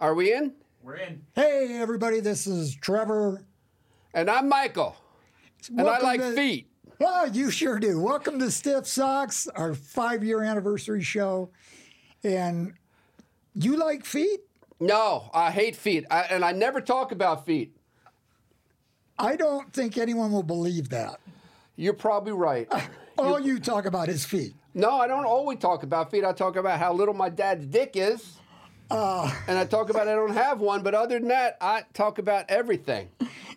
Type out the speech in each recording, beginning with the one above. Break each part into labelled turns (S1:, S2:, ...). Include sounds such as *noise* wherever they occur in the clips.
S1: Are we in?
S2: We're in.
S3: Hey, everybody, this is Trevor.
S1: And I'm Michael. And
S3: Welcome
S1: I like
S3: to-
S1: feet.
S3: Oh, you sure do. Welcome to Stiff Socks, our five year anniversary show. And you like feet?
S1: No, I hate feet. I, and I never talk about feet.
S3: I don't think anyone will believe that. Ah,
S1: You're probably right.
S3: All you *laughs* talk about is feet.
S1: No, I don't always talk about feet. I talk about how little my dad's dick is.
S3: Ah.
S1: and I talk about I don't have one, but other than that, I talk about everything.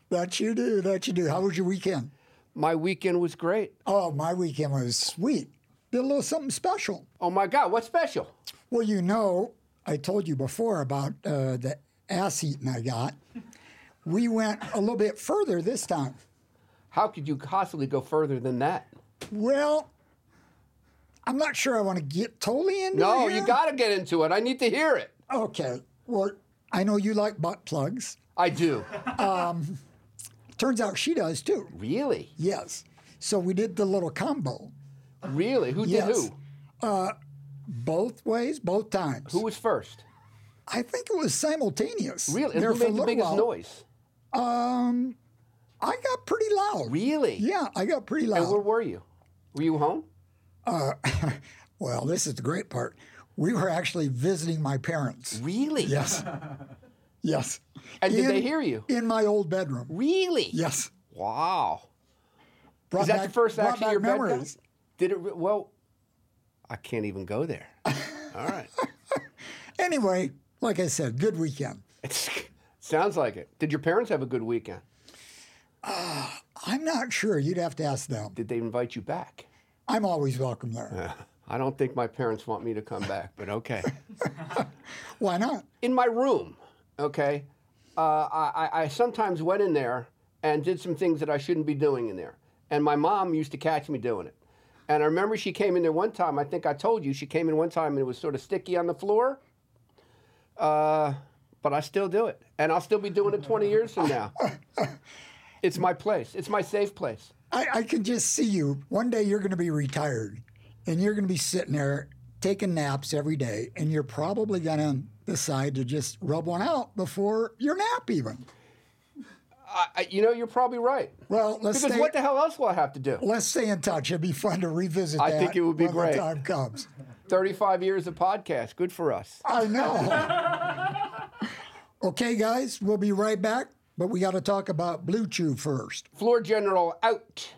S3: That you do. That you do. How was your weekend?
S1: My weekend was great.
S3: Oh, my weekend was sweet. Did a little something special.
S1: Oh my God, what's special?
S3: Well, you know, I told you before about uh, the ass eating I got. We went a little bit further this time.
S1: How could you possibly go further than that?
S3: Well, I'm not sure I want to get totally into
S1: No,
S3: it.
S1: you
S3: here.
S1: got to get into it. I need to hear it.
S3: Okay. Well, I know you like butt plugs. Um,
S1: I do.
S3: Turns out she does too.
S1: Really?
S3: Yes. So we did the little combo
S1: Really? Who did
S3: Yes. Uh,
S1: who?
S3: both ways, both times.
S1: Who was first?
S3: I think it was simultaneous.
S1: Really? And
S3: There
S1: who
S3: for a
S1: made the
S3: little
S1: biggest
S3: while.
S1: noise?
S3: Um, I got pretty loud.
S1: Really?
S3: Yeah, I got pretty
S1: And where
S3: loud. Uh,
S1: were you? Were you home?
S3: *laughs* Well, this is the great part. We were actually visiting my parents. *laughs*
S1: Really?
S3: Yes. yes.
S1: And did they
S3: In-
S1: hear you?
S3: In my old bedroom.
S1: Really?
S3: Yes.
S1: Wow.
S3: Brought
S1: Is that
S3: back-
S1: the first
S3: brought
S1: action
S3: back
S1: your bed got?
S3: memories.
S1: Did it? Re- well, I can't even go there. All
S3: *laughs*
S1: right.
S3: Anyway, like I said, good weekend.
S1: Sounds like it. Did your parents have a good weekend?
S3: I'm not sure. You'd have to ask them.
S1: Did they invite you back?
S3: I'm always welcome there.
S1: I don't think my parents want me to come back, but okay.
S3: *laughs* Why not?
S1: in my room, okay, uh, I, I I sometimes went in there and did some things that I shouldn't be doing in there. And my mom used to catch me doing it. And I remember she came in there one time. I think I told you she came in one time and it was sort of sticky on the floor. Uh, but I still do it, and I'll still be doing it 20 years from now. It's my place. It's my safe place.
S3: I, I can just see you. One day you're going to be retired and you're going to be sitting there taking naps every day, and you're probably going to decide to just rub one out before your nap, even.
S1: I, I, you know, you're probably right.
S3: Well, let's
S1: Because
S3: stay,
S1: what the hell else will I have to do?
S3: let's stay in touch. It'd be fun to revisit
S1: I
S3: that
S1: think it would be
S3: when
S1: great.
S3: the time comes.
S1: 35 years of podcast. Good for us.
S3: I
S1: *laughs*
S3: know. okay, guys, we'll be right back, but we got to talk about Blue Chew first.
S1: Floor General out.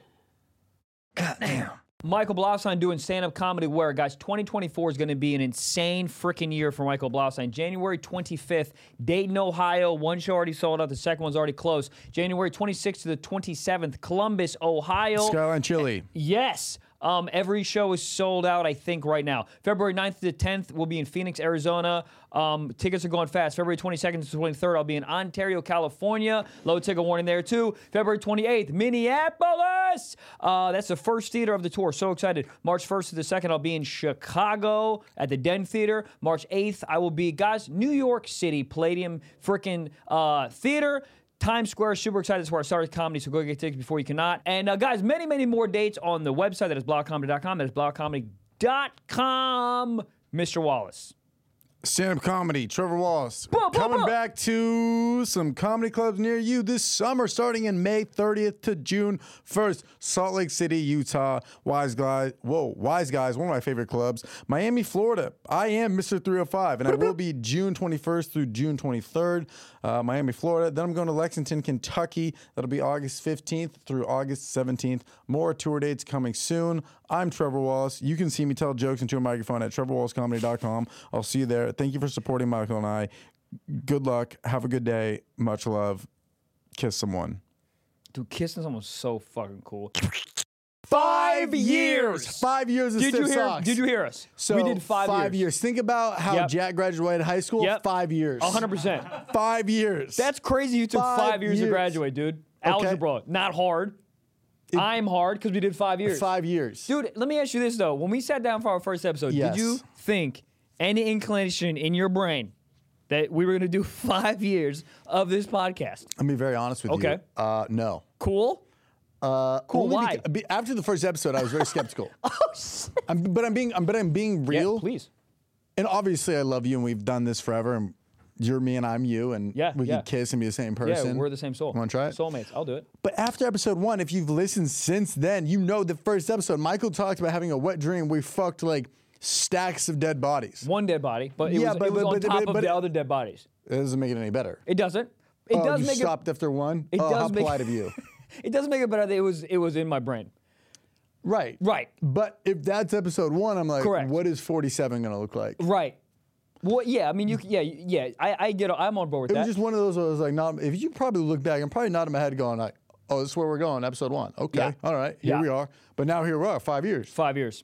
S2: Michael Blaustein doing stand-up comedy where, guys, 2024 is going to be an insane freaking year for Michael Blaustein. January 25th, Dayton, Ohio. One show already sold out. The second one's already closed. January 26th to the 27th, Columbus, Ohio.
S4: Skyline and Chili.
S2: Yes. Um, every show is sold out, I think, right now. February 9th to the 10th will be in Phoenix, Arizona. Um, tickets are going fast. February 22nd to 23rd, I'll be in Ontario, California. Low ticket warning there, too. February 28th, Minneapolis. Uh, that's the first theater of the tour. So excited. March 1st to the 2nd, I'll be in Chicago at the Den Theater. March 8th, I will be, guys, New York City, Palladium freaking uh, Theater. Times Square, super excited for our Stars Comedy, so go get tickets before you cannot. And uh, guys, many, many more dates on the website that is blogcomedy.com. That is blogcomedy.com. Mr. Wallace.
S4: Stand up comedy, Trevor Wallace.
S2: Whoa, whoa,
S4: Coming
S2: whoa.
S4: back to some comedy clubs near you this summer, starting in May 30th to June 1st. Salt Lake City, Utah. Wise Guys. Whoa, Wise Guys, one of my favorite clubs. Miami, Florida. I am Mr. 305, and I will be June 21st through June 23rd, uh, Miami, Florida. Then I'm going to Lexington, Kentucky. That'll be August 15th through August 17th. More tour dates coming soon. I'm Trevor Wallace. You can see me tell jokes into a microphone at trevorwallacecomedy.com. I'll see you there. Thank you for supporting Michael and I. Good luck. Have a good day. Much love. Kiss someone.
S2: Dude, kissing someone's so fucking cool.
S4: Five Five years of
S2: Did you
S4: Stiff
S2: hear?
S4: Socks.
S2: Did you hear us?
S4: So
S2: we did five, years.
S4: Think about how
S2: Yep.
S4: Jack graduated high school.
S2: Yep.
S4: Five years.
S2: hundred percent.
S4: Five years.
S2: That's crazy. You took
S4: Five
S2: five, years,
S4: years.
S2: to graduate, dude. Algebra, not hard. I'm hard because we did five years.
S4: five years.
S2: Dude, let me ask you this though. When we sat down for our first episode,
S4: Yes.
S2: did you think any inclination in your brain that we were going to do *laughs* five years of this podcast?
S4: I'm gonna be very honest with you.
S2: Okay.
S4: Uh, no. Uh,
S2: Cool. Cool,
S4: Only
S2: why?
S4: beca- be- after the first episode, I was
S2: *laughs*
S4: very skeptical. oh shit. I'm, but I'm being, I'm, but I'm being
S2: Yeah,
S4: real.
S2: please.
S4: And obviously, I love you, and we've done this forever, and you're me and I'm you, and
S2: Yeah,
S4: we
S2: yeah.
S4: could kiss and be the same
S2: Yeah,
S4: person.
S2: we're the same soul.
S4: Wanna try it?
S2: Soulmates. I'll do it.
S4: But after episode one, if you've listened since then, you know the first episode. Michael talked about having a wet dream. We fucked like stacks of dead bodies.
S2: One dead body, but it
S4: Yeah,
S2: was,
S4: but-
S2: it was
S4: but-
S2: on
S4: but-
S2: top
S4: but-
S2: of
S4: but-
S2: the other dead bodies.
S4: It doesn't make it any better.
S2: It doesn't. It
S4: oh,
S2: does
S4: you
S2: make
S4: stopped after one.
S2: it. It
S4: oh,
S2: does
S4: how
S2: make
S4: polite of you.
S2: it doesn't make it better. That it was. It was in my brain.
S4: Right.
S2: *laughs* Right.
S4: But if that's episode one, I'm like,
S2: Correct.
S4: what is 47 gonna look like?
S2: Right. Well, yeah. I mean, you. c- Yeah. you- Yeah. I. I get. I'm on board with
S4: It
S2: that.
S4: was just one of those where I was like, not, if you probably look back, I'm probably nodding my head going, like, oh, this is where we're going, episode one. Okay,
S2: Yeah.
S4: all right, here
S2: Yeah.
S4: we are. But now here we are, five years.
S2: Five years.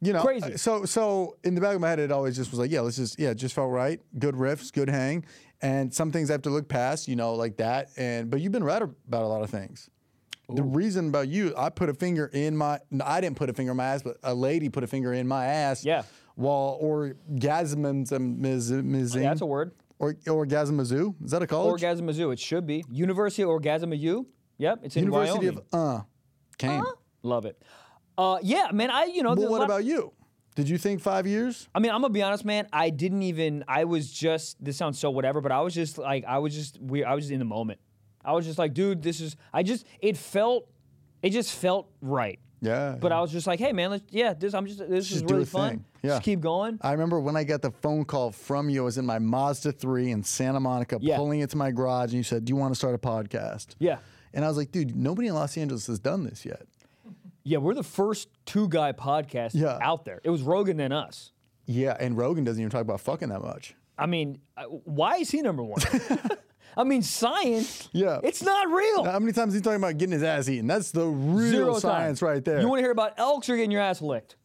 S4: You know,
S2: Crazy.
S4: So, so in the back of my head, it always just was like, yeah, let's just, yeah, it just felt right. Good riffs, good hang, and some things I have to look past, you know, like that. And but you've been right about a lot of things. The reason about you, I put a finger in my, no, I didn't put a finger in my ass, but a lady put a finger in my ass.
S2: Yeah.
S4: While orgasmism,
S2: That's a word.
S4: Or, orgasmazoo? Is that a college?
S2: Orgasm of U. It should be University of Orgasm of U. Yep. It's in
S4: University
S2: Wyoming.
S4: of uh came.
S2: Love it. Uh, yeah, man. I. You know.
S4: But
S2: there's a
S4: what
S2: lot-
S4: about you? Did you think five years?
S2: I mean, I'm gonna be honest, man. I didn't even. I was just. This sounds so whatever, but I was just like, I was just. We. I was in the moment. I was just like, dude, this is. I just. It felt. It just felt right.
S4: Yeah.
S2: But I was just like, hey, man, let's. Yeah, this. I'm just. This is
S4: Just do
S2: really
S4: a
S2: fun.
S4: thing. Yeah.
S2: Just keep going.
S4: I remember when I got the phone call from you. I was in my Mazda 3 in Santa Monica,
S2: Yeah.
S4: pulling it to my garage, and you said, Do you want to start a podcast?
S2: Yeah.
S4: And I was like, Dude, nobody in Los Angeles has done this yet.
S2: Yeah, we're the first two guy podcast
S4: Yeah.
S2: out there. It was Rogan and us.
S4: Yeah. And Rogan doesn't even talk about fucking that much.
S2: I mean, I- why is he number
S4: *laughs*
S2: one? I mean, science.
S4: Yeah.
S2: It's not real.
S4: How many times is he talking about getting his ass eaten? That's the real
S2: Zero
S4: science
S2: time.
S4: right there. Mm,
S2: You want to hear about elks or getting your ass licked?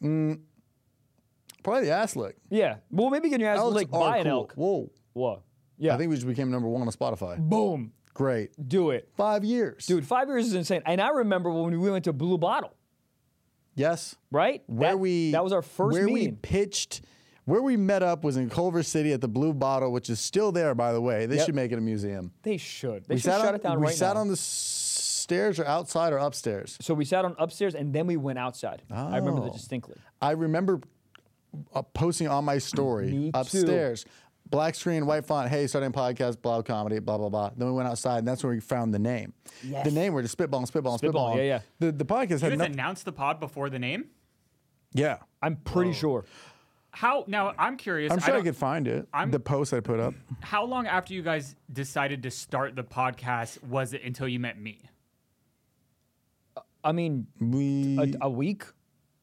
S4: Probably the ass lick.
S2: Yeah. Well, maybe getting your ass
S4: Elks
S2: licked
S4: are
S2: by an
S4: cool.
S2: elk.
S4: Whoa.
S2: Whoa. Yeah.
S4: I think we just became number one on Spotify.
S2: Boom.
S4: Great.
S2: Do it.
S4: Five years.
S2: Dude, five years is insane. And I remember when we went to Blue Bottle,
S4: Yes.
S2: right?
S4: where
S2: that,
S4: we
S2: That was our first
S4: where we
S2: meeting.
S4: pitched where we met up was in Culver City at the Blue Bottle, which is still there, by the way. They
S2: Yep.
S4: should make it a museum.
S2: they should. They
S4: we
S2: should shut
S4: on,
S2: it down
S4: we
S2: right
S4: sat
S2: now.
S4: on the s- stairs or outside or upstairs. Oh.
S2: so we sat on upstairs and then we went outside. I remember that distinctly.
S4: I remember uh, posting on my story
S2: Me too.
S4: upstairs. Black screen, white font. Hey, starting podcast, blah comedy, blah blah blah. Then we went outside, and that's where we found the name. The name we're just spitballing, spitballing,
S2: Spitball,
S4: spitballing.
S2: yeah, yeah.
S4: The, the podcast
S5: You
S4: had
S5: guys
S4: no.
S5: announced the pod before the name?
S4: Yeah,
S2: I'm pretty sure.
S5: How now? I'm curious.
S4: I'm sure I,
S5: Oh. don't-
S4: could find it.
S5: I'm-
S4: the post I put up.
S5: How long after you guys decided to start the podcast was it until you met me?
S2: I mean,
S4: We
S2: a, a week,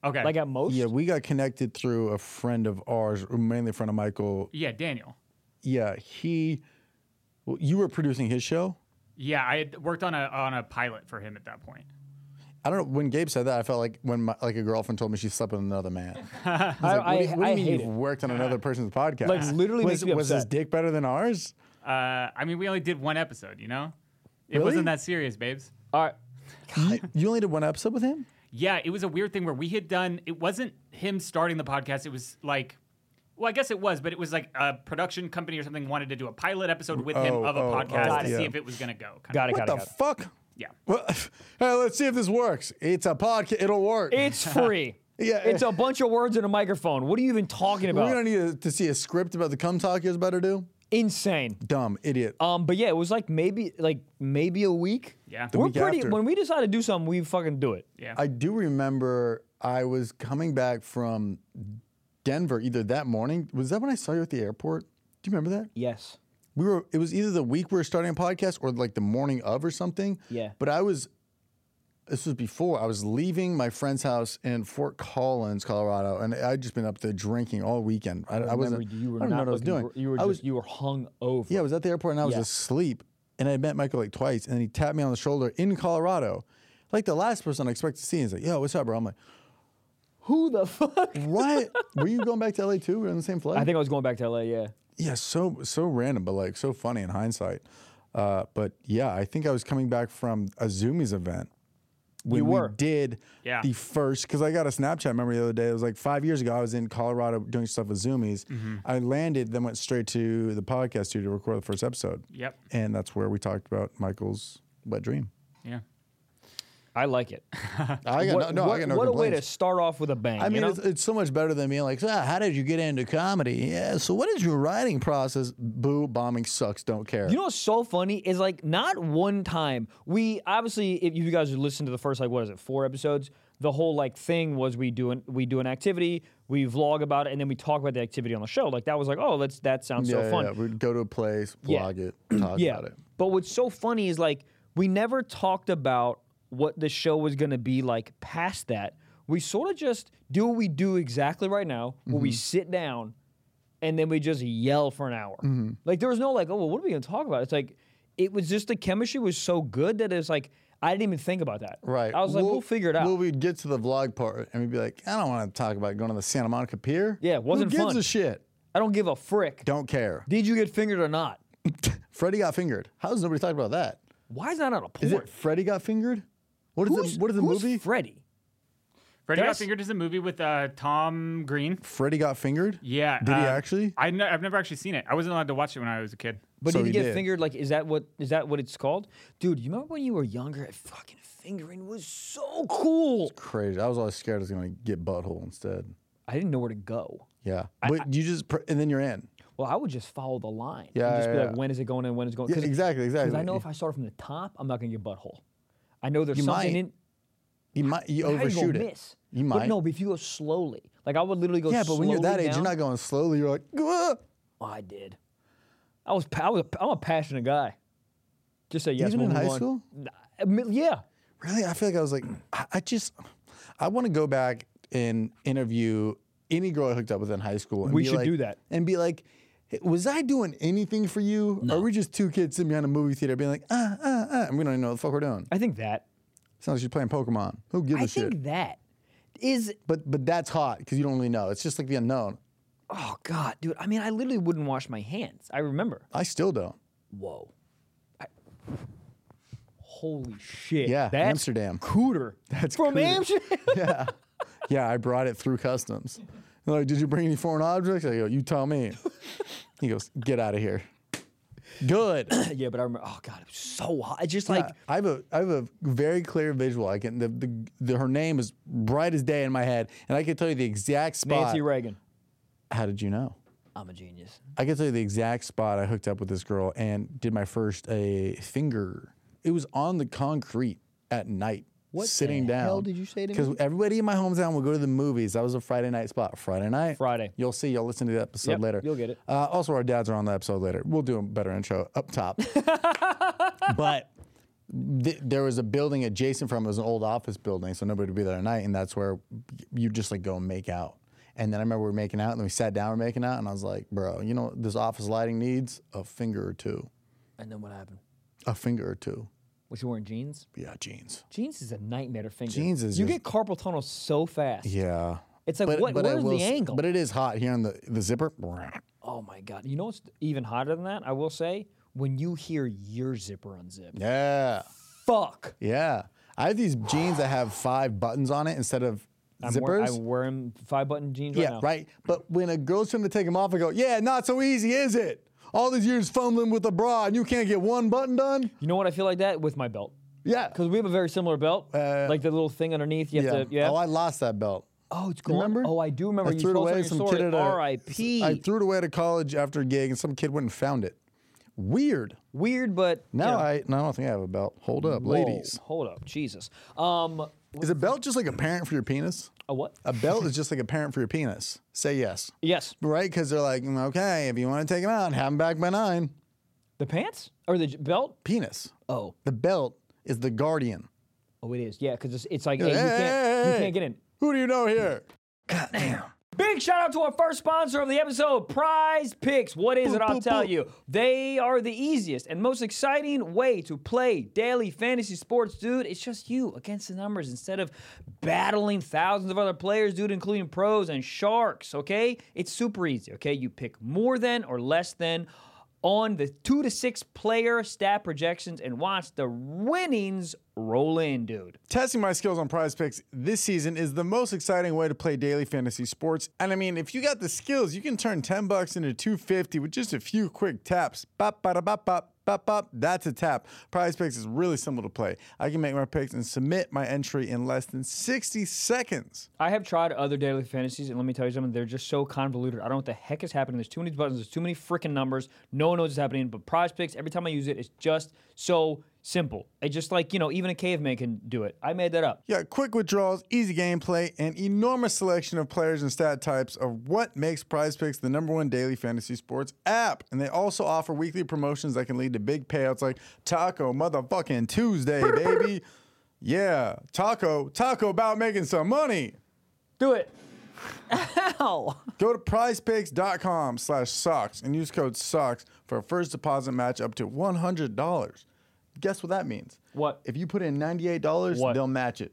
S5: Okay.
S2: like at most.
S4: Yeah, we got connected through a friend of ours, or mainly a friend of Michael.
S5: yeah, Daniel.
S4: Yeah, he. Well, you were producing his show.
S5: Yeah, I had worked on a on a pilot for him at that point.
S4: I don't know. When Gabe said that, I felt like when my, like a girlfriend told me she slept with another man.
S2: *laughs*
S4: I, was
S2: I-
S4: like, what do you,
S2: I-
S4: what do you
S2: I
S4: mean
S2: hate
S4: you've
S2: it.
S4: worked on another person's podcast?
S2: Like, literally
S4: was,
S2: makes me
S4: was his
S2: upset.
S4: dick better than ours?
S5: Uh, I mean, we only did one episode. You know, it wasn't that serious, babes.
S2: All right.
S4: You, you only did one episode with him.
S5: Yeah, it was a weird thing where we had done. It wasn't him starting the podcast. It was like, well, I guess it was, but it was like a production company or something wanted to do a pilot episode with him
S4: Oh,
S5: of a
S4: oh,
S5: podcast
S4: oh,
S5: to
S4: yeah.
S5: see if it was gonna go. kind
S2: Got it.
S5: of.
S4: What
S2: got it.
S4: the
S2: Got it.
S4: fuck?
S5: Yeah.
S4: Well, *laughs* hey, let's see if this works. It's a podcast. It'll work.
S2: It's
S4: *laughs*
S2: free.
S4: Yeah.
S2: It's a bunch of words and a microphone. What are you even talking
S4: We're
S2: about?
S4: gonna need to see a script about the cum talk here's about to do.
S2: Insane.
S4: Dumb idiot.
S2: Um, but yeah, it was like maybe like maybe a week.
S5: Yeah. The
S2: we're
S4: week
S2: pretty.
S4: after.
S2: When we decide to do something, we fucking do it.
S5: Yeah.
S4: I do remember I was coming back from Denver either that morning. Was that when I saw you at the airport? Do you remember that?
S2: Yes.
S4: We were it was either the week we were starting a podcast or like the morning of or something.
S2: Yeah.
S4: But I was this was before I was leaving my friend's house in Fort Collins, Colorado, and I'd just been up there drinking all weekend. I, I,
S2: Remember,
S4: wasn't.
S2: you were
S4: I don't
S2: not
S4: know what I was
S2: looking-
S4: doing.
S2: You were, you were
S4: I
S2: just
S4: was
S2: you were hung over.
S4: yeah, I was at the airport and I was
S2: Yeah.
S4: asleep. And I had met Michael like twice, and then he tapped me on the shoulder in Colorado, like the last person I expect to see. He's like, "Yo, what's up, bro?" I'm like,
S2: Who the *laughs* fuck?
S4: "What? Were you going back to LA too? We We're on the same flight?"
S2: I think I was going back to LA. Yeah.
S4: yeah, so so random, but like so funny in hindsight. Uh, but yeah, I think I was coming back from a Zoomies event when
S2: You were.
S4: we did
S5: Yeah.
S4: the first because I got a Snapchat memory the other day. It was like five years ago. I was in Colorado doing stuff with Zoomies.
S2: Mm-hmm.
S4: I landed, then went straight to the podcast studio to record the first episode.
S5: Yep.
S4: and that's where we talked about Michael's wet dream.
S5: Yeah.
S2: I like it.
S4: I
S2: what
S4: got no, no,
S2: what-
S4: I got no
S2: what a way to
S4: complaints.
S2: start off with a bang.
S4: I
S2: you
S4: mean,
S2: know?
S4: it's, it's so much better than being like, "Ah, how did you get into comedy? Yeah, so what is your writing process? Boo, bombing sucks, don't care.
S2: You know what's so funny is like not one time we obviously if you guys listened to the first like what is it four episodes the whole like thing was we do an, we do an activity we vlog about it and then we talk about the activity on the show like that was like oh that's that sounds
S4: yeah,
S2: so fun
S4: yeah, we'd go to a place,
S2: Yeah. *clears throat*
S4: vlog it, talk
S2: yeah.
S4: about it.
S2: But what's so funny is like we never talked about what the show was going to be like past that. We sort of just do what we do exactly right now, where
S4: Mm-hmm.
S2: we sit down and then we just yell for an hour.
S4: Mm-hmm.
S2: Like there was no like, oh, well, what are we going to talk about? It's like it was just the chemistry was so good that it's like I didn't even think about that.
S4: Right.
S2: I was like, we'll, figure it out.
S4: Well, we'd get to the vlog part and we'd be like, I don't want to talk about going to the Santa Monica Pier.
S2: Yeah, it wasn't
S4: Who gives
S2: fun.
S4: a shit?
S2: I don't give a frick.
S4: Don't care.
S2: Did you get fingered or not?
S4: *laughs* Freddie got fingered. How's nobody talking about that?
S2: Why is that not a porn?
S4: Is it Freddie got fingered? What is
S2: who's,
S4: it? What is the
S2: who's
S4: movie?
S2: Freddie.
S5: Freddie Got
S2: That's-
S5: Fingered is a movie with uh, Tom Green.
S4: Freddie got fingered.
S5: Yeah. uh,
S4: Did he actually?
S5: I ne- I've never actually seen it. I wasn't allowed to watch it when I was a kid.
S2: But
S4: So
S2: did you
S4: he
S2: get
S4: did.
S2: fingered? Like, is that what is that what it's called, dude? You remember when you were younger? Fucking fingering was so cool.
S4: Crazy. I was always scared I was going to get butthole instead.
S2: I didn't know where to go.
S4: Yeah. but you just pr- and then you're in.
S2: Well, I would just follow the line. and
S4: Yeah,
S2: just be
S4: yeah,
S2: like,
S4: yeah.
S2: when is it going in? When is it going?
S4: Yeah, exactly.
S2: Because
S4: Exactly.
S2: I know if I start from the top, I'm not gonna get butthole. I know there's
S4: You
S2: something
S4: might.
S2: in.
S4: you might you
S2: how you
S4: overshoot
S2: gonna
S4: it.
S2: miss?
S4: You
S2: But
S4: might.
S2: no, but if you go slowly, like I would literally go.
S4: yeah, but when you're that
S2: slowly
S4: age,
S2: down. Oh,
S4: you're not going slowly. You're like, "Ugh."
S2: I did. I was. pa- I was. a- I'm a passionate guy. Just say yes.
S4: Even
S2: we'll
S4: in
S2: move
S4: high
S2: on.
S4: school?
S2: Nah, I mean, yeah.
S4: really i feel like i was like i, I just i want to go back and interview any girl i hooked up with in high school and
S2: We
S4: be
S2: should
S4: like-
S2: do that.
S4: and be like "Hey, was i doing anything for you are we just two kids sitting behind a movie theater being like ah ah ah and we don't even know what the fuck we're doing
S2: I think that.
S4: sounds like she's playing pokemon who gives a
S2: I
S4: shit
S2: think that is
S4: but but that's hot because you don't really know it's just like the unknown
S2: Oh God, dude! I mean, I literally wouldn't wash my hands. I remember.
S4: i still don't
S2: *clears throat* Whoa. I, holy shit!
S4: Yeah,
S2: that's
S4: Amsterdam.
S2: Cooter.
S4: That's
S2: from
S4: cooter.
S2: Amsterdam.
S4: yeah yeah i brought it through customs They're like did you bring any foreign objects i go you tell me he goes get out of here *laughs* good
S2: *clears throat* yeah, but I remember. Oh God, it was so hot. It's just like
S4: like I have a I have a very clear visual. I can the, the, the her name is bright as day in my head, and I can tell you the exact spot.
S2: Nancy Reagan.
S4: How did you know?
S2: I'm a genius.
S4: I can tell you the exact spot I hooked up with this girl and did my first a finger. It was on the concrete at night.
S2: What
S4: sitting
S2: the
S4: down.
S2: hell did you say to me?
S4: Because everybody in my hometown would go to the movies. That was a Friday night spot. Friday night.
S2: Friday.
S4: You'll see. You'll listen to the episode
S2: Yep,
S4: later.
S2: you'll get it.
S4: Uh, also, our dads are on the episode later. We'll do a better intro up top. but th- there was a building adjacent from it. It was an old office building, so nobody would be there at night, and that's where you just like go and make out. And then I remember we were making out, and then we sat down, we are making out, and I was like, "Bro, you know what this office lighting needs? A finger or two,
S2: And then what happened?
S4: a finger or two.
S2: Was she wearing jeans?
S4: Yeah, jeans.
S2: Jeans is a nightmare to finger.
S4: Jeans is
S2: You get
S4: just-
S2: carpal tunnel so fast.
S4: Yeah.
S2: It's like what?
S4: I
S2: where's
S4: will
S2: the
S4: s-
S2: angle?
S4: But it is hot here on the the zipper.
S2: oh my God! You know what's even hotter than that? I will say when you hear your zipper unzip.
S4: Yeah,
S2: Fuck.
S4: yeah. I have these jeans that have five buttons on it instead of
S2: I'm
S4: zippers.
S2: wearing, I'm wearing five button jeans right
S4: Yeah,
S2: now.
S4: right. But when a girl's trying to take them off, I go, yeah, not so easy, is it? All these years fumbling with a bra and you can't get one button done?
S2: You know what I feel like that with my belt
S4: Yeah.
S2: because we have a very similar belt,
S4: Uh,
S2: like the little thing underneath. You have
S4: yeah.
S2: to. Yeah.
S4: Oh, I lost that belt.
S2: oh, it's
S4: You
S2: gone.
S4: remember?
S2: Oh, I do remember.
S4: I
S2: you
S4: threw it
S2: posted on
S4: away.
S2: your
S4: Some
S2: story.
S4: kid at a,
S2: R.I.P.
S4: I threw it away at a college after a gig, and some kid went and found it. Weird.
S2: Weird, but
S4: Now
S2: you know,
S4: I, no, I don't think I have a belt. Hold up,
S2: whoa,
S4: ladies.
S2: Hold up, Jesus. Um,
S4: Is a belt just like a parent for your penis?
S2: a what?
S4: A belt is just like a parent for your penis. Say yes,
S2: yes,
S4: right? Because they're like, "Mm, okay, if you want to take them out, have them back by nine.
S2: the pants or the j- belt?
S4: Penis.
S2: Oh,
S4: The belt is the guardian.
S2: oh, it is. Yeah, because it's, it's like hey, you can't you
S4: Hey!
S2: can't get in.
S4: Who do you know here?
S2: Big shout out to our first sponsor of the episode, Prize Picks. What is it? I'll
S4: boop,
S2: tell
S4: boop.
S2: you. They are the easiest and most exciting way to play daily fantasy sports, dude. It's just you against the numbers instead of battling thousands of other players, dude, including pros and sharks, okay? It's super easy, okay? You pick more than or less than on the two to six player stat projections and watch the winnings rolling, dude.
S4: Testing my skills on prize picks this season is the most exciting way to play daily fantasy sports. And I mean, if you got the skills, you can turn 10 bucks into 250 with just a few quick taps. Bop, bada, bop, bop. Bop, bop, that's a tap. Prize Picks is really simple to play. I can make my picks and submit my entry in less than 60 seconds.
S2: I have tried other daily fantasies, and let me tell you something, they're just so convoluted. I don't know what the heck is happening. There's too many buttons, there's too many freaking numbers. No one knows what's happening. But prize picks, every time I use it, it's just so simple. It's just like, you know, even a caveman can do it. I made that
S4: *laughs*
S2: up.
S4: You got quick withdrawals, easy gameplay, and enormous selection of players and stat types of what makes Prize Picks the number one daily fantasy sports app. And they also offer weekly promotions that can lead to big payouts like Taco
S2: *laughs*
S4: Motherfucking Tuesday, baby. Yeah, Taco, Taco about making some money.
S2: Do it. Ow.
S4: Go to prizepicks.com slash socks and use code SOCKS for a first deposit match up to $100. Guess what that means?
S2: What?
S4: If you put in $98,
S2: What?
S4: they'll match it.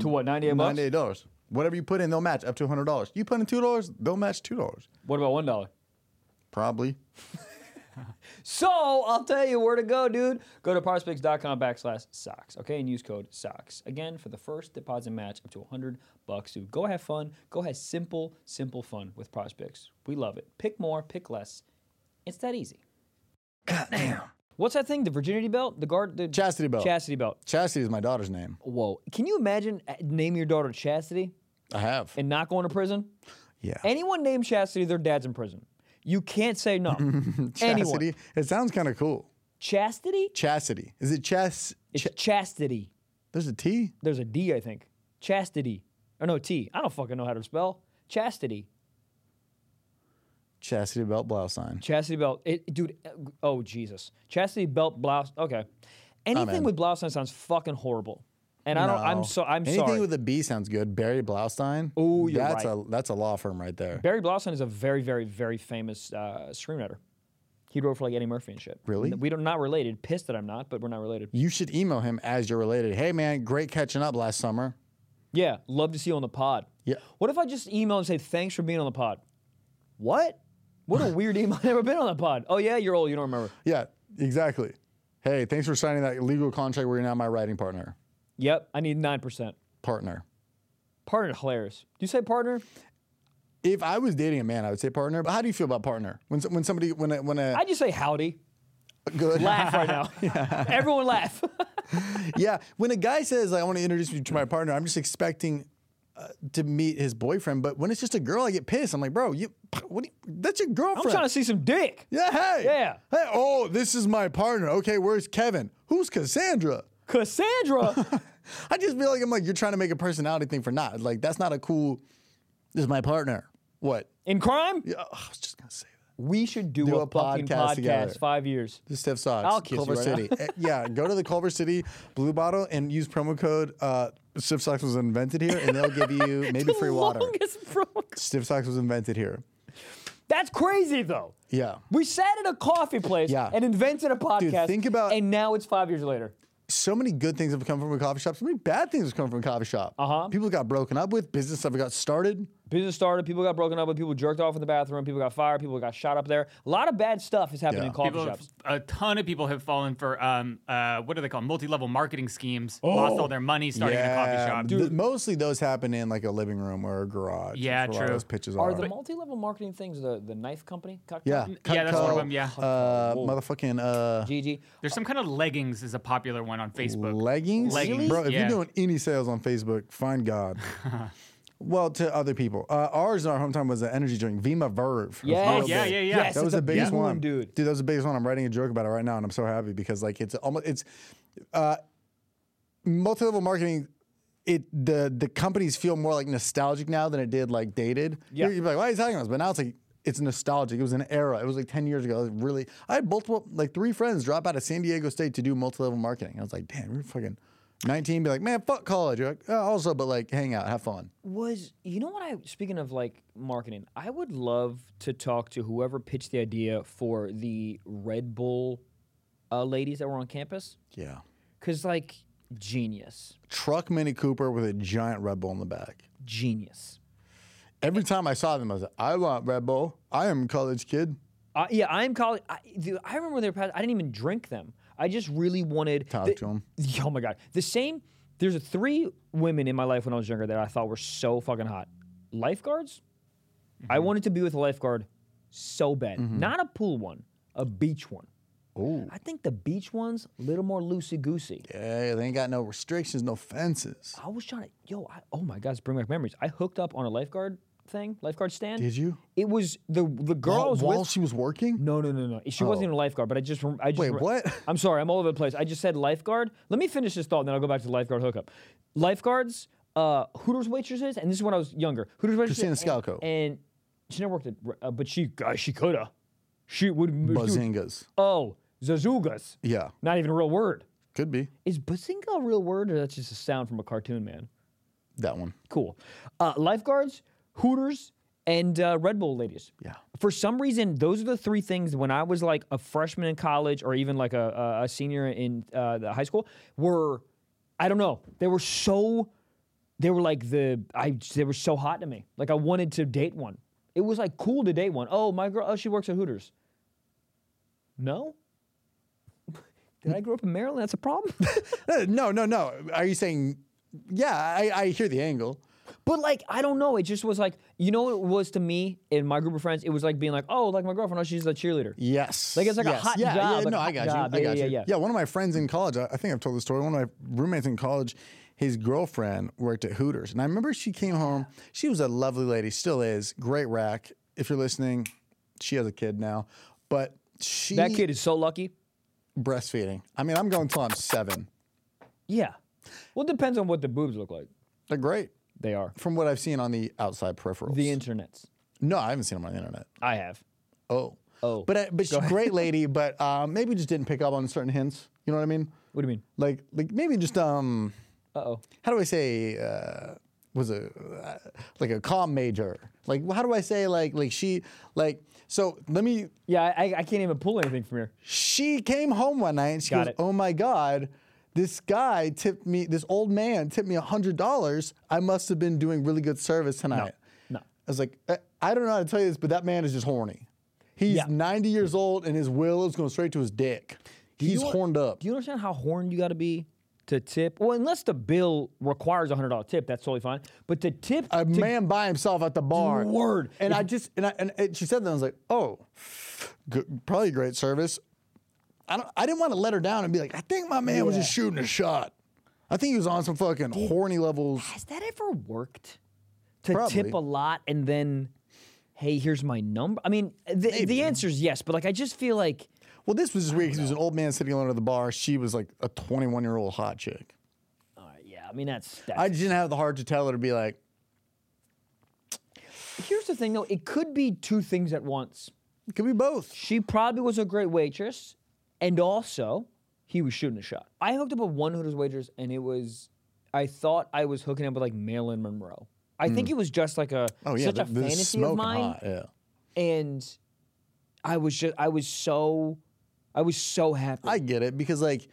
S2: To what, 98 bucks?
S4: $98. Whatever you put in, they'll match up to $100. You put in $2, they'll match $2.
S2: What about $1?
S4: Probably.
S2: So I'll tell you where to go, dude. Go to parspicks.com backslash socks, okay, and use code socks again for the first deposit match up to 100 bucks. Dude, go have fun. Go have simple, simple fun with prospects. We love it. Pick more, pick less. It's that easy.
S4: Goddamn.
S2: *clears throat* What's that thing? The virginity belt? The guard? The
S4: Chastity belt.
S2: Chastity belt.
S4: Chastity is my daughter's name.
S2: Whoa! Can you imagine uh, naming your daughter Chastity
S4: I have.
S2: and not going to prison?
S4: Yeah.
S2: Anyone named Chastity, their dad's in prison. You can't say no.
S4: *laughs* Chastity.
S2: Anyone.
S4: It sounds kind of cool.
S2: Chastity?
S4: Chastity. Is it chas?
S2: It's chastity.
S4: There's a T?
S2: There's a D, I think. Chastity. Or no, T. I don't fucking know how to spell. Chastity.
S4: Chastity belt blouse sign.
S2: Chastity belt. It, dude, uh, g- oh, Jesus. Chastity belt blouse. Okay. Anything
S4: in.
S2: with blouse on sounds fucking horrible. And I don't, I'm so, I'm
S4: Anything
S2: sorry.
S4: with a B sounds good. Barry Blaustein.
S2: Ooh, you're
S4: that's
S2: right.
S4: a that's a law firm right there.
S2: Barry Blaustein is a very, very, very famous uh, screenwriter. He wrote for like Eddie Murphy and shit.
S4: Really?
S2: We are not related. Pissed that I'm not, but we're not related.
S4: you should email him as you're related. Hey man, great catching up last summer.
S2: Yeah, love to see you on the pod.
S4: Yeah.
S2: What if I just email and say thanks for being on the pod? What? What a
S4: *laughs*
S2: weird email. I've never been on the pod. Oh yeah, you're old. You don't remember.
S4: Yeah, exactly. Hey, thanks for signing that legal contract where you're now my writing partner.
S2: Yep. I need nine
S4: *laughs*
S2: percent.
S4: Partner.
S2: Partner hilarious. Do you say partner?
S4: If I was dating a man, I would say partner. But how do you feel about partner? When so- when somebody when a, when a
S2: I just say howdy.
S4: good
S2: Laugh right now.
S4: *laughs*
S2: *laughs* Everyone laugh.
S4: yeah, when a guy says like, I want to introduce you to my partner, I'm just expecting uh, to meet his boyfriend. But when it's just a girl, I get pissed. I'm like, bro, you what? do you, that's your
S2: I'm
S4: girlfriend.
S2: trying to see some dick.
S4: Yeah, hey.
S2: Yeah.
S4: Hey, oh, this is my partner. Okay, where's Kevin? Who's Cassandra?
S2: Cassandra.
S4: *laughs* I just feel like I'm like, you're trying to make a personality thing for not. Like, that's not a cool, this is my partner. What?
S2: In crime?
S4: Yeah, oh, I was just going to say that.
S2: We should do, a,
S4: a
S2: fucking
S4: podcast
S2: podcast.
S4: together.
S2: Five years.
S4: This is Steph Socks.
S2: I'll kiss you
S4: Culver
S2: right
S4: City. Eh, yeah, go to the Culver City Blue Bottle and use promo code uh, Stiff Socks was invented here, and they'll give
S5: *laughs*
S4: you maybe
S2: *laughs*
S4: free water.
S2: Longest promo-
S4: Stiff Socks was invented here.
S2: That's crazy though.
S4: Yeah.
S2: We sat at a coffee place
S4: Yeah.
S2: and invented a podcast.
S4: think about-
S2: and now it's five years later.
S4: so many good things have come from a coffee shop. So many bad things have come from a coffee shop.
S2: Uh-huh.
S4: People got broken up with. Business stuff got started.
S2: Business started, people got broken up with, people jerked off in the bathroom, people got fired, people got shot up there. A lot of bad stuff is happening
S4: Yeah.
S2: in coffee
S5: People have-
S2: shops.
S5: a ton of people have fallen for um, uh, what are they called? Multi-level marketing schemes.
S4: Oh.
S5: Lost all their money starting in a coffee shop.
S4: Th- mostly those happen in like a living room or a garage.
S5: Yeah,
S4: That's where all
S5: true.
S4: Those pitches are.
S2: Are the multi-level marketing things the, the knife company?
S4: yeah.
S5: Yeah, that's one of
S4: Cutco,
S5: them, yeah.
S4: Uh, motherfucking uh,
S2: GG.
S5: There's some kind of leggings is a popular one on Facebook.
S4: leggings.
S5: Leggings,
S4: Bro, if
S5: yeah.
S4: you're doing any sales on Facebook, find God. well, to other people. Uh, ours in our hometown was an energy drink, Vima Verve. It was
S2: Yes.
S4: real
S5: yeah,
S4: big.
S5: yeah, yeah.
S2: Yes,
S4: that
S2: it's
S4: was
S2: a
S4: the biggest
S2: big
S4: one,
S2: dude.
S4: Dude, that was the biggest one. I'm writing a joke about it right now, and I'm so happy because like it's almost it's uh, multi-level marketing. It the the companies feel more like nostalgic now than it did like dated.
S2: Yeah.
S4: you'd be like, why are you talking about this? But now it's like it's nostalgic. It was an era. It was like ten years ago. It was really, I had multiple like three friends drop out of San Diego State to do multi-level marketing. I was like, damn, you're fucking. 19 be like, man, fuck college. You're like, oh, also, but like, hang out, have fun.
S2: Was you know what I speaking of like marketing, I would love to talk to whoever pitched the idea for the Red Bull uh, ladies that were on campus.
S4: Yeah.
S2: Cause like genius.
S4: Truck Mini Cooper with a giant Red Bull in the back.
S2: Genius.
S4: Every time I saw them, I was like, I want Red Bull. I am a college kid.
S2: Uh, yeah, I'm college. I, dude, I remember when they were passed. I didn't even drink them. I just really wanted.
S4: Talk
S2: the-
S4: to 'em.
S2: *laughs* Oh my god, the same. There's a three women in my life when I was younger that I thought were so fucking hot. Lifeguards. I
S4: Mm-hmm.
S2: wanted to be with a lifeguard so bad. Not a pool one, a beach one. Oh. I think the beach one's a little more loosey goosey.
S4: Yeah, they ain't got no restrictions, no fences.
S2: I was trying to, yo, I, oh my gosh, bring back memories. I hooked up on a lifeguard thing, lifeguard stand.
S4: Did you?
S2: It was the the girl I
S4: While,
S2: was
S4: while
S2: with.
S4: she was working?
S2: No, no, no, no. She wasn't even a lifeguard, but I just, rem- I just.
S4: Oh. Wait,
S2: rem-
S4: what?
S2: I'm sorry, I'm all over the place. I just said lifeguard. Let me finish this thought, and then I'll go back to the lifeguard hookup. Lifeguards, uh, Hooters waitresses, and this is when I was younger. Hooters
S4: Christina
S2: waitresses.
S4: Scalco.
S2: And, and she never worked at, uh, but she, uh, she coulda. She would. she would-
S4: Bazingas.
S2: Oh, zazugas.
S4: Yeah,
S2: Not even a real word.
S4: could be
S2: Is bazinga a real word, or that's just a sound from a cartoon, man?
S4: that one.
S2: Cool. Uh, lifeguards, Hooters, and uh, Red Bull ladies.
S4: Yeah.
S2: For some reason, those are the three things when I was like a freshman in college or even like a, a, a senior in uh, the high school were, I don't know, they were so, they were like the, I, they were so hot to me. Like I wanted to date one. It was like cool to date one. Oh, my girl, oh, she works at Hooters.
S4: *laughs*
S2: No? Did I grow up in Maryland? That's a *laughs* problem.
S4: Uh, *laughs* No, no, no. Are you saying? Yeah, I, I hear the angle.
S2: But like, I don't know. It just was like, you know, what it was to me and my group of friends. It was like being like, oh, like my girlfriend, oh, she's a cheerleader.
S4: Yes.
S2: Like, it's like a
S4: yes.
S2: hot
S4: yeah,
S2: job,
S4: Yeah,
S2: like
S4: no,
S2: a
S4: I
S2: hot
S4: got
S2: job.
S4: you. I
S2: Yeah,
S4: got
S2: yeah,
S4: you.
S2: yeah.
S4: Yeah, one of my friends in college, I, I think I've told the story. One of my roommates in college, his girlfriend worked at Hooters. And I remember she came home. She was a lovely lady, still is. Great rack. If you're listening, she has a kid now. But she
S2: That kid is so lucky.
S4: breastfeeding. I mean, I'm going till I'm seven.
S2: Yeah. Well, it depends on what the boobs look like.
S4: They're great.
S2: They are
S4: From what I've seen on the outside peripherals.
S2: the internets.
S4: no, I haven't seen them on the internet.
S2: I have.
S4: Oh.
S2: Oh.
S4: But, uh, but she's a
S2: *laughs*
S4: great lady, but uh, maybe just didn't pick up on certain hints. You know what I mean?
S2: What do you mean?
S4: Like, like maybe just um,
S2: Uh oh.
S4: how do I say uh, was a uh, like a calm major? Like how do I say like like she like so let me
S2: Yeah, I, I- I can't even pull anything from here.
S4: she came home one night and she
S2: Got
S4: goes,
S2: it.
S4: "Oh my god, this guy tipped me this old man tipped me $100. I must have been doing really good service tonight."
S2: no.
S4: I was like, "I, I don't know how to tell you this, but that man is just horny. He's
S2: Yeah.
S4: 90 years old and his will is going straight to his dick. He's
S2: know-
S4: horned up."
S2: Do you understand how horned you got to be to tip? Well, unless the bill requires a hundred dollar tip, that's totally fine. But to tip,
S4: a
S2: to-
S4: man by himself at the bar.
S2: Word.
S4: And I just and I and it, she said that I was like, oh, g- probably great service. I don't. I didn't want to let her down and be like, I think my man was just shooting a shot. I think he was on some fucking horny levels.
S2: has that ever worked? To
S4: Probably.
S2: tip a lot and then, hey, here's my number. I mean, the, the answer is yes, but like I just feel like.
S4: Well, this was just weird because he was an old man sitting alone at the bar. She was like a 21 year old hot chick.
S2: Yeah, I mean that's. that's
S4: I just didn't have the heart to tell her to be like,
S2: Here's the thing, though. It could be two things at once.
S4: it could be both.
S2: She probably was a great waitress, and also he was shooting a shot. I hooked up with one Hooters waitress, and it was. I thought I was hooking up with like Marilyn Monroe. I think it was just like a
S4: Oh yeah,
S2: such a
S4: th- this is
S2: fantasy of
S4: smoking
S2: mine.
S4: hot. Yeah.
S2: and I was just I was so I was so happy.
S4: I get it because like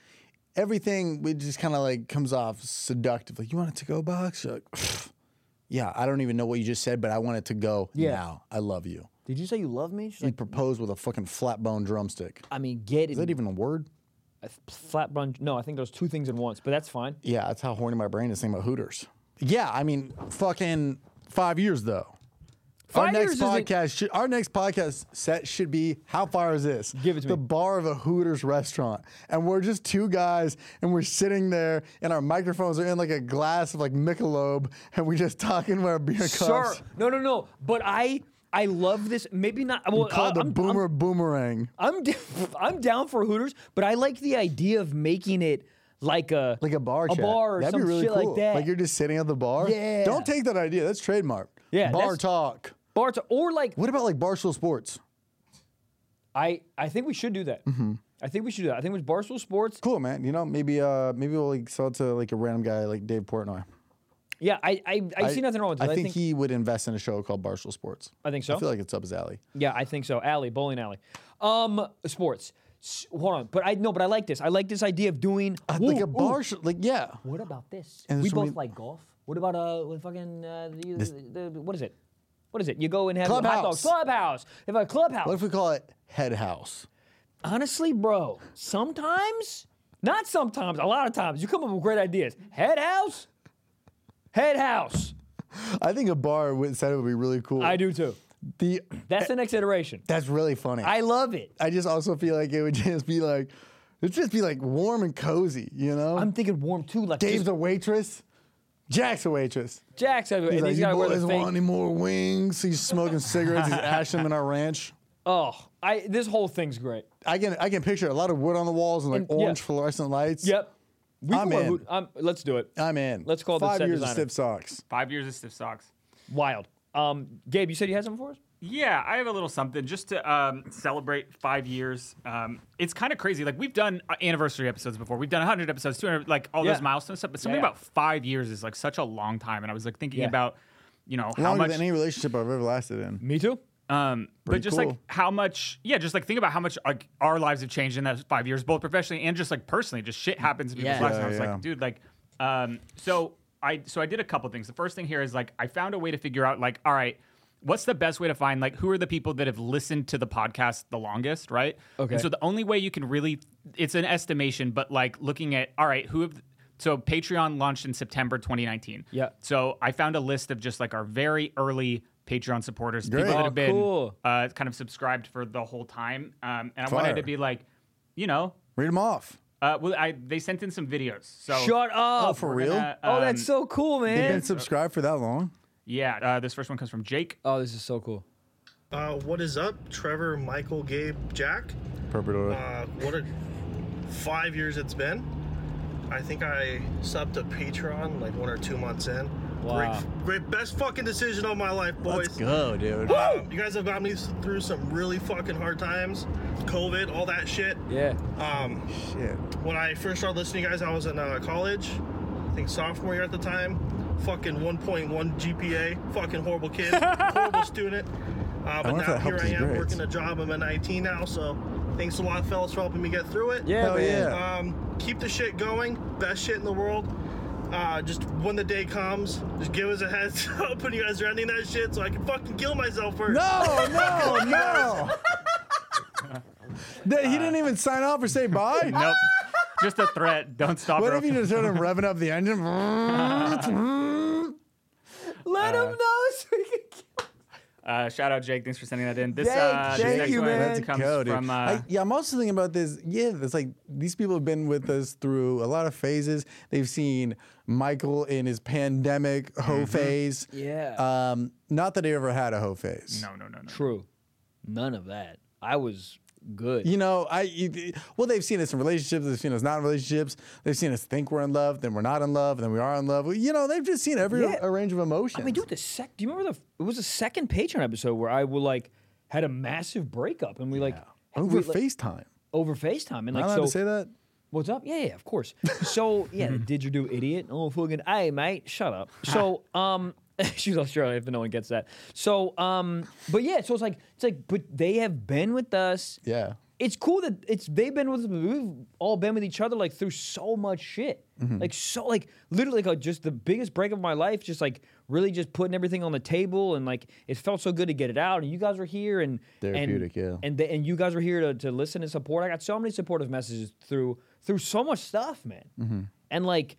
S4: everything it just kind of like comes off seductive. Like you want it to go box? You're like, "Pfft, yeah, I don't even know what you just said, but I want it to go
S2: Yeah.
S4: now. I love you.
S2: Did you say you love me? She's
S4: He
S2: like,
S4: proposed with a fucking flat bone drumstick.
S2: I mean, get
S4: Is that
S2: it.
S4: even a word?
S2: A Flat bunch. No, I think there's two things in once, but that's fine.
S4: Yeah, that's how horny my brain is thinking about Hooters. Yeah, I mean, fucking five years though. our
S2: Five
S4: next
S2: years isn't-
S4: podcast, should, our next podcast set should be how far is this?
S2: Give it to
S4: the
S2: me.
S4: bar of a Hooters restaurant, and we're just two guys, and we're sitting there, and our microphones are in like a glass of like Michelob, and we're just talking about our beer cups.
S2: Sir, no, no, no. But I I love this. Maybe not. Well, I,
S4: Called the
S2: I'm,
S4: boomer boomerang,
S2: I'm I'm, d- *laughs* I'm down for Hooters, but I like the idea of making it like a
S4: like a bar.
S2: a
S4: chat.
S2: bar or
S4: That'd
S2: some
S4: be really
S2: shit
S4: cool.
S2: like that.
S4: you're just sitting at the bar.
S2: Yeah.
S4: Don't take that idea. That's trademark.
S2: Yeah,
S4: Bar
S2: that's-
S4: talk.
S2: bar to- or like
S4: What about like Barstool Sports? Mm-hmm.
S2: I I think we should do that. I think we should do that. I think it was Barstool Sports.
S4: Cool, man. You know, maybe uh maybe we'll like sell it to like a random guy like Dave Portnoy.
S2: Yeah, I I, I, see nothing wrong with
S4: I,
S2: it. I
S4: think,
S2: think
S4: he would invest in a show called Barstool Sports.
S2: I think so.
S4: I feel like it's up his alley.
S2: Yeah, I think so. Alley, bowling alley. Um, sports. S- hold on, but I no, but I like this. I like this idea of doing
S4: Uh, like
S2: Ooh,
S4: a
S2: ooh.
S4: bar, sh- like yeah.
S2: What about this?
S4: And
S2: we
S4: there's so
S2: both
S4: many-
S2: like golf. What about uh, with fucking uh, the, the, what is it? What is it? You go and have hot dogs. Clubhouse.
S4: Clubhouse.
S2: If a clubhouse.
S4: What if we call it Head House?
S2: Honestly, bro, sometimes, not sometimes, a lot of times, you come up with great ideas. Head house, head house.
S4: I think a bar would said it would be really cool.
S2: I do too.
S4: The
S2: That's the next iteration.
S4: that's really funny.
S2: I love it.
S4: I just also feel like it would *laughs* just be like, it'd just be like warm and cozy, you know?
S2: I'm thinking warm too, like
S4: Dave's
S2: just
S4: a waitress. Jack's a waitress.
S2: Jack's everywhere.
S4: He's
S2: and
S4: like,
S2: he's
S4: you
S2: got to wear
S4: boys
S2: the fake.
S4: want any more wings? He's smoking *laughs* cigarettes. He's ashing them in our ranch.
S2: Oh, I, this whole thing's great.
S4: I can I can picture a lot of wood on the walls and like
S2: And- yeah.
S4: orange fluorescent lights.
S2: Yep. We can
S4: I'm
S2: wear
S4: in.
S2: hoot- I'm, let's do it.
S4: I'm in.
S2: Let's call the
S4: five
S2: set
S4: years
S2: designer.
S4: of stiff socks.
S5: Five years of stiff socks.
S2: Wild. Um, Gabe, you said you had something for us?
S5: Yeah, I have a little something just to um, celebrate five years. Um, it's kind of crazy. Like we've done uh, anniversary episodes before. We've done 100 episodes, 200, like all
S2: Yeah.
S5: those milestone stuff. But something
S2: yeah.
S5: about five years is like such a long time. And I was like thinking
S2: Yeah.
S5: about, you know, how
S4: Longer
S5: much.
S4: than any relationship I've ever lasted in.
S2: Me too.
S5: Um, but
S4: Pretty
S5: just like
S4: cool.
S5: how much, yeah, just like think about how much like our lives have changed in those five years, both professionally and just like personally. Just shit happens in people's
S2: Yeah.
S5: lives, and
S4: Yeah,
S5: I was
S4: yeah.
S5: like, dude, like, um, so I so I did a couple things. The first thing here is like I found a way to figure out like, all right, what's the best way to find like who are the people that have listened to the podcast the longest, right?
S2: Okay.
S5: And so the only way you can really it's an estimation, but like looking at all right, who have so Patreon launched in September 2019.
S2: Yeah.
S5: So I found a list of just like our very early Patreon supporters,
S4: Great.
S5: people that
S2: Oh,
S5: have been
S2: cool.
S5: uh, kind of subscribed for the whole time. Um, and I
S4: Fire.
S5: wanted to be like, you know,
S4: Read them off.
S5: uh, well, I they sent in some videos. So
S2: Shut up.
S4: Oh, for real?
S5: gonna-
S2: oh,
S5: um,
S2: that's so cool,
S4: You've
S2: man.
S4: been subscribed for that long?
S5: yeah. Uh, this first one comes from Jake.
S2: Oh, this is so cool.
S6: Uh, what is up, Trevor, Michael, Gabe, Jack?
S4: Purple Door.
S6: Uh, what a five years it's been. I think I subbed to Patreon like one or two months in.
S2: Wow.
S6: Great, great, best fucking decision of my life, boys.
S4: go, dude.
S6: Um, you guys have got me through some really fucking hard times, COVID, all that shit.
S2: Yeah.
S6: Um,
S4: Shit.
S6: when I first started listening to you guys, I was in uh, college, I think sophomore year at the time. Fucking 1.1 GPA, fucking
S2: *laughs*
S6: horrible kid, horrible student. Uh, but
S4: wonder if that
S6: now here
S4: helped
S6: I
S4: his
S6: am
S4: grades.
S6: working a job. I'm at 19 now, so thanks a lot, fellas, for helping me get through it.
S2: Yeah,
S4: Hell
S2: man.
S4: yeah.
S6: Um, keep the shit going. Best shit in the world. Uh, just when the day comes, just give us a heads *laughs* up when you guys are ending that shit so I can fucking kill myself first.
S4: No,
S6: *laughs*
S4: no, no. That- he didn't even sign off
S5: *laughs*
S4: or say bye.
S5: Nope. Just a threat. Don't stop.
S4: What
S5: or
S4: if you
S5: else-
S4: just heard
S5: *laughs*
S4: him revving up the engine?
S2: Let him know
S5: *laughs*
S2: so he can
S5: uh, shout out Jake. Thanks for sending that in. This,
S2: Jake,
S5: uh, this
S2: thank
S5: next
S2: you,
S5: one
S2: man.
S4: Let's
S5: comes
S4: go, dude.
S5: from. Uh,
S4: I- yeah, I'm also thinking about this. Yeah, it's like these people have been with us through a lot of phases. They've seen Michael in his pandemic
S5: Mm-hmm.
S4: hoe phase.
S2: Yeah.
S4: Um, not that he ever had a hoe phase.
S5: no, no, no, no.
S2: True. None of that. I was good.
S4: You know, I you- well, they've seen us in relationships. They've seen us not in relationships. They've seen us think we're in love, then we're not in love, then we are in love. Well, You know, they've just seen every
S2: Yeah.
S4: a range of emotions.
S2: I mean, dude, the sec. Do you remember the? It was the second Patreon episode where I will like had a massive breakup, and we like had-
S4: over
S2: we, like,
S4: FaceTime.
S2: over FaceTime, and
S4: Am I
S2: like
S4: allowed
S2: so.
S4: to say that?
S2: What's up? Yeah, yeah, of course. So
S4: *laughs*
S2: yeah, the didgeridoo idiot. Oh fucking, hey mate, shut up. So um, *laughs* she's Australian. If no one gets that. So um, but yeah, so it's like it's like, but they have been with us.
S4: Yeah.
S2: It's cool that it's they've been with us. but We've all been with each other like through so much shit.
S4: Mm-hmm.
S2: Like so, like literally, like uh, just the biggest break of my life. Just like really, just putting everything on the table, and like it felt so good to get it out. And you guys were here, and and-
S4: Therapeutic, yeah.
S2: and they, and you guys were here to, to listen and support. I got so many supportive messages through through so much stuff, man.
S4: Mm-hmm.
S2: And like,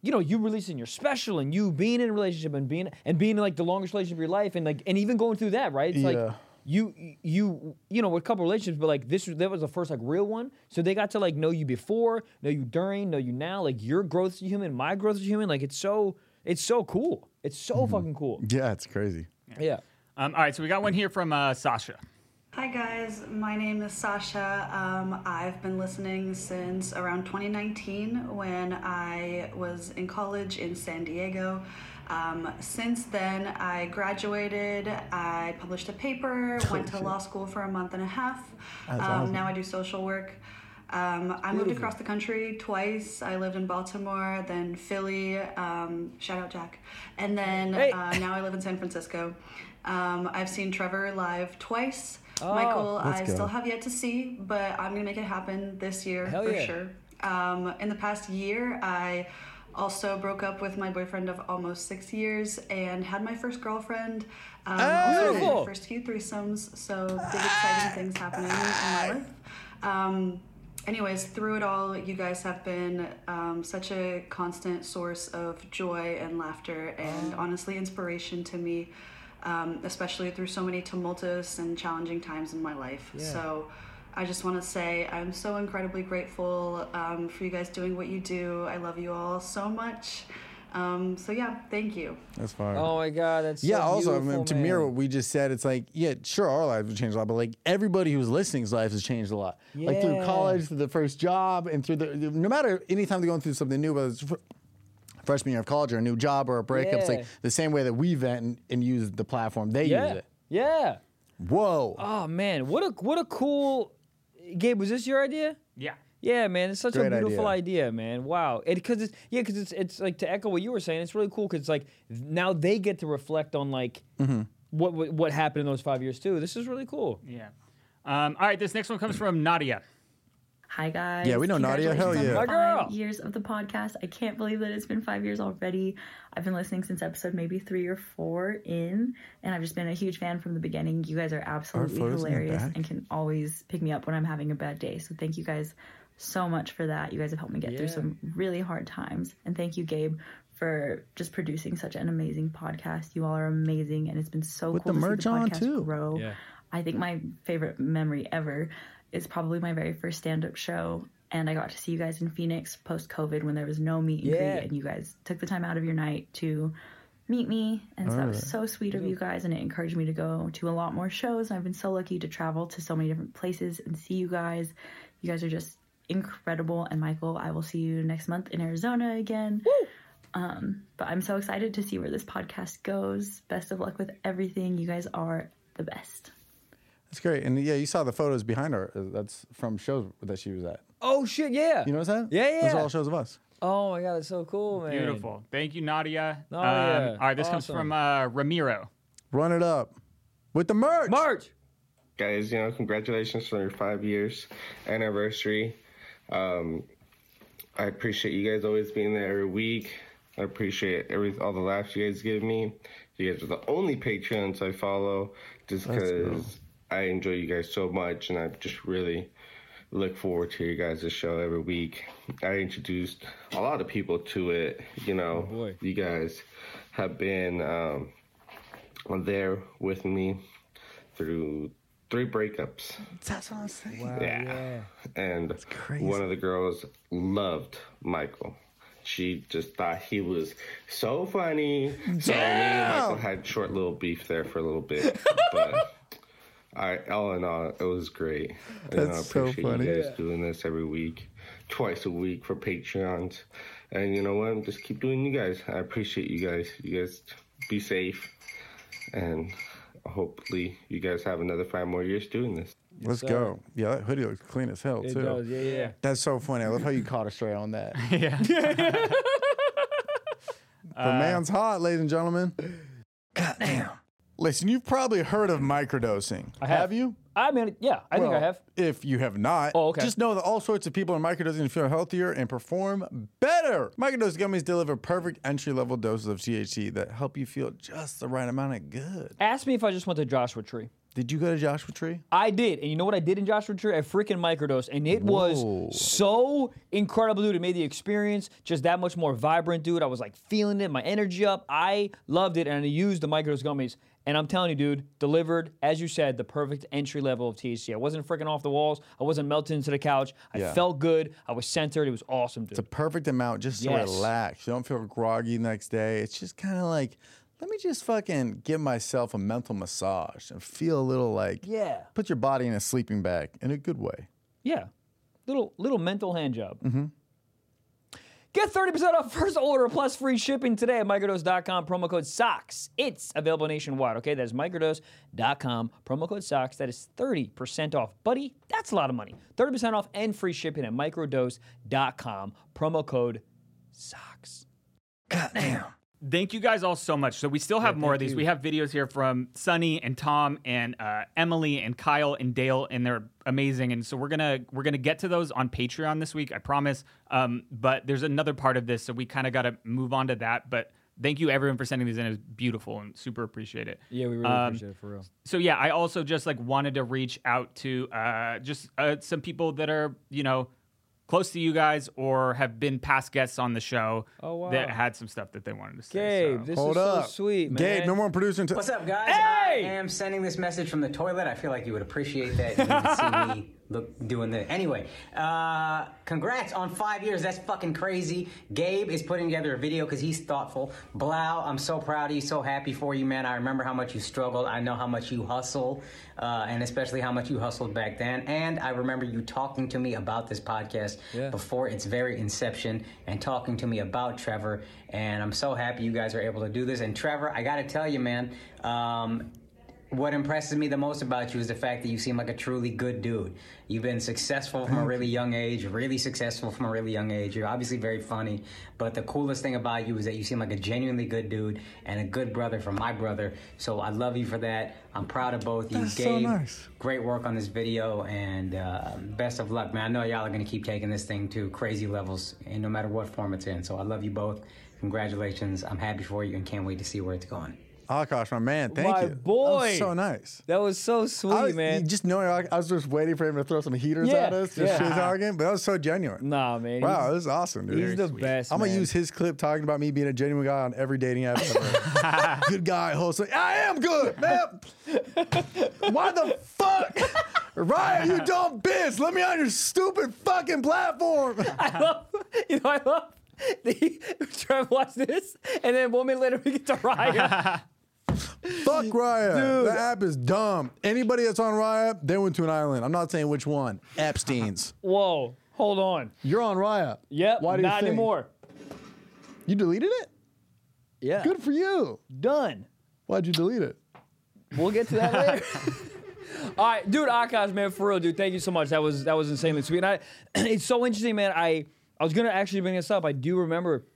S2: you know, you releasing your special and you being in a relationship and being and being in like the longest relationship of your life and like and even going through that, right? It's
S4: Yeah.
S2: like you you you know, a couple relationships, but like this that was the first like real one. So they got to like know you before, know you during, know you now, like your growth as a human, my growth as a human. Like it's so it's so cool. It's so fucking cool.
S4: Mm-hmm. Yeah, it's crazy.
S2: Yeah.
S5: Um, all right, so we got one here from uh, Sasha.
S7: Hi guys, my name is Sasha. Um, I've been listening since around 2019 when I was in college in San Diego. Um, since then, I graduated, I published a paper, went to law school for a month and a half. Um, Now I do social work. Um, I moved across the country twice. I lived in Baltimore, then Philly. Um, shout out Jack, and then
S2: Hey.
S7: uh, now I live in San Francisco. Um, I've seen Trevor live twice.
S2: Oh,
S7: Michael, I still have yet to see, but I'm gonna make it happen this year
S2: Hell
S7: for
S2: yeah.
S7: sure. Um, in the past year, I Also, broke up with my boyfriend of almost six years and had my first girlfriend. Um, Also, had
S2: Beautiful.
S7: my first few threesomes. So, big exciting things happening in my life. Um, anyways, through it all, you guys have been um, such a constant source of joy and laughter and honestly inspiration to me, um, especially through so many tumultuous and challenging times in my life. So I just want to say I'm so incredibly grateful um, for you guys doing what you do. I love you all so much. Um, so, yeah, thank you.
S4: That's fine.
S2: Oh my God, that's so
S4: Yeah, also I mean,
S2: beautiful,
S4: to mirror
S2: man.
S4: what we just said, it's like, yeah, sure, our lives have changed a lot, but like everybody who's listening's lives has changed a lot. Like through
S2: Yeah.
S4: college, through the first job, and through the no matter anytime they're going through something new, whether it's fr- freshman year of college or a new job or a breakup, it's
S2: Yeah.
S4: like the same way that we vent and, and use the platform, they use
S2: yeah,
S4: it.
S2: yeah.
S4: Whoa.
S2: Oh man, what a what a cool. Gabe, was this your idea?
S5: Yeah.
S2: Yeah, man, it's such
S4: Great
S2: a beautiful idea, man. Wow, and because it's yeah, because it's it's like to echo what you were saying, it's really cool because it's like now they get to reflect on like
S4: Mm-hmm.
S2: what, what what happened in those five years too. This is really cool.
S5: Yeah. Um, all right. This next one comes from Nadia.
S8: Hi guys.
S4: Yeah, we know Nadia. Hell
S8: Congratulations
S4: yeah.
S2: My
S8: on
S2: girl.
S8: Five years of the podcast. I can't believe that it's been five years already. I've been listening since episode maybe three or four in, and I've just been a huge fan from the beginning. You guys are absolutely
S4: photo's in the
S8: hilarious
S4: back.
S8: and can always pick me up when I'm having a bad day. So thank you guys so much for that. You guys have helped me get through some really hard times, and thank you, Gabe. For just producing such an amazing podcast, you all are amazing, and it's been so
S4: With
S8: cool
S4: the
S8: to see
S4: merch
S8: the
S4: on,
S8: podcast
S4: too.
S8: grow.
S2: Yeah.
S8: I think my favorite memory ever is probably my very first stand up show. And I got to see you guys in Phoenix post COVID when there was no meet and
S2: Yeah.
S8: greet. And you guys took the time out of your night to meet me. And so that was so sweet of you guys. And it encouraged me to go to a lot more shows. I've been so lucky to travel to so many different places and see you guys. You guys are just incredible. And Michael, I will see you next month in Arizona again. Um, But I'm so excited to see where this podcast goes. Best of luck with everything. You guys are the best.
S4: That's great. And yeah, you saw the photos behind her. uh, That's from shows that she was at.
S2: Oh shit, yeah.
S4: You notice that?
S2: Yeah, yeah.
S4: Those are all shows of us.
S2: Oh my god, that's so cool, man.
S5: Beautiful. Thank you, Nadia. Um,
S2: Nadia,
S5: all right. This comes
S2: awesome.
S5: from uh, Ramiro.
S4: Run it up. With the merch.
S2: March.
S9: guys, you know, congratulations for your five years anniversary. Um, I appreciate you guys always being there every week. I appreciate every all the laughs you guys give me. You guys are the only patrons I follow just because I enjoy you guys so much, and I just really look forward to your guys' show every week. I introduced a lot of people to it. You know,
S2: boy.
S9: you guys have been um, there with me through three breakups.
S4: That's what I'm saying.
S9: yeah. And one of the girls loved Michael. She just thought he was so funny. So me and Michael had short little beef there for a little bit. but I all in all, it was great. And I
S4: That's so
S9: appreciate
S4: funny.
S9: you guys doing this every week, twice a week for Patreons. And you know what? Just keep doing you guys. I appreciate you guys. You guys be safe. And hopefully you guys have another five more years doing this.
S4: Let's
S2: sir.
S4: go. Yeah, that hoodie looks clean as hell,
S2: It
S4: too.
S2: does, yeah, yeah.
S4: That's so funny. I love how you caught us straight
S2: *laughs*
S4: on that.
S5: Yeah.
S4: *laughs* The man's hot, ladies and gentlemen. Goddamn. Listen, you've probably heard of microdosing.
S2: I have.
S4: you?
S2: I mean, yeah, I think I
S4: Well,
S2: have.
S4: If you have not,
S2: Oh, okay.
S4: just know that all sorts of people in microdosing can feel healthier and perform better. Microdose gummies deliver perfect entry level doses of THC that help you feel just the right amount of good.
S2: Ask me if I just went to Joshua Tree.
S4: Did you go to Joshua Tree?
S2: I did, and you know what I did in Joshua Tree? I freaking microdosed, and it
S4: Whoa.
S2: was so incredible, dude. It made the experience just that much more vibrant, dude. I was like feeling it, my energy up. I loved it, and I used the microdose gummies. And I'm telling you, dude, delivered as you said, the perfect entry level of THC. I wasn't freaking off the walls. I wasn't melting into the couch. I
S4: Yeah.
S2: felt good. I was centered. It was awesome, dude.
S4: the perfect amount just to
S2: Yes.
S4: relax. You don't feel groggy the next day. It's just kind of like, let me just fucking give myself a mental massage and feel a little like,
S2: Yeah.
S4: put your body in a sleeping bag in a good way. Mm-hmm.
S2: Yeah. Little little mental hand job. Get 30% off first order plus free shipping today at microdose.com, promo code SOCKS. It's available nationwide, okay? That is microdose.com, promo code SOCKS. That is 30% off. Buddy, that's a lot of money. 30% off and free shipping at microdose.com, promo code SOCKS.
S5: Thank you guys all so much. So we still have more of these. We have videos here from Sunny and Tom and uh, Emily and Kyle and Dale, and they're amazing. And so we're gonna we're gonna get to those on Patreon this week, I promise. Um, but there's another part of this, so we kind of got to move on to that. But thank you everyone for sending these in. It was beautiful and super appreciate it.
S2: Yeah, we really
S5: Um,
S2: appreciate it for real.
S5: so yeah, I also just like wanted to reach out to uh, just uh, some people that are you know close to you guys or have been past guests on the show
S2: Oh, wow.
S5: that had some stuff that they wanted to say.
S2: Gabe,
S5: so.
S2: this
S4: Hold
S2: is
S4: up.
S2: so sweet, man.
S4: Gabe, no more producing. T-
S10: What's up, guys?
S2: Hey!
S10: I am sending this message from the toilet. I feel like you would appreciate that. You
S4: *laughs*
S10: can see me look, doing the. Anyway, uh, congrats on five years. That's fucking crazy. Gabe is putting together a video because he's thoughtful. Blau, I'm so proud of you. So happy for you, man. I remember how much you struggled. I know how much you hustle, uh, and especially how much you hustled back then. And I remember you talking to me about this podcast
S2: Yeah.
S10: before its very inception and talking to me about Trevor. And I'm so happy you guys are able to do this. And Trevor, I got to tell you, man, um, what impresses me the most about you is the fact that you seem like a truly good dude. You've been successful from a really young age, really successful from a really young age. You're obviously very funny, but the coolest thing about you is that you seem like a genuinely good dude and a good brother for my brother. So I love you for that. I'm proud of both you.
S4: That's so
S10: Gabe,
S4: nice.
S10: great work on this video and uh, best of luck, man. I know y'all are going to keep taking this thing to crazy levels and no matter what form it's in. So I love you both. Congratulations. I'm happy for you and can't wait to see where it's going.
S4: Akash, my man, thank
S2: My
S4: you. That was
S2: boy.
S4: so nice.
S2: That was so sweet,
S4: I was,
S2: man.
S4: Just knowing, I I was just waiting for him to throw some heaters
S2: Yeah,
S4: at us, just
S2: yeah.
S4: shit talking, but that was so genuine.
S2: nah, man.
S4: wow,
S2: he's-
S4: this is awesome, dude.
S2: he's, the best.
S4: I'm gonna
S2: man.
S4: use his clip talking about me being a genuine guy on every dating app
S2: *laughs*
S4: ever. good guy, host. I am good, man. Why the fuck, Ryan? You dumb bitch. Let me on your stupid fucking platform.
S2: *laughs* I love, you know, I love. The, *laughs* Trevor watched this, and then one minute later we get to Ryan. *laughs*
S4: Fuck Raya. That app is dumb. Anybody that's on Raya, they went to an island. I'm not saying which one. Epstein's.
S2: Whoa, hold on.
S4: You're on Raya.
S2: Yep,
S4: Why do you
S2: not
S4: think?
S2: anymore.
S4: You deleted it?
S2: Yeah,
S4: Good for you.
S2: done.
S4: Why'd you delete it?
S2: We'll get
S4: *laughs*
S2: to that later. *laughs* All right, dude, Akash, man, for real, dude. Thank you so much. That was that was insanely sweet. And I, *clears throat* it's so interesting, man. I I was gonna actually bring this up. I do remember,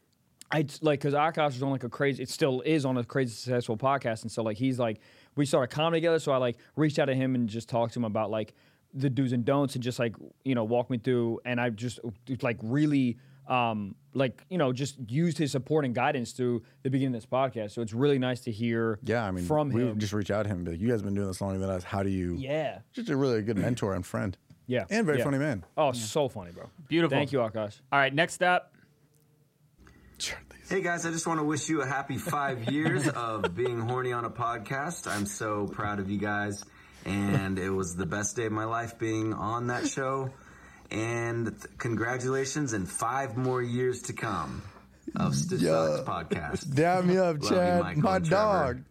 S2: I like because Akash was on like a crazy. It still is on a crazy successful podcast, and so like he's like we started comedy together. So I like reached out to him and just talked to him about like the do's and don'ts, and just like you know walk me through. And I just like really um, like you know just used his support and guidance through the beginning of this podcast. So it's really nice to hear.
S4: Yeah, I mean,
S2: from
S4: we
S2: him.
S4: would just reach out to him and be like, you guys have been doing this longer than us. How do you?
S2: Yeah.
S4: Just a really good mentor and friend.
S2: Yeah.
S4: And very
S2: yeah.
S4: funny man.
S2: Oh, so funny, bro.
S5: Beautiful.
S2: Thank you, Akash.
S5: All right, next up.
S11: Hey guys, I just want to wish you a
S2: *laughs*
S11: happy five years of being horny on a podcast. I'm so proud of you guys, and it was the best day of my life being on that show. And th- congratulations, and five more years to come of Stitch Dogs podcast.
S4: Dab me up,
S11: you,
S4: Chad.
S11: Michael
S4: My
S11: and Trevor.
S4: dog.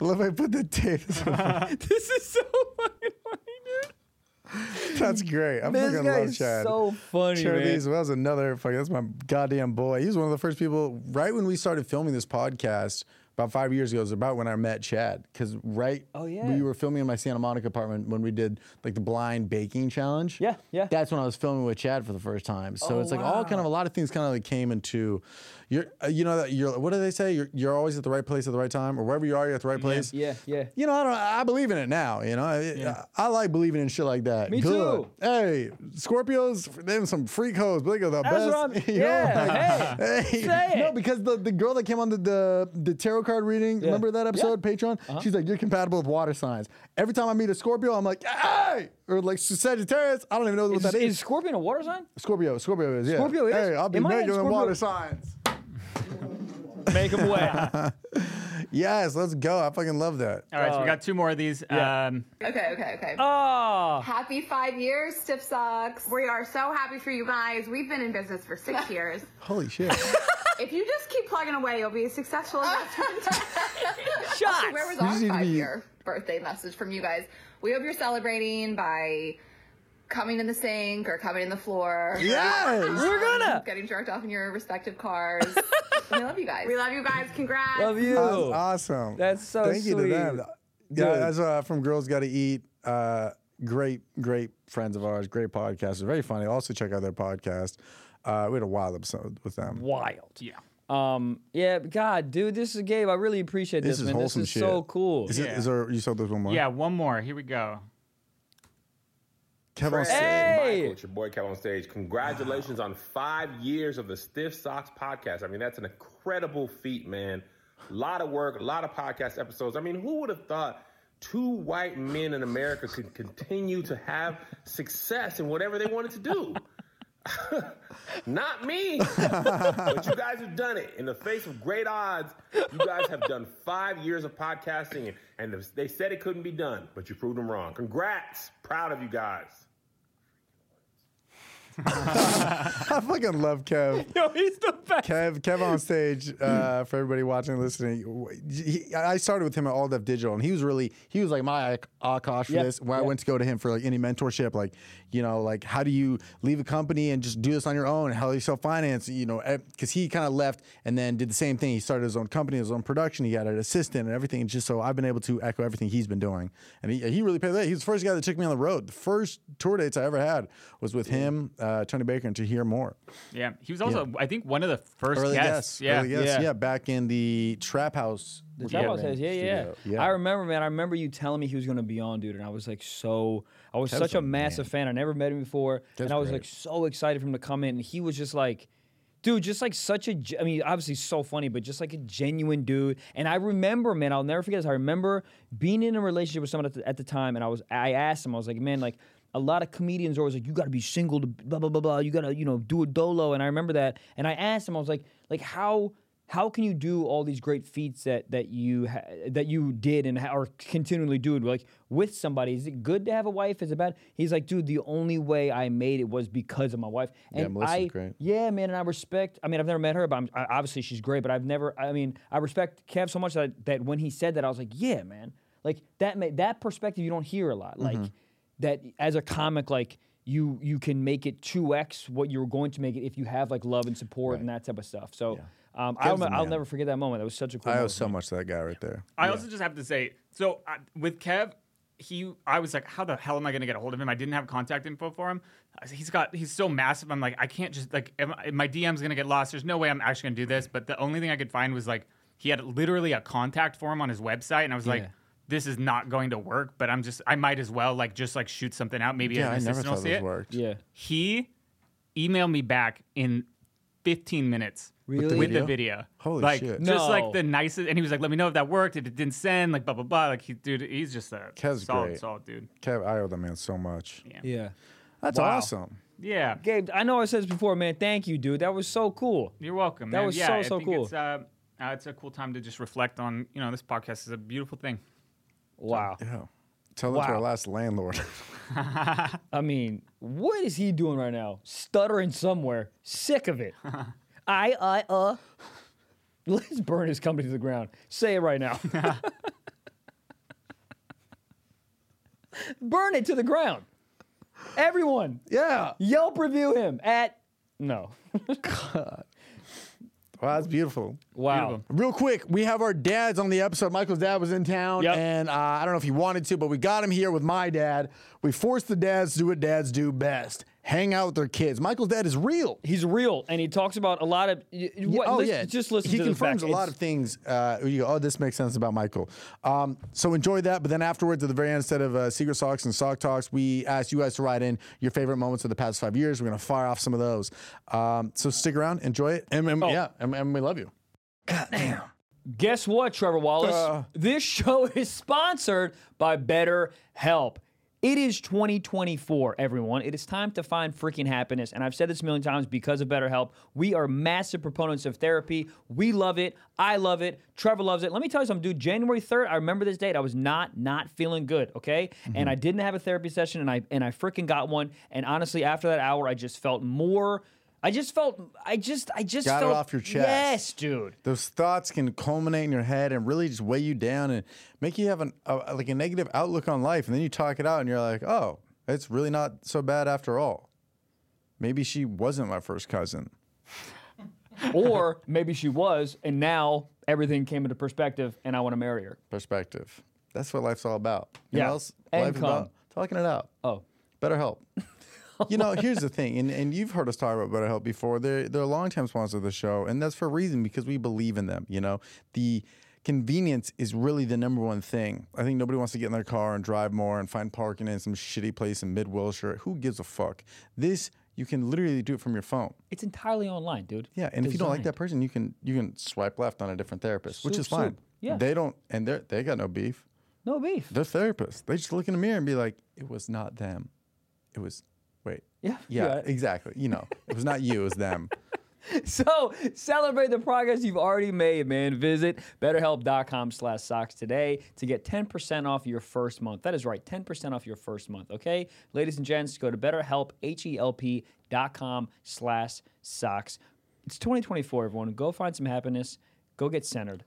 S4: I love how I put
S2: *laughs*
S4: the tape.
S2: this is
S4: *laughs*
S2: so fucking funny, dude.
S4: That's great. I
S2: This
S4: fucking
S2: guy
S4: love
S2: is
S4: Chad.
S2: so funny,
S4: Sure,
S2: man.
S4: these- That was another fucking. That's my goddamn boy. He was one of the first people. Right when we started filming this podcast about five years ago, is about when I met Chad. Because right, oh
S2: yeah.
S4: we were filming in my Santa Monica apartment when we did like the blind baking challenge.
S2: Yeah, yeah. Oh,
S4: That's when I was filming with Chad for the first time. So it's like all kind of a lot of things kind of like came into. You're, uh, you know, that you're. What do they say? You're, you're always at the right place at the right time, or wherever you are, you're at the right place.
S2: Yeah, yeah.
S4: You know, I don't. I believe in it now. You know, I, I, I like believing in shit like that.
S2: Me
S4: Good.
S2: too.
S4: Hey, Scorpios, them some freak hoes, but they go the
S2: That's
S4: best.
S2: what I'm-
S4: *laughs* you know,
S2: yeah,
S4: like,
S2: hey, say
S4: no,
S2: it.
S4: because the, the girl that came on the the, the tarot card reading, remember that episode, Patreon?
S2: Uh-huh.
S4: She's like, you're compatible with water signs. Every time I meet a Scorpio, I'm like, hey, or like Sagittarius. I don't even know what
S2: Is,
S4: that
S2: is
S4: is.
S2: Scorpion a water sign?
S4: Scorpio, Scorpio is yeah.
S2: Scorpio is?
S4: Hey, I'll be
S2: Am I in
S4: making
S2: Scorpio?
S4: water signs.
S2: Make him wet.
S4: *laughs* Yes, let's go. I fucking love that.
S5: All right, so we got two more of these. Um,
S7: Okay, okay, okay.
S2: Ah,
S7: Happy five years, Stiff Socks. We are so happy for you guys. We've been in business for *laughs* six years.
S4: Holy shit.
S7: If you just keep plugging away, you'll be as successful *laughs* as
S2: shots.
S7: Where was
S4: You just
S7: our
S4: need to
S7: five
S4: be-
S7: year birthday message from you guys? We hope you're celebrating by coming in the sink or coming in the floor. Um,
S4: Yes.
S2: We're gonna.
S7: Getting jerked off in your respective
S2: *laughs*
S7: cars. we love you guys. We love you guys. Congrats.
S2: Love you.
S4: That's awesome.
S2: That's so
S4: Thank you to them.
S2: sweet.
S4: Yeah,
S2: Dude.
S4: that's uh, from Girls Gotta Eat. Uh, great, great friends of ours. Great podcast. It's very funny. Also check out their podcast. Uh, we had a wild episode with them.
S2: Wild.
S5: yeah.
S2: Um, yeah, God, dude, this is Gabe. I really appreciate this,
S4: This is
S2: man. This
S4: wholesome
S2: is
S4: shit.
S2: so cool.
S4: Is, it, is there? You saw there's one more.
S5: Yeah, one more. Here we go.
S4: Kevin.
S12: Fred,
S2: Hey!
S12: Michael, it's your boy Kevin on stage. Congratulations on five years of the Stiff Socks podcast. I mean, that's an incredible feat, man. A lot of work, a lot of podcast episodes. I mean, who would have thought two white men in America could continue to have success in whatever they wanted to do? *laughs* Not me. but you guys have done it in the face of great odds. You guys have done five years of podcasting, and, and they said it couldn't be done, but you proved them wrong. Congrats. Proud of you guys.
S4: *laughs* I fucking love Kev.
S2: *laughs* Yo, he's the best.
S4: Kev, Kev
S2: *clears throat*
S4: on stage uh, for everybody watching and listening. w- He, I started with him at All Def Digital, and he was really he was like my Ak- Akash for
S2: Yep,
S4: this. When I
S2: yep.
S4: went to go to him for like any mentorship, like you know, like how do you leave a company and just do this on your own? How do you self finance? You know, because he kind of left and then did the same thing. He started his own company, his own production. He got an assistant and everything. Just so I've been able to echo everything he's been doing, and he, he really paid that. He was the first guy that took me on the road. The first tour dates I ever had was with him, uh, Tony Baker, and to hear more.
S5: Yeah, he was also, I think, one of the first
S4: Early guess.
S5: guests. Yeah,
S4: Early guess. Yeah.
S2: Yeah.
S4: Back in the trap house.
S2: The Trap House House, yeah, yeah,
S4: Studio.
S2: yeah. I remember, man. I remember you telling me he was going to be on, dude, and I was like so. I was
S4: Kev's
S2: such a
S4: the
S2: massive fan. I never met him before, and I was
S4: great.
S2: like so excited for him to come in. And he was just like, dude, just like such a. ge- I mean, obviously so funny, but just like a genuine dude. And I remember, man, I'll never forget this. I remember being in a relationship with someone at the, at the time, and I was. I asked him, I was like, man, like. A lot of comedians are always like, "You got to be single to blah blah blah blah. You got to, you know, do a dolo." And I remember that. And I asked him, I was like, "Like how how can you do all these great feats that that you ha- that you did and ha- are continually doing like with somebody is it good to have a wife is it bad he's like dude the only way i made it was because of my wife and
S4: Melissa's
S2: i
S4: great.
S2: yeah man and i respect i mean i've never met her but I'm, I, obviously she's great but i've never i mean i respect kev so much that, that when he said that i was like yeah man like that ma- that perspective you don't hear a lot like
S4: Mm-hmm.
S2: that as a comic like you you can make it 2x what you're going to make it if you have like love and support and that type of stuff so um, I'll,
S4: Kev's the
S2: I'll
S4: man.
S2: never forget that moment. That was such a cool
S4: I owe
S2: moment.
S4: so much to that guy right there.
S5: I also just have to say, so uh, with Kev, he, I was like, how the hell am I going to get a hold of him? I didn't have contact info for him. I was- He's got, he's so massive. I'm like, I can't just like, am, I- my DM's going to get lost. There's no way I'm actually going to do this. But the only thing I could find was like, he had literally a contact form on his website, and I was like.
S2: Yeah.
S5: This is not going to work, but I'm just I might as well like just like shoot something out. Maybe
S4: Yeah,
S5: an
S4: I never
S5: assistant will
S4: thought
S5: see
S4: this
S5: it.
S4: worked.
S2: Yeah.
S5: He emailed me back in 15 minutes
S2: Really?
S5: with the
S4: video?
S5: video.
S4: Holy
S5: like,
S4: shit.
S5: Just
S2: No.
S5: like the nicest. And he was like, let me know if that worked, if it didn't send, like, blah, blah, blah. Like, he, dude, he's just a
S4: Kev's
S5: solid,
S4: great.
S5: solid dude.
S4: Kev, I owe that man so much.
S2: Yeah.
S4: That's
S5: Wow.
S4: awesome.
S5: Yeah.
S2: Gabe, I know I said this before, man. Thank you, dude. That was so cool.
S5: You're welcome.
S2: That
S5: man.
S2: was
S5: yeah,
S2: so,
S5: I
S2: so
S5: think
S2: cool.
S5: It's, uh, uh, it's a cool time to just reflect on, you know, this podcast is a beautiful thing.
S2: Wow.
S4: Yeah. Tell that to our
S2: Wow.
S5: *laughs*
S4: last landlord. *laughs*
S2: I mean, what is he doing right now? Stuttering somewhere. Sick
S5: *laughs*
S2: of it. I, I, uh. Let's burn his company to the ground. Say it right
S5: *laughs*
S2: now. *laughs* burn it to the ground. Everyone,
S4: yeah.
S2: Yelp review him at. No.
S4: Wow, that's beautiful.
S2: Wow.
S4: Real quick, we have our dads on the episode. Michael's dad was in town,
S2: Yep.
S4: and uh, I don't know if he wanted to, but we got him here with my dad. We forced the dads to do what dads do best hang out with their kids. Michael's dad is real.
S2: He's real, and he talks about a lot of. y- y- What,
S4: oh
S2: lis-
S4: yeah,
S2: just listen.
S4: He
S2: to the
S4: confirms
S2: facts.
S4: a lot
S2: It's-
S4: of things. Uh, you go, oh, this makes sense about Michael. Um, so enjoy that. But then afterwards, at the very end, instead of uh, secret socks and sock talks, we asked you guys to write in your favorite moments of the past five years. We're gonna fire off some of those. Um, so stick around, enjoy it, and,
S2: Oh.
S4: and- yeah, and, and we love you.
S2: Guess what, Trevor Wallace?
S4: Uh.
S2: This show *laughs* is sponsored by Better Help. It is 2024, everyone. It is time to find freaking happiness. And I've said this a million times because of BetterHelp. We are massive proponents of therapy. We love it. I love it. Trevor loves it. Let me tell you something, dude. January 3rd, I remember this date. I was not not feeling good, okay?
S4: Mm-hmm.
S2: And I didn't have a therapy session and I and I freaking got one. And honestly, after that hour, I just felt more. I just felt I just I just
S4: Got it
S2: felt
S4: off your chest.
S2: Yes, dude.
S4: Those thoughts can culminate in your head and really just weigh you down and make you have an a, like a negative outlook on life. And then you talk it out, and you're like, oh, it's really not so bad after all. Maybe she wasn't my first cousin.
S2: or maybe she was, and now everything came into perspective, and I want to marry her.
S4: perspective. That's what life's all about. You know
S2: Yeah.
S4: what else
S2: And
S4: life is
S2: come.
S4: about? Talking it out.
S2: Oh,
S4: BetterHelp. you know, here's the thing, and, and you've heard us talk about BetterHelp before. They're they're a longtime sponsor of the show, and that's for a reason because we believe in them. You know, the convenience is really the number one thing. I think nobody wants to get in their car and drive more and find parking in some shitty place in mid Wilshire. Who gives a fuck? This you can literally do it from your phone.
S2: It's entirely online, dude.
S4: Yeah, and if you don't like that person, you can you can swipe left on a different therapist, which
S2: Swoop,
S4: is fine.
S2: swoop. Yeah.
S4: They don't, and they they got no beef.
S2: no beef. *laughs*
S4: They're therapists. They just look in the mirror and be like, "It was not them. It was wait.
S2: Yeah,
S4: yeah,
S2: yeah.
S4: exactly.
S2: *laughs*
S4: You know, it was not you. It was them."
S2: So celebrate the progress you've already made, man. Visit betterhelp.com slash socks today to get 10% off your first month. That is right, 10% off your first month, okay? Ladies and gents, go to betterhelp, H-E-L-P dot com slash socks. It's 2024, everyone. Go find some happiness. Go get centered.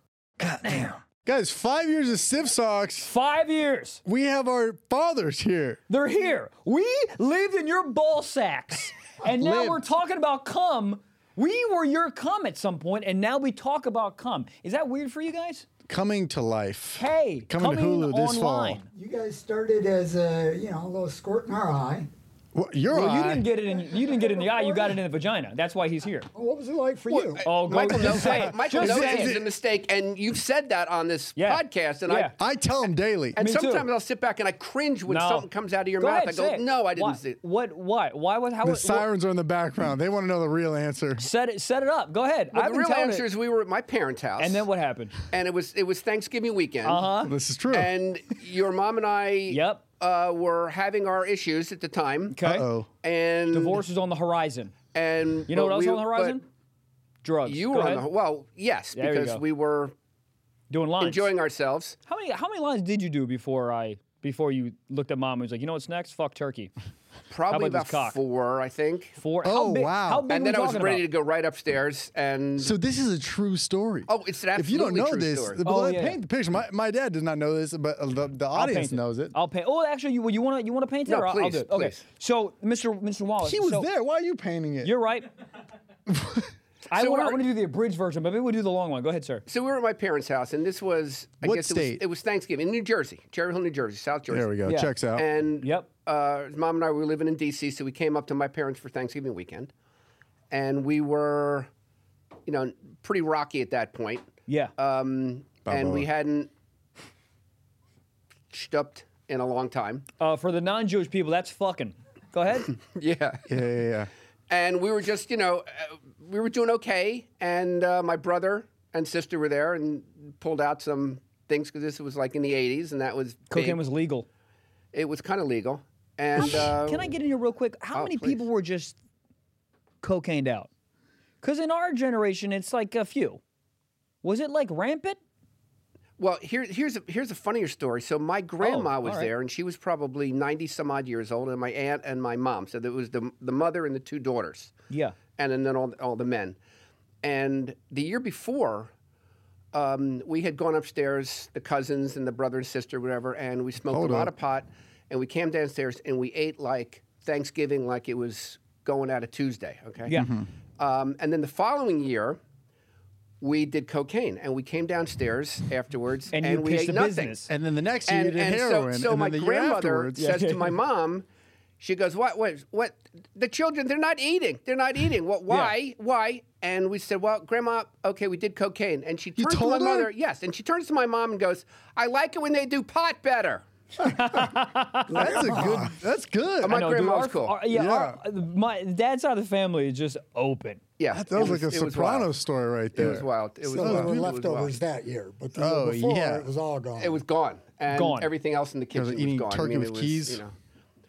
S4: Guys, five years of stiff socks.
S2: Five years.
S4: We have our fathers here.
S2: They're here. We lived in your ball
S1: *laughs*
S2: sacks. And now
S4: Lived.
S2: we're talking about cum. We were your cum at some point, and now we talk about cum. Is that weird for you guys?
S4: coming to life.
S2: Hey,
S4: coming, to Hulu this
S2: online.
S4: fall.
S3: You guys started as a, you know, a little squirt in our eye.
S4: Well, you're
S2: Well, you
S4: on.
S2: didn't get it in. You didn't get it in the eye. You got it in the vagina. That's why he's here.
S3: What was it like for you?
S2: Oh, go
S1: Michael
S2: just
S1: knows,
S2: say
S1: I,
S2: it.
S1: Michael
S2: just
S1: knows
S2: say
S1: this is a
S2: it.
S1: mistake, and you've said that on this
S2: Yeah.
S1: podcast. And
S2: Yeah.
S1: I,
S4: I tell them daily.
S1: and
S2: Me too.
S1: sometimes I'll sit back and I cringe when
S2: No.
S1: something comes out of your
S2: Go
S1: mouth.
S2: ahead,
S1: I
S2: say
S1: go,
S2: it.
S1: "No, I didn't
S2: Why,
S1: see it."
S2: What? Why? Why? was How?
S4: The
S2: what-
S4: sirens are in the background. They want to know the real
S1: *laughs*
S4: answer.
S2: Set it. Set it up. Go ahead.
S1: Well,
S2: I've
S1: the
S2: been
S1: real
S2: telling
S1: answer
S2: it.
S1: is we were at my parents' house,
S2: And then what happened? Uh-huh.
S1: And it was it was Thanksgiving weekend. Uh
S4: This is true.
S1: And your mom and I,
S2: Yep.
S1: uh, were having our issues at the time.
S2: Okay.
S4: oh,
S1: And
S2: Divorce is on the horizon.
S1: And
S2: You know what
S1: but
S2: else
S1: we-
S2: on the horizon?
S1: but
S2: Drugs.
S1: You
S2: Go
S1: were on
S2: ahead.
S1: the well, yes,
S2: There you
S1: because
S2: go.
S1: we were
S2: doing lines.
S1: enjoying ourselves.
S2: How many? How many lines did you do before I? Before you looked at mom and was like, you know what's next? Fuck turkey.
S1: Probably
S2: about
S1: about,
S2: this cock?
S1: four, I think.
S2: Four.
S4: Oh,
S2: how big,
S4: wow.
S2: How big
S1: and
S2: we
S1: then I was
S2: talking
S1: ready to
S2: about?
S1: go right upstairs and
S4: so this is a true story.
S1: Oh, it's an
S4: If you don't
S1: absolutely
S4: know
S1: true
S4: this,
S1: story.
S4: but
S2: Oh,
S4: let-
S2: yeah.
S4: paint the picture. My, my dad does not know this, but uh, the, the
S2: I'll
S4: audience
S2: paint
S4: knows it.
S2: I'll paint. Oh, actually, you you want to you want to paint it?
S1: No,
S2: or I'll- I'll
S1: please,
S2: do it. Okay.
S1: please.
S2: So, Mr. Mr. Wallace,
S4: he was
S2: so
S4: there. Why are you painting it?
S2: You're right. I
S1: So
S2: want
S1: we're-
S2: to do the abridged version, but maybe we'll do the long one. Go ahead, sir.
S1: So we were at my parents' house, and this was I
S4: What
S1: guess
S4: state?
S1: It, was, it was Thanksgiving in New Jersey, Cherry Hill, New Jersey, South Jersey.
S4: there we go.
S2: Yeah.
S4: Checks out.
S1: And
S2: Yep.
S1: uh, his mom and I were living in D.C., so we came up to my parents for Thanksgiving weekend, and we were, you know, pretty rocky at that point,
S2: Yeah.
S4: Mm.
S1: um, and we
S4: Balboa.
S1: hadn't stupped in a long time.
S2: Uh, for the non-Jewish people, that's fucking. Go ahead.
S1: *laughs* Yeah.
S4: yeah, yeah, yeah.
S1: and we were just, you know, uh, we were doing okay. And uh, my brother and sister were there and pulled out some things because this was like in the '80s, and that was big.
S2: Cocaine was legal.
S1: it was kind of legal. And uh,
S2: Can I get in here real quick? How
S1: oh,
S2: many
S1: please.
S2: people were just cocained out? Because in our generation, it's like a few. Was it like rampant?
S1: Well, here, here's a, here's a funnier story. So my grandma
S2: Oh, all
S1: was
S2: right.
S1: there, and she was probably ninety some odd years old, and my aunt and my mom. So there was the the mother and the two daughters.
S2: Yeah.
S1: and then, then all, all the men. And the year before, um, we had gone upstairs, the cousins and the brother and sister, whatever, and we smoked
S4: Hold
S1: a lot
S4: up.
S1: of pot. And we came downstairs and we ate like Thanksgiving, like it was going out of Tuesday. Okay.
S2: Yeah.
S4: Mm-hmm.
S1: Um, and then the following year, we did cocaine, and we came downstairs afterwards,
S2: And
S1: and,
S2: you
S1: we
S2: pitched
S1: ate
S2: the
S1: nothing
S2: business.
S4: And then the next year you did heroin.
S1: so, so
S4: and
S1: my
S4: then the year
S1: grandmother
S4: afterwards- *laughs*
S1: says to my mom, she goes, "What? What? What? The children? They're not eating. They're not eating. What? Why? Why?" And we said, "Well, Grandma, okay, we did cocaine." And she turns to my
S4: told her?
S1: mother, yes, and she turns to my mom and goes, "I like it when they do pot better."
S4: That's a good. That's good.
S1: My
S2: No, dude,
S1: grandma
S2: our-
S1: was cool.
S2: our- yeah. our- my dad's side of the family is just open.
S1: yeah,
S4: that
S1: it
S4: was, like a
S1: it was
S4: Sopranos
S1: wild.
S4: story right
S1: It
S4: there.
S1: was wild. It was
S3: So there
S1: wild.
S3: were
S1: It was
S3: leftovers
S1: wild.
S3: that year, but the
S4: Oh,
S3: year before
S4: yeah.
S3: it was all gone.
S1: It was gone, and
S2: Gone.
S1: everything else in the kitchen
S4: eating
S1: was gone.
S4: turkey
S1: I mean,
S4: with
S1: it was,
S4: keys.
S1: You know.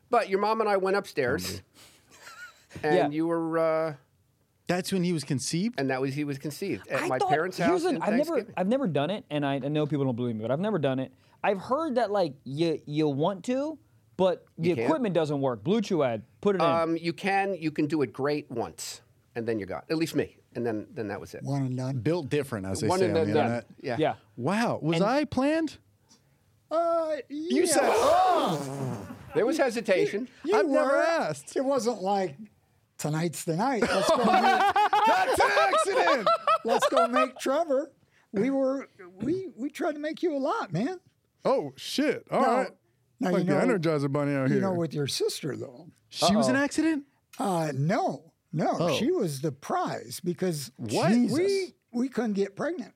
S1: But your mom and I went upstairs, and
S2: Yeah.
S1: you were. Uh,
S4: That's when he was conceived.
S1: and that was he was conceived at
S2: I
S1: my
S2: thought-
S1: parents'
S2: here's
S1: house.
S2: the-
S1: in
S2: I've never,
S1: Thanksgiving.
S2: I've never done it, and I, I know people don't believe me, but I've never done it. I've heard that like you, you want to, but the
S1: You can't.
S2: equipment doesn't work. Blue Chew ad, put it in.
S1: Um, you can you can do it great once, and then you're gone. At least me, and then then that was it.
S3: One and done.
S4: Built different, as they
S1: One
S4: say
S1: and
S4: on the
S1: then done.
S4: internet.
S1: Yeah.
S2: Yeah.
S4: Wow. Was I planned?
S3: Uh,
S4: You said, oh,
S1: There was hesitation.
S3: you
S4: I've never
S3: were.
S4: asked.
S3: It wasn't like tonight's the
S4: *laughs*
S3: night. Let's go make,
S4: that's an accident.
S3: let's go make Trevor. We were we we tried to make you a lot, man.
S4: Oh, shit. All
S3: No,
S4: right.
S3: Now,
S4: like
S3: you know,
S4: the Energizer Bunny out
S3: you
S4: here.
S3: know, with your sister though.
S4: she was an
S3: Uh-oh.
S4: accident.
S3: Uh, no, no,
S4: Oh.
S3: she was the prize because
S4: What?
S3: we we couldn't get pregnant.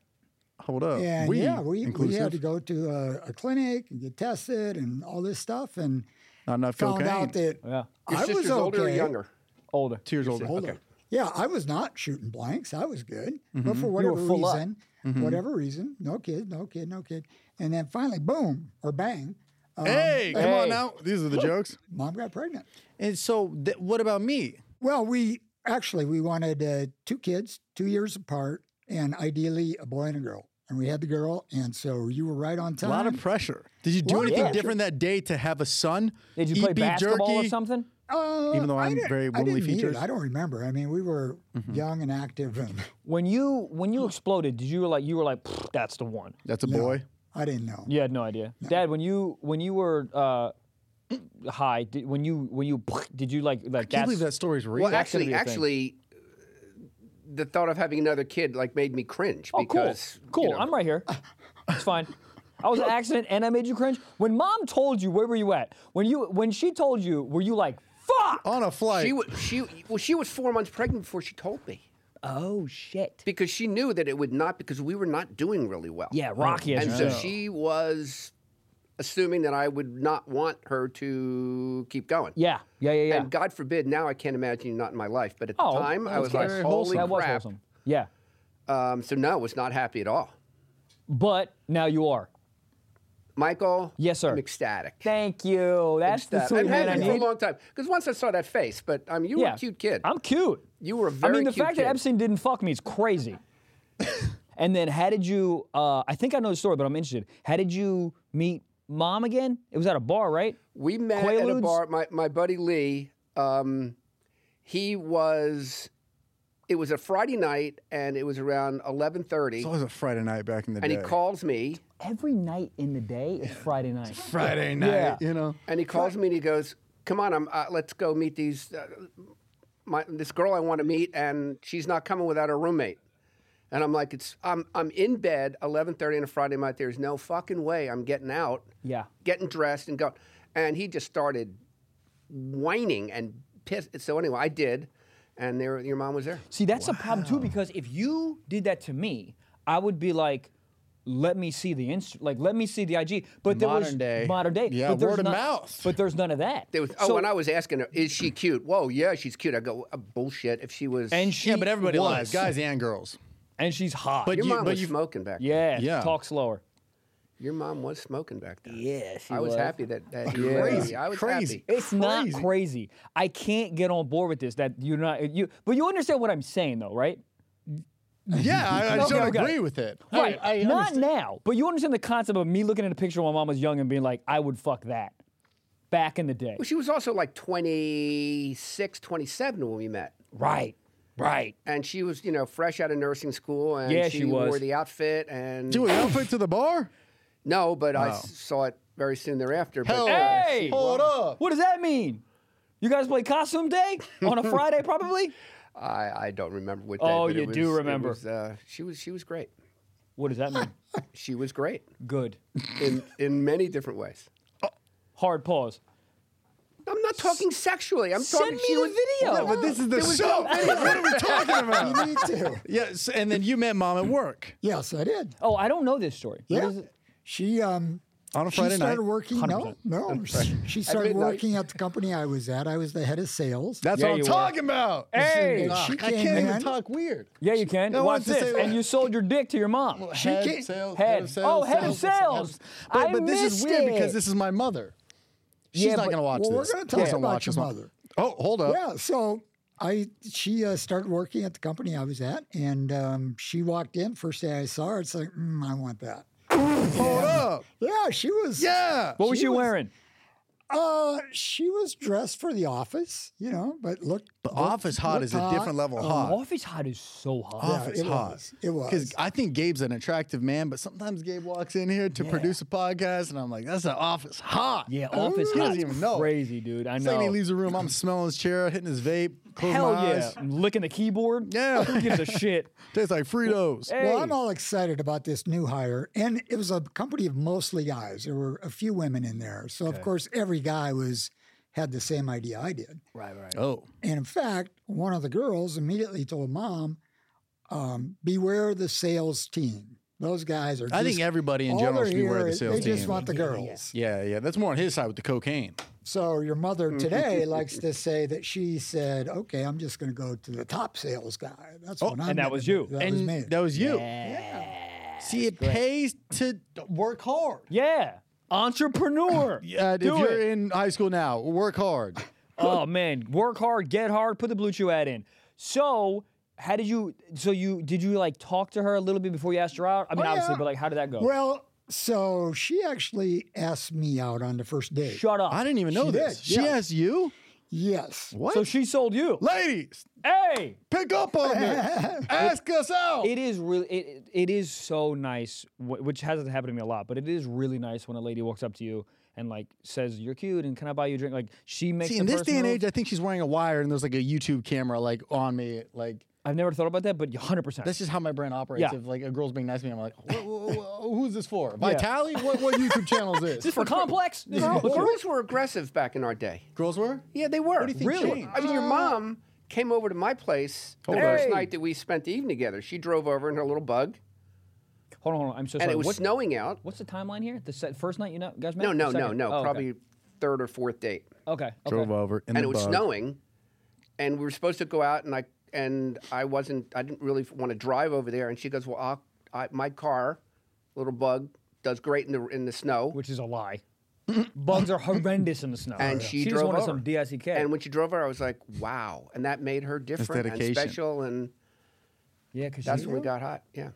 S4: Hold up.
S3: and
S4: we,
S3: yeah, we, we
S4: inclusive.
S3: had to go to a, a clinic and get tested and all this stuff, and
S4: Not enough
S3: found
S4: cocaine.
S3: out that
S2: Yeah.
S1: Your
S3: I was
S1: sister's
S3: okay.
S1: older or younger?
S2: Older.
S4: Two years older.
S3: Older. Yeah, I was not shooting blanks. I was good,
S4: Mm-hmm.
S3: but for
S2: were
S3: whatever
S2: full up.
S3: reason, whatever reason, no kid, no kid, no kid, and then finally, boom or bang, um,
S4: Hey, come on
S2: Hey.
S4: now. These are the jokes.
S3: mom got pregnant.
S4: And so, th- what about me?
S3: Well, we actually we wanted uh, two kids, two years apart, and ideally a boy and a girl. And we had the girl, and so you were right on
S4: A
S3: time.
S4: lot of pressure. Did you do
S3: Lot of
S4: anything
S3: pressure.
S4: different that day to have a son?
S2: Did you
S4: Eat
S2: play
S4: beef
S2: basketball
S4: jerky?
S2: or something?
S3: Uh,
S4: Even though
S3: I
S4: I'm
S3: didn't-
S4: very
S3: I
S4: womanly
S3: didn't need it.
S4: features. Mm-hmm.
S3: I don't remember. I mean, we were young and active, and
S2: When you when you exploded, did you were like you were like "Pfft, that's the one?
S4: That's a boy.
S3: I didn't know.
S2: You had no idea, Dad. When you when you were uh, high, did, when you when you did you like like
S4: Can't
S2: that's
S4: believe that story's real.
S1: Well,
S2: That's gonna
S1: actually,
S2: be a thing.
S1: actually, uh, the thought of having another kid like made me cringe
S2: Oh, cool,
S1: because you
S2: cool.
S1: know,
S2: I'm right here. It's fine. I
S4: *laughs*
S2: was an accident and I made you cringe. When Mom told you, where were you at? When you when she told you, were you like fuck?
S4: On a flight.
S1: She wa she well, she was four months pregnant before she told me
S2: Oh shit.
S1: because she knew that it would not because we were not doing really well.
S2: Yeah, Rocky as
S1: and
S2: you
S1: so
S2: said.
S1: she was assuming that I would not want her to keep going.
S2: Yeah, yeah, yeah, yeah.
S1: And God forbid, now I can't imagine you not in my life. But at the
S2: Oh,
S1: time, I
S2: that's
S1: was like,
S2: very
S1: holy
S2: wholesome. That was
S1: crap.
S2: wholesome. Yeah,
S1: Um, so no, I was not happy at all.
S2: but now you are.
S1: Michael,
S2: Yes, sir.
S1: I'm ecstatic.
S2: Thank you. That's the
S1: Ecstatic.
S2: sweet
S1: I've
S2: man
S1: had
S2: I
S1: you for a
S2: need.
S1: long time because once I saw that face, but I mean, you were a cute kid.
S2: I'm cute.
S1: you were a
S2: I
S1: very.
S2: mean, the
S1: cute
S2: fact
S1: kid.
S2: that Epstein didn't fuck me is
S4: *laughs*
S2: crazy. and then, how did you? Uh, I think I know the story, but I'm interested. How did you meet mom again? It was at a bar, right?
S1: We met at
S2: Quaaludes?
S1: a bar. My my buddy Lee, um, he was. It was a Friday night, and it was around eleven thirty.
S4: It's always a Friday night back in the
S1: And
S4: day.
S1: he calls me,
S2: Every night in the day is Friday night.
S4: Friday night.
S2: Yeah.
S4: You know.
S1: and he calls me, and he goes, "Come on, I'm, uh, let's go meet these uh, my, this girl I want to meet, and she's not coming without her roommate." And I'm like, "It's I'm I'm in bed eleven thirty on a Friday night. There's no fucking way I'm getting out,
S2: Yeah.
S1: getting dressed, and going." And he just started whining and pissed. So anyway, I did, and there your mom was there.
S2: See, that's a problem too because if you did that to me, I would be like, "Let me see the inst- like, let me see the IG." But there was
S4: Modern day.
S2: modern day.
S4: Yeah,
S2: but there's
S4: word of
S2: none-
S4: mouth.
S2: But there's none of that.
S1: There was, oh, when I was asking her, is she cute? Whoa, yeah, she's cute. I go, uh, bullshit. If she was,
S2: and she
S4: yeah, but everybody
S2: was,
S4: lies, guys and girls.
S2: and she's hot.
S4: But
S1: your
S4: you-
S1: mom
S4: but
S1: was
S4: you-
S1: smoking back. then.
S2: yeah,
S4: Yeah.
S2: talk slower.
S1: your mom was smoking back then.
S2: Yeah, she
S1: I was,
S2: was.
S1: happy that that.
S4: Yeah.
S1: Crazy, I was
S4: Crazy.
S1: happy.
S2: It's not crazy. I can't get on board with this. That you're not you, but you understand what I'm saying, though, right?
S4: Yeah, I, I
S2: Okay,
S4: don't
S2: okay.
S4: agree with it.
S2: Right.
S4: I, I
S2: not
S4: understand.
S2: now, but you understand the concept of me looking at a picture when my mom was young and being like, "I would fuck that." Back in the day.
S1: Well, she was also like 26, 27 when we met.
S2: Right. Right.
S1: And she was, you know, fresh out of nursing school. And
S2: Yeah,
S1: she,
S2: she was.
S1: wore the outfit. And
S4: Do an outfit to the bar?
S1: no, but I s- saw it very soon thereafter. But
S4: Hell
S2: Hey!
S4: Hold up.
S2: What does that mean? You guys play costume day
S4: *laughs*
S2: on a Friday, probably.
S1: I, I don't remember what day.
S2: Oh,
S1: but it
S2: you do
S1: was- it
S2: remember.
S1: was, uh, she was she was great.
S2: What does that mean?
S1: *laughs* She was great
S2: Good. Oh.
S1: in in many different ways.
S2: Hard pause.
S1: I'm not talking sexually. I'm
S2: Send
S1: talking.
S2: me
S1: she
S2: the
S1: was-
S2: video.
S4: No, but this is the
S2: *laughs*
S4: show.
S1: *laughs*
S4: what are we
S3: *laughs*
S4: talking about?
S3: You need to.
S4: Yes, and then you met mom at work
S3: Yes, I did.
S2: oh, I don't know this story. What
S3: Yeah,
S2: is it?
S3: she um,
S4: on a Friday
S3: she
S4: night.
S3: started working. No, no, she, she started
S1: midnight.
S3: working at the company I was at. I was the head of sales.
S4: That's
S2: Yeah,
S4: what I'm
S2: you were.
S4: talking about.
S2: Hey!
S4: Ugh,
S3: She
S4: I
S3: came
S4: can't even
S3: in.
S4: talk weird.
S2: Yeah, you can.
S4: I
S2: Watch
S4: wanted to
S2: this.
S4: say that.
S2: And you sold your dick to your mom.
S4: Head,
S3: can't-
S4: sales,
S2: Head.
S4: of
S2: Oh, head of sales.
S4: But,
S2: I
S4: but this is
S2: missed
S4: weird
S2: it.
S4: because this is my mother. She's
S2: Yeah,
S4: not
S2: but-
S4: going to watch
S3: well, we're
S4: this.
S3: gonna
S4: Please
S3: talk
S4: don't
S3: about
S4: watch
S3: your
S4: this one.
S3: mother.
S4: Oh, hold up.
S3: Yeah, so I she uh, started working at the company I was at, and um, she walked in first day I saw her. It's like mm, I want that.
S4: Hold up.
S3: Yeah, she was.
S4: Yeah.
S2: What was
S3: She
S2: she
S3: was-
S2: wearing?
S3: Uh, she was dressed for the office, you know, but looked.
S4: But
S3: looked-
S4: office hot
S3: looked uh,
S4: is a different level
S2: Oh,
S4: hot.
S2: Office hot is so hot.
S4: Office
S3: it
S4: hot.
S3: was. It
S4: Because
S3: was.
S4: I think Gabe's an attractive man, but sometimes Gabe walks in here to produce a podcast, and I'm like, that's an office hot.
S2: Yeah, office
S4: he
S2: hot.
S4: doesn't even know.
S2: Crazy, dude. I
S4: It's
S2: know.
S4: like he leaves the room, I'm smelling his chair, hitting his vape, Close
S2: Hell
S4: my
S2: yeah.
S4: eyes.
S2: I'm licking the keyboard.
S4: Yeah.
S2: Who gives a shit?
S4: *laughs* Tastes like Fritos.
S2: Hey.
S3: Well, I'm all excited about this new hire, and it was a company of mostly guys. There were a few women in there, so of course every guy was had the same idea I did.
S2: Right, right.
S4: Oh.
S3: And in fact, one of the girls immediately told mom, um, "Beware the sales team. Those guys are."
S4: I
S3: just-
S4: think everybody in
S3: all
S4: general
S3: they're
S4: should beware the
S3: here-
S4: sales
S3: They just
S4: team.
S3: want the girls.
S4: Yeah, yeah. That's more on his side with the cocaine.
S3: So your mother today likes to say that she said, "Okay, I'm just going to go to the top sales guy." That's what I'm.
S2: Oh, and that
S3: gonna
S2: was
S3: do.
S2: you.
S3: That
S4: Oh, and
S3: was me.
S4: that was you. See, it
S2: great.
S4: pays to work hard.
S2: Yeah.
S4: *laughs*
S2: Entrepreneur.
S4: Uh, if
S2: Do
S4: you're
S2: it.
S4: in high school now, work hard.
S2: *laughs* oh man, work hard, get hard, put the blue chew ad in. So, how did you? So you did you like talk to her a little bit before you asked her out? I mean,
S3: Oh,
S2: obviously,
S3: yeah.
S2: but like, how did that go?
S3: Well, so she actually asked me out on the first date.
S2: Shut up.
S4: I didn't even know
S3: She
S4: this.
S3: did,
S4: She
S3: yeah.
S4: asked you?
S3: Yes.
S4: What?
S2: So she sold you.
S4: Ladies,
S2: Hey,
S4: pick up on this. Ask us out.
S2: it is really it, it is so nice, wh- which hasn't happened to me a lot, but it is really nice when a lady walks up to you and like says you're cute and can I buy you a drink? Like she *laughs* makes.
S4: See,
S2: the
S4: in this
S2: first
S4: day and
S2: move.
S4: age, I think she's wearing a wire and there's like a YouTube camera like on me. Like
S2: I've never thought about that, but 100. percent
S4: that's just how my brain operates.
S2: Yeah.
S4: If like a girl's being nice to me, I'm like, "Whoa, whoa, whoa, who's this for? Vitali? What what YouTube channel is this?
S2: Is this for complex? This is-
S1: *laughs* Girl- girls were aggressive back in our day.
S4: Girls were?
S1: Yeah, they were. What do you
S4: think Really? changed? Oh,
S1: I mean, your mom came over to my place the
S4: Hold on.
S1: first
S2: Hey.
S1: night that we spent the evening together. She drove over in her little bug,
S2: Hold on, hold on. I'm so
S1: and
S2: sorry.
S1: it was
S2: What's,
S1: snowing out.
S2: what's the timeline here? The se- first night you know, guys met?
S1: No,
S2: Or
S1: no, no,
S2: second?
S1: no.
S2: Oh, okay.
S1: probably third or fourth date,
S2: Okay. okay.
S4: Drove over in
S1: and
S4: the
S1: it was
S4: bug.
S1: snowing, and we were supposed to go out, and I and I wasn't. I didn't really want to drive over there. And she goes, "Well, I'll, I, my car, little bug, does great in the in the snow."
S2: which is a lie. Bugs are horrendous in the snow.
S1: And she
S2: just
S1: drove
S2: wanted
S1: over.
S2: some DICK.
S1: and when she drove over, I was like, "Wow!" And that made her different and
S4: dedication.
S1: special, and
S2: yeah, because
S1: that's when we got hot. Yeah.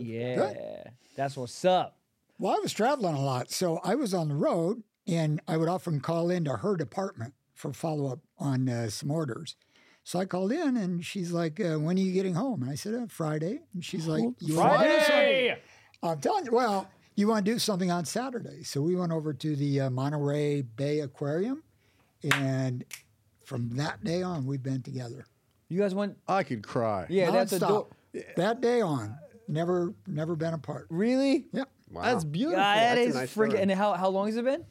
S2: Yeah, that's what's up.
S3: Well, I was traveling a lot, so I was on the road, and I would often call into her department for follow up on uh, some orders. So I called in, and she's like, uh, "When are you getting home?" And I said, uh, "Friday." And she's like, "You wanna do something?"
S2: Friday.
S3: I'm telling you. Well, you want to do something on Saturday, so we went over to the uh, Monterey Bay Aquarium, and from that day on, we've been together.
S2: *laughs* You guys went?
S4: I could cry.
S2: Yeah, that's a
S3: nonstop.
S2: door.
S3: That day on, never, never been apart.
S2: Really?
S3: Yep.
S4: That's beautiful.
S2: Ah, that
S1: that's a
S2: is
S1: nice
S2: freaking.
S1: story.
S2: And how, how long has it been?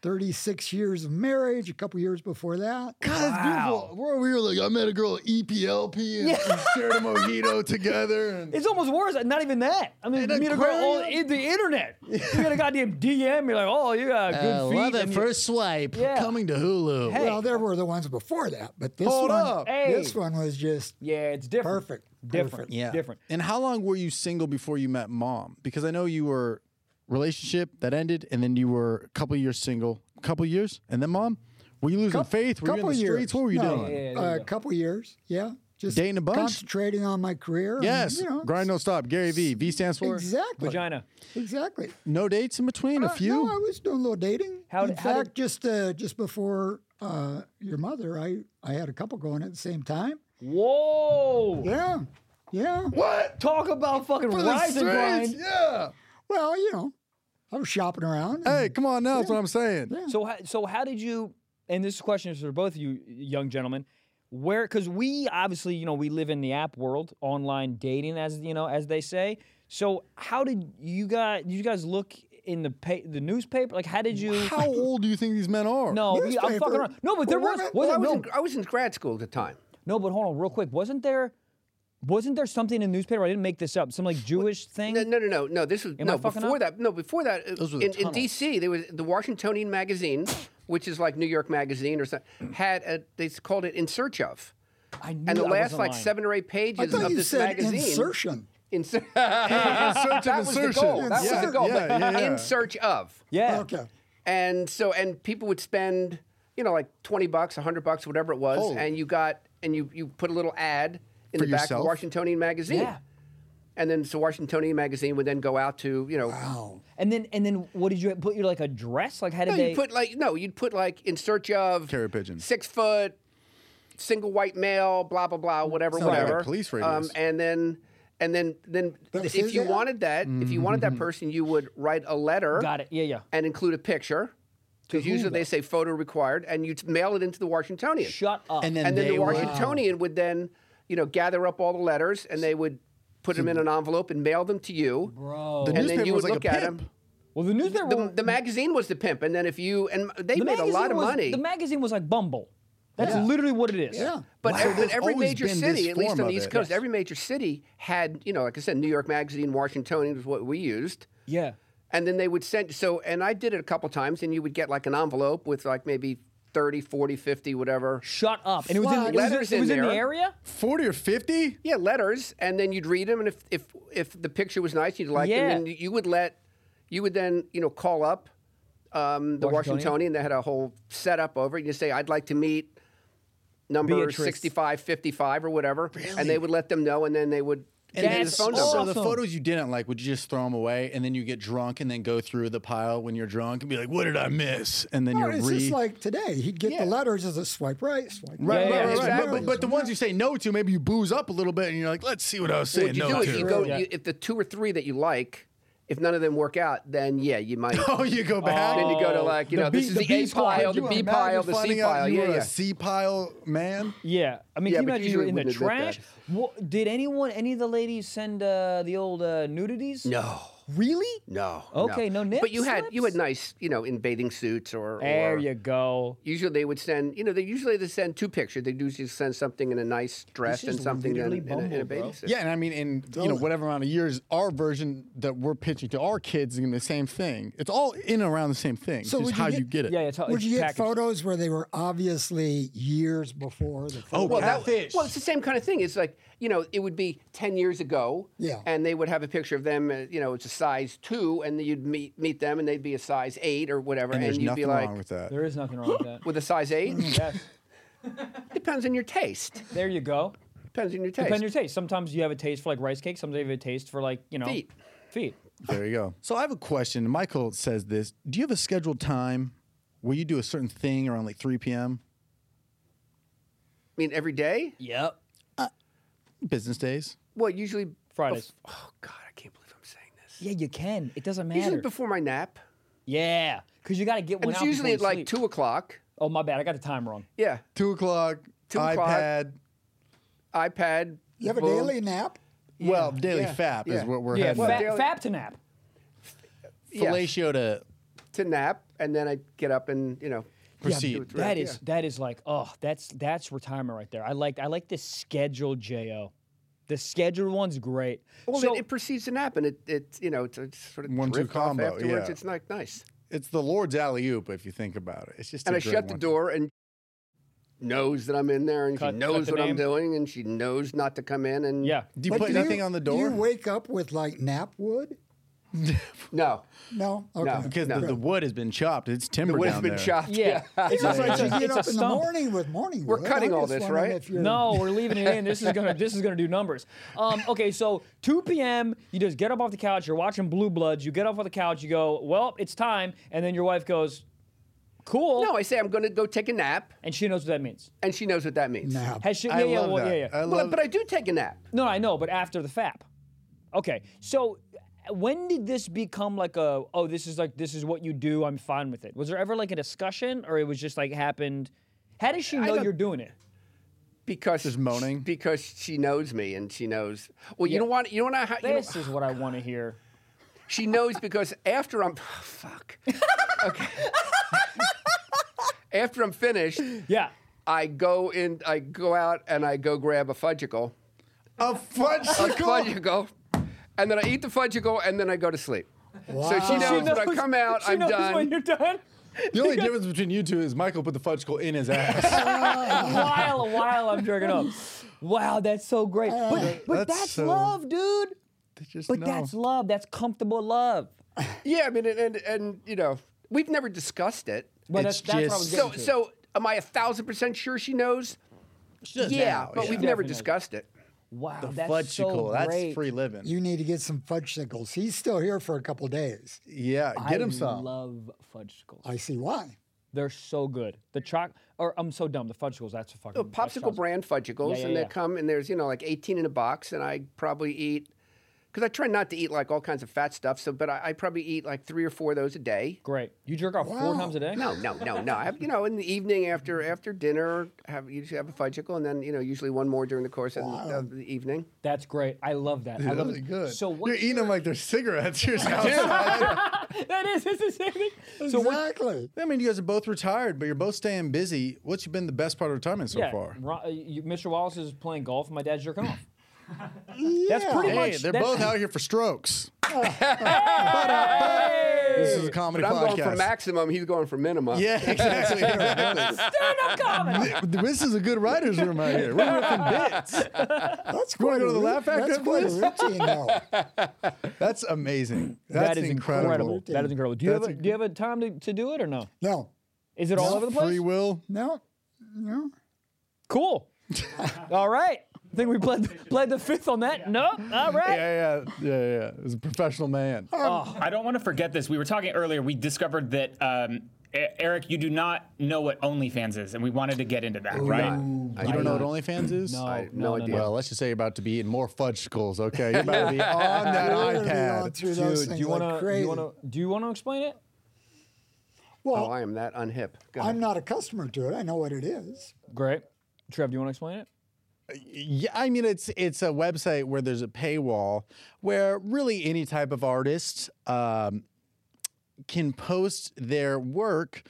S3: 36 years of marriage, a couple years before that.
S4: God, that's beautiful. We're over here like I met a girl at E EPLP and we shared a mojito together. And
S2: It's almost worse. Not even that. I mean,
S4: An
S2: you meet a girl on
S4: aquarium?
S2: in the internet. You get a goddamn DM. You're like, oh, you got good feet. and you-
S4: Uh, swipe
S2: Yeah.
S4: to Hulu.
S2: Hey.
S3: Oh, Well, there were the ones before that, but this
S4: Hold
S3: one,
S4: up.
S2: Hey.
S3: this one was just
S2: yeah, it's different.
S3: perfect.
S2: Different.
S3: Perfect.
S4: Yeah.
S2: Different.
S4: And how long were you single before you met mom? Because I know you were relationship that ended, and then you were a couple years single, couple years, and then mom. Were you losing
S3: Coup-
S4: faith? Were you in
S3: couple
S4: the
S3: years.
S4: streets? What were you
S3: No,
S4: doing?
S2: Yeah, there
S3: uh,
S2: you
S3: a
S2: go.
S3: couple years. Yeah, just
S4: Dating a bunch?
S3: concentrating on my career. and,
S4: Yes.
S3: you know,
S4: Grind don't stop. Gary V. V stands for
S3: Exactly.
S2: Vagina.
S3: Exactly.
S4: no dates in between. a
S3: Uh,
S4: few.
S3: No, I was doing a little dating.
S2: How
S3: In
S2: did- how
S3: fact,
S2: did-
S3: just uh, just before uh, your mother, I I had a couple going at the same time.
S2: Whoa.
S3: Yeah. Yeah.
S4: what?
S2: Talk about fucking
S4: For the
S2: rise and
S4: streets?
S2: grind.
S4: Yeah.
S3: Well, you know, I was shopping around.
S4: Hey,
S3: and-
S4: come on now. That's what I'm saying.
S2: So, ho- so how did you? And this question is for both of you, young gentlemen. Where? Because we obviously, you know, we live in the app world, online dating, as you know, as they say. So, how did you guys? You guys look in the pa- the newspaper? Like, how did you?
S4: How old do you think these men
S2: *laughs*
S4: are?
S2: no, we- I'm fucking
S3: Newspaper?
S2: around. No, but there
S3: Well,
S2: was
S3: women-
S1: Well, I
S2: wasn't
S1: was,
S2: no,
S1: in, I was in grad school at the time.
S2: no, but hold on, real quick. Wasn't there? Wasn't there something in the newspaper? I didn't make this up. Some like Jewish thing.
S1: No, no, no, no, no. This was
S2: Am I
S1: no
S2: fucking
S1: before
S2: up?
S1: that. No, before that. uh,
S4: Those were the
S1: in, in
S4: tunnels.
S1: D.C., there was the Washingtonian Magazine, *coughs* which is like New York Magazine or something. Had a, they called it "In Search of,"
S2: I knew
S1: and the
S2: I
S1: last
S2: wasn't
S1: like
S2: lying.
S1: seven or eight
S3: I
S1: pages
S3: thought
S1: of
S3: you
S1: this
S3: said
S1: magazine.
S3: insertion.
S1: In, *laughs* ser-
S4: Search
S1: that
S4: of
S1: was the
S4: insertion.
S1: goal. That was
S4: Yeah,
S1: the goal.
S4: yeah,
S1: but
S4: yeah, yeah.
S1: In search of.
S2: Yeah.
S3: Okay.
S1: And so, and people would spend, you know, like twenty bucks, hundred bucks, whatever it was,
S4: Oh.
S1: and you got, and you you put a little ad in
S4: For
S1: the back
S4: yourself?
S1: of Washingtonian magazine.
S2: Yeah.
S1: And then so Washingtonian magazine would then go out to, you know,
S2: And then and then what did you put? You like a dress? Like how did
S1: no,
S2: they?
S1: you put like no, you'd put like in search of
S4: Carry pigeon.
S1: six foot, single white male, blah blah
S2: Mm.
S1: blah, whatever,
S4: Sound like a
S1: whatever.
S4: police
S1: um,
S4: radius.
S1: and then and then then
S3: That
S1: th-
S3: says
S1: if you
S3: that?
S1: wanted that, if you wanted that person, you would write a letter
S2: got it. Yeah, yeah.
S1: and include a picture. Because
S3: who,
S1: usually
S3: though?
S1: they say photo required, and you mail it into the Washingtonian.
S2: Shut up.
S3: And
S1: And then,
S3: then
S1: the
S3: they would-
S1: Washingtonian would then, you know, gather up all the letters and they would put them in an envelope and mail them to you.
S2: Bro.
S1: and then you
S4: newspaper was
S1: would
S4: like a
S1: look at
S4: pimp.
S1: them.
S2: Well, the newspaper.
S1: The, the magazine was the pimp, and then if you and they
S2: the
S1: made a
S2: magazine
S1: lot of
S2: was-
S1: money.
S2: The magazine was like Bumble. That's
S3: Yeah.
S2: literally what it is.
S3: Yeah.
S1: But
S3: Wow.
S1: every, but
S4: there's
S1: every
S4: always
S1: major
S4: been
S1: city,
S4: this
S1: at least
S4: form
S1: on the
S4: of
S1: East
S4: it.
S1: Coast, every major city had, you know, like I said, New York Magazine, Washingtonian was what we used.
S2: Yeah.
S1: And then they would send, so, and I did it a couple times, and you would get like an envelope with like maybe 30, 40, 50, whatever.
S2: Shut up. And it was in, it was, in-
S1: Letters
S2: it was
S1: in
S2: in the
S1: there.
S2: area?
S4: Forty or fifty?
S1: Yeah, letters, and then you'd read them, and if if if the picture was nice, you'd like
S2: Yeah.
S1: them, and you would let, you would then you know call up um, the
S2: Washingtonian?
S1: Washingtonian. They had a whole setup over it. And you say, I'd like to meet number
S2: Beatrice.
S1: sixty five fifty five or whatever, and they would let them know, and then they would
S4: And
S1: get
S4: then
S1: his
S2: That's
S1: phone
S4: so
S1: number.
S4: the
S2: awesome.
S4: photos you didn't like, would you just throw them away and then you get drunk and then go through the pile when you're drunk and be like, what did I miss? And then
S3: No,
S4: you're
S3: it's
S4: re.
S3: just like today. He'd get the letters as a swipe right, swipe
S4: Right,
S2: Yeah, yeah,
S4: right, right, right.
S1: exactly.
S4: But, but, but the ones you say no to, maybe you booze up a little bit and you're like, let's see what I was saying
S1: what you
S4: no
S1: do
S4: to.
S1: is you go
S2: Yeah.
S1: you, if the two or three that you like, if none of them work out, then yeah, you might.
S4: *laughs* oh, you go back.
S1: Then you go to like you
S2: The
S1: know
S2: B-
S1: this is
S2: the
S1: the,
S2: B
S1: A
S2: squad.
S1: pile, the
S4: You
S1: B
S4: imagine
S1: pile, the C
S4: finding out
S1: pile.
S4: You
S1: Yeah,
S4: were a
S1: yeah.
S4: C pile man.
S2: Yeah. I mean,
S1: Yeah,
S2: can you imagine
S1: but
S2: you were
S1: usually
S2: in the
S1: wouldn't admit
S2: trash? What, did anyone, any of the ladies send uh, the old uh, nudities?
S1: no.
S2: Really?
S1: No.
S2: Okay, no nip
S1: But you had you had
S2: slips?
S1: nice, you know, in bathing suits or.
S2: There
S1: or
S2: you go.
S1: Usually they would send, you know, they usually they send two pictures. They usually send something in a nice dress
S2: This
S1: and
S2: is
S1: something in,
S2: literally
S1: in, a, in
S2: Bumble,
S1: a bathing
S2: bro.
S1: suit.
S4: Yeah, and I mean, in you know whatever amount of years, our version that we're pitching to our kids is gonna be the same thing. It's all in and around the same thing.
S3: So
S4: just
S3: would you
S4: how
S3: get-
S4: you get it.
S2: Yeah, it's,
S3: Would
S2: it's
S3: you get
S2: packaged.
S3: photos where they were obviously years before the
S4: Oh,
S3: photo?
S1: Well, that,
S4: catfish.
S1: well, it's the same kind of thing. It's like you know, it would be ten years ago,
S3: Yeah.
S1: and they would have a picture of them. uh, You know, it's a size two, and then you'd meet meet them, and they'd be a size eight or whatever,
S4: And
S1: and,
S4: there's
S1: you'd
S4: nothing
S1: be like,
S4: wrong with that.
S2: There is nothing wrong with that.
S1: *gasps*
S2: Mm,
S1: with a size eight,
S2: yes.
S1: *laughs* depends on your taste.
S2: There you go.
S1: Depends on your taste.
S2: Depends on your taste. Sometimes you have a taste for like rice cake. Sometimes you have a taste for like, you know,
S1: Feet.
S2: Feet.
S4: There you go. *laughs* So I have a question. Michael says this. Do you have a scheduled time where you do a certain thing around like 3 p.m.
S1: I mean, every day.
S2: Yep.
S4: business days?
S1: Well, usually.
S2: Fridays.
S1: Oh God, I can't believe I'm saying this.
S2: Yeah, you can. It doesn't
S1: Usually
S2: matter.
S1: before my nap.
S2: yeah, because you got to get one
S1: And it's
S2: out
S1: usually at
S2: before you
S1: like
S2: sleep.
S1: two o'clock.
S2: Oh my bad, I got the time wrong.
S1: Yeah,
S4: Two o'clock.
S1: Two o'clock.
S4: iPad.
S1: iPad.
S3: you have a
S1: boom.
S3: daily nap?
S4: Well, daily
S1: yeah,
S4: fap
S1: yeah.
S4: is what we're
S2: Yeah,
S4: having.
S2: fa-
S1: daily-
S2: fab to nap.
S1: yeah,
S4: Fellatio to
S1: to nap, and then I get up and you know.
S4: proceed.
S1: do it throughout,
S2: That is that is like oh that's that's retirement right there. I like I like the scheduled jo. The scheduled one's great.
S1: Well,
S2: so
S1: it, it precedes the nap, and it, it you know it's, it's sort of
S4: One-two
S1: drift off
S4: combo,
S1: afterwards.
S4: yeah.
S1: It's like nice.
S4: It's the Lord's alley oop if you think about it. It's just
S1: and
S4: a
S1: I
S4: great
S1: shut the
S4: one.
S1: door and knows that I'm in there, and
S2: Cut-
S1: she
S2: cut
S1: knows
S2: the
S1: what I'm
S2: name.
S1: doing, and she knows not to come in. And
S2: yeah,
S4: Do you
S3: But
S4: put
S3: do
S4: nothing on the
S3: do You
S4: door?
S3: wake up with like nap wood?
S1: no,
S3: No. Okay.
S4: because
S1: No.
S4: the, the wood has been chopped. It's timber
S1: it would
S4: down
S1: have been
S4: there. *laughs*
S1: chopped.
S2: yeah. *laughs* It's just
S3: But
S2: like
S3: you
S2: it's a,
S3: get
S2: it's a
S3: up in the
S2: stump.
S3: morning with morning
S1: We're
S3: wood.
S1: cutting
S3: I'm
S1: all
S3: just
S1: this,
S3: wondering
S1: right?
S3: if you're-
S2: No, we're leaving it in. This is gonna
S4: *laughs*
S2: this is gonna do numbers. Um, okay, so 2 p.m. You just get up off the couch. You're watching Blue Bloods. You get off of the couch. You go, well, it's time. And then your wife goes, cool.
S1: No, I say I'm going to go take a nap,
S2: and she knows what that means.
S1: and she knows what that means.
S3: Nap.
S2: Has she? Yeah,
S4: I
S2: yeah,
S4: love
S2: well,
S4: that.
S2: yeah, yeah.
S4: I
S1: But,
S4: love
S1: but I do take a nap.
S2: No, I know, but after the FAP. Okay, so when did this become like a? Oh, this is like this is what you do. I'm fine with it. Was there ever like a discussion, or it was just like happened? How does she know
S1: don't-
S2: you're doing *laughs* it?
S1: because
S4: Just moaning?
S1: because she knows me and she knows. Well, you
S2: Yeah.
S1: don't want you don't know how you know,
S2: This is what I want to hear.
S1: *sighs* she knows because after I'm *sighs*
S2: *laughs*
S1: fuck. Okay. *laughs* after I'm finished,
S2: Yeah.
S1: I go in. I go out and I go grab a fudgicle,
S4: a fudge.
S1: a fudgicle, and then I eat the fudgicle and then I go to sleep. So she
S3: Wow.
S1: knows,
S3: She
S1: when I come out,
S2: she
S1: I'm
S2: knows
S1: done.
S2: When you're done.
S4: The only difference between you two is Michael put the fudgicle in his ass.
S2: while *laughs* while I'm
S4: *laughs*
S2: jerking up. Wow, that's so great. But, but
S4: That's
S2: that's
S4: so-
S2: love, dude.
S4: Just
S2: But
S4: know.
S2: that's love. That's comfortable love.
S1: *laughs* yeah, I mean, and, and and you know, we've never discussed it.
S2: But
S4: It's
S2: that's, that's what I was
S4: just-
S2: getting
S1: So
S2: to.
S1: so am I a thousand percent sure she knows?
S4: Just
S1: yeah,
S4: now,
S1: but
S4: yeah.
S1: we've never
S2: Definitely.
S1: discussed it.
S2: wow,
S4: the
S2: that's
S4: fudgicle.
S2: so
S4: that's
S2: great.
S4: free living.
S3: You need to get some fudge sickles. He's still here for a couple days.
S4: yeah, get him
S2: I
S4: some.
S2: love fudgesicles.
S3: I see why.
S2: They're so good. The choc, or I'm so dumb. The fudgesicles. That's a fucking that
S1: Oh, popsicle
S2: sounds-
S1: brand fudgicles,
S2: Yeah, yeah,
S1: and they
S2: yeah.
S1: come and there's you know like 18 in a box, and I probably eat because I try not to eat like all kinds of fat stuff. So, but I, I probably eat like three or four of those a day.
S2: Great. You jerk off four
S1: Wow.
S2: times a day?
S1: No, no, no, no. I have, you know, in the evening after after dinner, have usually have a fudgicle, and then you know usually one more during the course of, the, of the evening.
S2: That's great. I love that. I
S4: Dude,
S2: love
S4: those
S2: it.
S4: are good.
S2: So what?
S4: You're eating them like they're
S2: *laughs*
S4: cigarettes. You're
S2: that is. It's the same thing. So what?
S3: *laughs* Exactly.
S4: I mean, you guys are both retired, but you're both staying busy. What's been the best part of retirement so
S2: yeah,
S4: far?
S2: Ro- uh, you, Mr. Wallace is playing golf. and My dad's jerking
S3: *laughs*
S2: off.
S4: That's
S2: pretty
S4: hey,
S2: much-
S4: They're
S2: that's- *laughs*
S4: both out here for strokes.
S2: Hey!
S4: This is a comedy
S1: But I'm going for
S4: podcast.
S1: maximum. He's going for minimum.
S4: yeah, exactly. Th- *laughs* this is a good writer's room out here. We're ripping
S2: *laughs*
S4: bits.
S3: That's
S4: You wanna
S3: quite a
S4: go to the
S3: rou-
S4: Laugh Factory
S3: That's quite a
S4: after
S3: routine now.
S4: *laughs* That's amazing. That's
S2: That is
S4: incredible.
S2: That is incredible. Do you
S4: That's
S2: have a, do you have a time to, to do it or no?
S3: No,
S2: Is it all over the place?
S4: Free will.
S3: no, no.
S4: *laughs*
S2: Cool. all right. I think we played played the fifth on that. No. All right. Oh,
S4: Yeah, yeah, yeah, yeah. He's a professional man.
S5: Oh, I don't want to forget this. We were talking earlier. We discovered that um, E- Eric, you do not know what OnlyFans is, and we wanted to get into that, right?
S4: you don't know what OnlyFans is?
S2: No,
S1: I-
S2: no, no,
S1: no
S2: no.
S1: idea.
S4: Well, let's just say you're about to be eating more fudgicles, okay? You're about to *laughs* be
S1: *laughs*
S4: on that
S3: We're gonna be on
S4: iPad.
S3: through those
S2: Dude, do
S3: things
S2: you
S3: like
S2: want to? do
S3: crazy.
S2: you want to? Do you want to explain it?
S1: Oh,
S3: well,
S1: I am that unhip. Go ahead.
S3: I'm not a customer to it. I know what it is.
S2: Great. Trev, do you want to explain it?
S4: Yeah, I mean it's it's a website where there's a paywall where really any type of artist um, can post their work,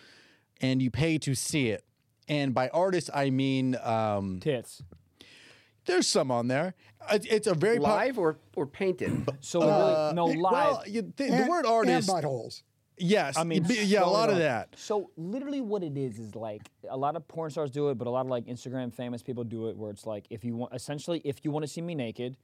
S4: and you pay to see it. And by artist, I mean um,
S2: Tits.
S4: there's some on there. It- It's a very pop-
S1: Live or or painted.
S2: So it really, no live.
S4: Uh, Well, you- the, the
S3: And-
S4: word
S3: and
S4: artist,
S3: buttholes.
S4: yes,
S2: I mean,
S4: yeah, a
S2: so
S4: lot of
S2: it-
S4: that.
S2: So literally, what it is is like a lot of porn stars do it, but a lot of like Instagram famous people do it, where it's like if you want, essentially, if you want to see me naked,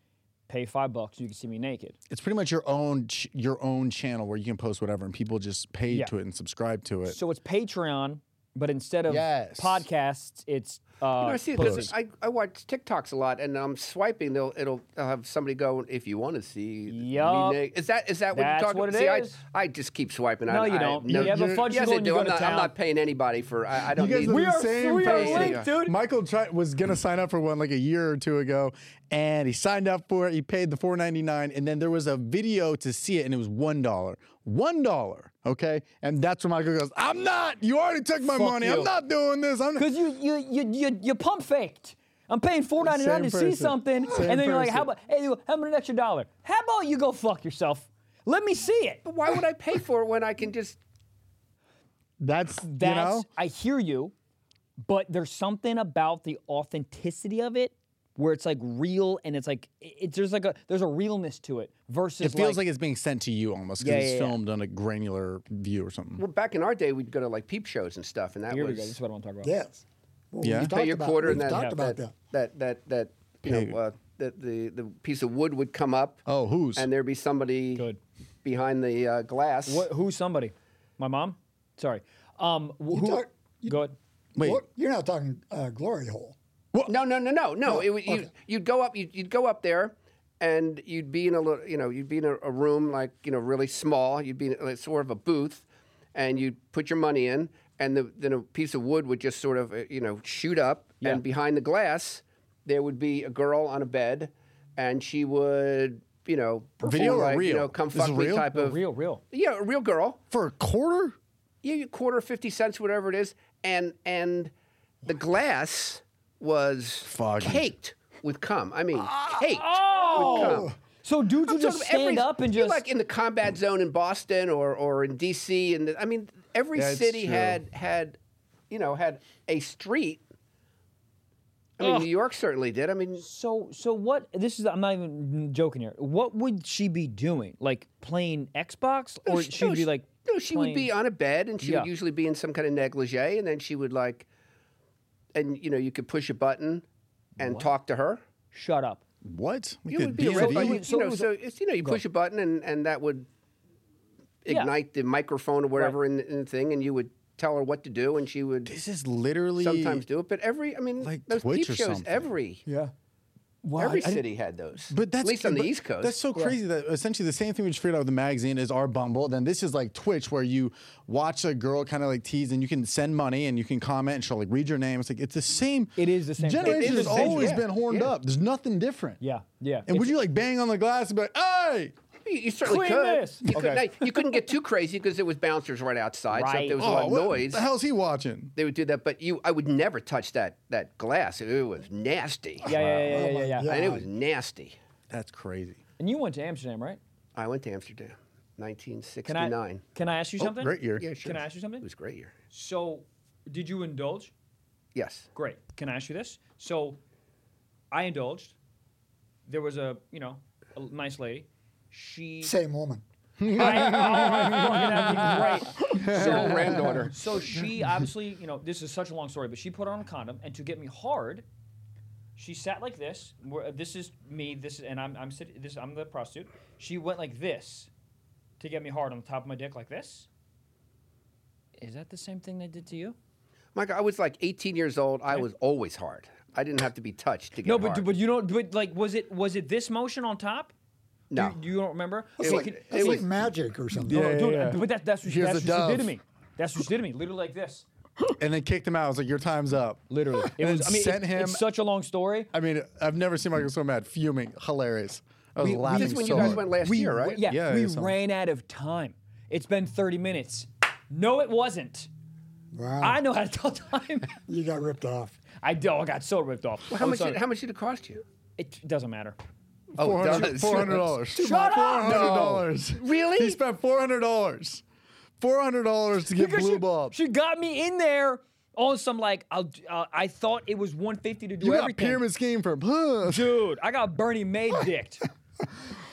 S2: pay five bucks, you can see me naked.
S4: It's pretty much your own ch- your own channel where you can post whatever, and people just pay
S2: Yeah.
S4: to it and subscribe to it.
S2: So it's Patreon, but instead of
S4: Yes.
S2: podcasts, it's uh,
S1: You know, I see it
S2: pussy.
S1: 'cause I, I watch TikToks a lot, and I'm swiping. They'll it'll they'll have somebody go if you want to see. me
S2: Yup.
S1: na- Is that is that what
S2: That's
S1: you're talking
S2: what it
S1: about? see,
S2: is.
S1: I, I just keep swiping.
S2: No,
S1: I,
S2: you
S1: I,
S2: don't. You have a
S1: you're-
S2: fudge
S1: Yes,
S2: roll
S1: I
S2: and you
S1: do.
S2: go
S1: I'm
S2: to
S1: not,
S2: town.
S1: I'm not paying anybody for. I, I don't
S4: You guys
S1: need.
S4: are
S2: We
S4: the
S2: are-
S4: same
S2: we are
S4: person.
S1: linked,
S2: dude.
S4: Michael tried, was gonna sign up for one like a year or two ago, and he signed up for it. He paid the four ninety nine, and then there was a video to see it, and it was one dollar, one dollar. Okay, and that's when Michael goes, "I'm not. You already took my
S2: Fuck
S4: money.
S2: you."
S4: I'm not doing this. I'm."
S2: Because you you you you you pump faked. I'm paying $4.99
S4: Same
S2: to see
S4: person.
S2: something,
S4: Same
S2: and then you're like, "How
S4: person.
S2: about hey, how about an extra dollar? How about you go fuck yourself? Let me see it."
S1: But why would I pay for it when I can just?
S4: That's, you
S2: That's
S4: know.
S2: I hear you, but there's something about the authenticity of it where it's like real and it's like it, it- there's like a there's a realness to it versus
S4: It feels like, it's being sent to you almost
S2: Yeah,
S4: because
S2: yeah,
S4: it's
S2: yeah.
S4: filmed on a granular view or something.
S1: Well, back in our day, we'd go to like peep shows and stuff, and that
S2: here we
S1: was
S2: go. This is what I want to talk about.
S3: Yes. Well,
S4: Yeah.
S3: we've
S4: Pay
S3: talked
S1: pay your
S3: about-
S1: quarter, and
S3: we've
S1: that
S3: talked about
S1: that
S3: that.
S1: that that, that you
S4: Pig.
S1: know uh, that the the piece of wood would come up.
S4: Oh, who's?
S1: and there'd be somebody
S2: Good.
S1: behind the uh, glass.
S2: What, who's somebody? My mom? Sorry. Um, wh- who?
S3: talk- you-
S2: go ahead.
S4: Wait,
S3: Well, you're not talking uh, glory hole.
S1: No, no, no, no, no. It, would- you,
S3: okay.
S1: You'd go up. You'd, you'd go up there, and you'd be in a little. You know, you'd be in a, a room like you know really small. You'd be in like, sort of a booth, and you'd put your money in, and the, then a piece of wood would just sort of uh, you know shoot up, and behind the glass there would be a girl on a bed, and she would you know perform
S4: Video or
S1: like, you
S4: real?
S1: know come
S4: This is
S1: fuck me
S4: real?
S1: type of
S2: Real, real.
S1: yeah a real girl
S4: for a quarter?
S1: yeah, you quarter fifty cents whatever it is, and and the glass was
S4: Foggy.
S1: caked with cum. I mean, caked with cum.
S2: Ah, oh! So dudes
S1: I'm
S2: would just
S1: talking every-
S2: stand up and
S1: you're
S2: just
S1: like in the combat zone in Boston or or in D.C. and the, I mean, every
S4: That's
S1: city
S4: true.
S1: had had you know had a street. I mean, New York certainly did. I mean,
S2: So, so what? This is I'm not even joking here. What would she be doing? Like playing Xbox, or
S1: No, she-
S2: she'd
S1: no,
S2: be
S1: she-
S2: like
S1: no, she would be
S2: playing-
S1: on a bed, and she
S2: Yeah.
S1: would usually be in some kind of negligee, and then she would like, and you know, you could push a button and talk to her.
S2: Shut up.
S4: What? Like
S1: It
S4: the E
S1: would be a red
S4: DVD?
S1: light. You,
S2: So
S1: you
S2: it
S1: know,
S2: was-
S1: so it's, you know, you push a button and, and that would
S2: Yeah.
S1: ignite the microphone or whatever in, in the thing, and you would tell her what to do, and she would
S4: This is literally
S1: sometimes do it. But every, I mean,
S4: like
S1: those
S4: Twitch
S1: peep
S4: or
S1: shows,
S4: something.
S1: every
S2: Yeah.
S4: Why?
S1: Every
S4: I didn't-
S1: city had those.
S4: But that's
S1: at least on the
S4: but
S1: East Coast.
S4: That's so crazy that essentially the same thing we just figured out with the magazine is our Bumble. Then this is like Twitch where you watch a girl kind of like tease and you can send money and you can comment and she'll like read your name. It's like it's the same.
S2: It is the same thing.
S4: Generation
S2: It is
S4: has
S2: the same
S4: always
S1: thing.
S4: been horned
S1: Yeah.
S4: up. There's nothing different.
S2: Yeah, yeah.
S4: And
S2: It's-
S4: would you like bang on the glass and be like, "Hey,
S1: You, you certainly
S2: Clean
S1: could.
S2: this.
S1: You, could,
S4: Okay.
S1: now, you couldn't get too crazy because there was bouncers right outside. So
S2: Right.
S1: if there was a
S4: oh,
S1: lot of
S4: what
S1: noise,
S4: the hell's he watching?"
S1: they would do that. But you, I would never touch that that glass. It was nasty.
S2: Yeah, yeah, yeah, yeah, yeah, yeah.
S1: And it was nasty.
S4: That's crazy.
S2: And you went to Amsterdam, right?
S1: I went to Amsterdam,
S2: Can I
S1: 1969.
S2: can I ask you something?
S4: Oh, great year.
S1: Yeah, sure.
S2: Can I ask you
S1: It
S2: something?
S1: was a great year.
S2: So, did you indulge?
S1: Yes.
S2: Great. Can I ask you this? So, I indulged. There was a you know a nice lady. She
S3: Same
S2: *laughs*
S3: woman.
S2: I, oh, that'd be great.
S1: Your granddaughter.
S2: So she obviously, you know, this is such a long story, but she put on a condom, and to get me hard, she sat like this. where- This is me. This is, and I'm I'm sit, this I'm the prostitute. She went like this to get me hard on the top of my dick, like this. Is that the same thing they did to you?
S1: Mike, I was like 18 years old. I was always hard. I didn't have to be touched to get
S2: No, but
S1: hard.
S2: but you don't. But like, was it was it this motion on top?
S1: No.
S2: you, you don't remember.
S1: It's
S2: We
S1: like-
S2: could-
S3: It's
S1: It
S3: like
S1: was-
S3: magic or something.
S2: no, no,
S4: Yeah,
S2: Oh, dude,
S4: yeah.
S2: But that, that's what she,
S4: Here's
S2: that's
S4: the
S2: what she did to
S4: dove.
S2: me. That's what she did to me. Literally like this.
S4: And then kicked him out. I was like, "Your time's up."
S2: Literally, it
S4: And
S2: was.
S4: then
S2: I mean,
S4: sent
S2: it-
S4: him.
S2: it's such a long story.
S4: I mean, I've never seen Michael so mad, fuming, hilarious. I was laughing
S1: This is when
S4: so
S1: you guys
S4: hard.
S1: went last year, right?
S2: Yeah,
S4: Yeah,
S2: we
S4: it's on.
S2: ran out of time. It's been 30 minutes. No, it wasn't.
S3: Wow.
S2: I know how to tell time.
S3: *laughs* you got ripped off.
S2: I do. I got so ripped off.
S1: How
S2: I'm
S1: much,
S2: sorry.
S1: did, how much did it cost you?
S2: It doesn't matter.
S1: Oh, it
S4: $400.
S1: does.
S4: $400.
S1: Shut up!
S4: $400.
S1: Really?
S4: He spent $400. $400 to get
S2: Because
S4: blue
S2: she,
S4: balls.
S2: she got me in there on some like I'll, uh, I thought it was 150 to do
S4: you got
S2: everything.
S4: pyramid scheme from. Huh.
S2: Dude, I got Bernie May dicked.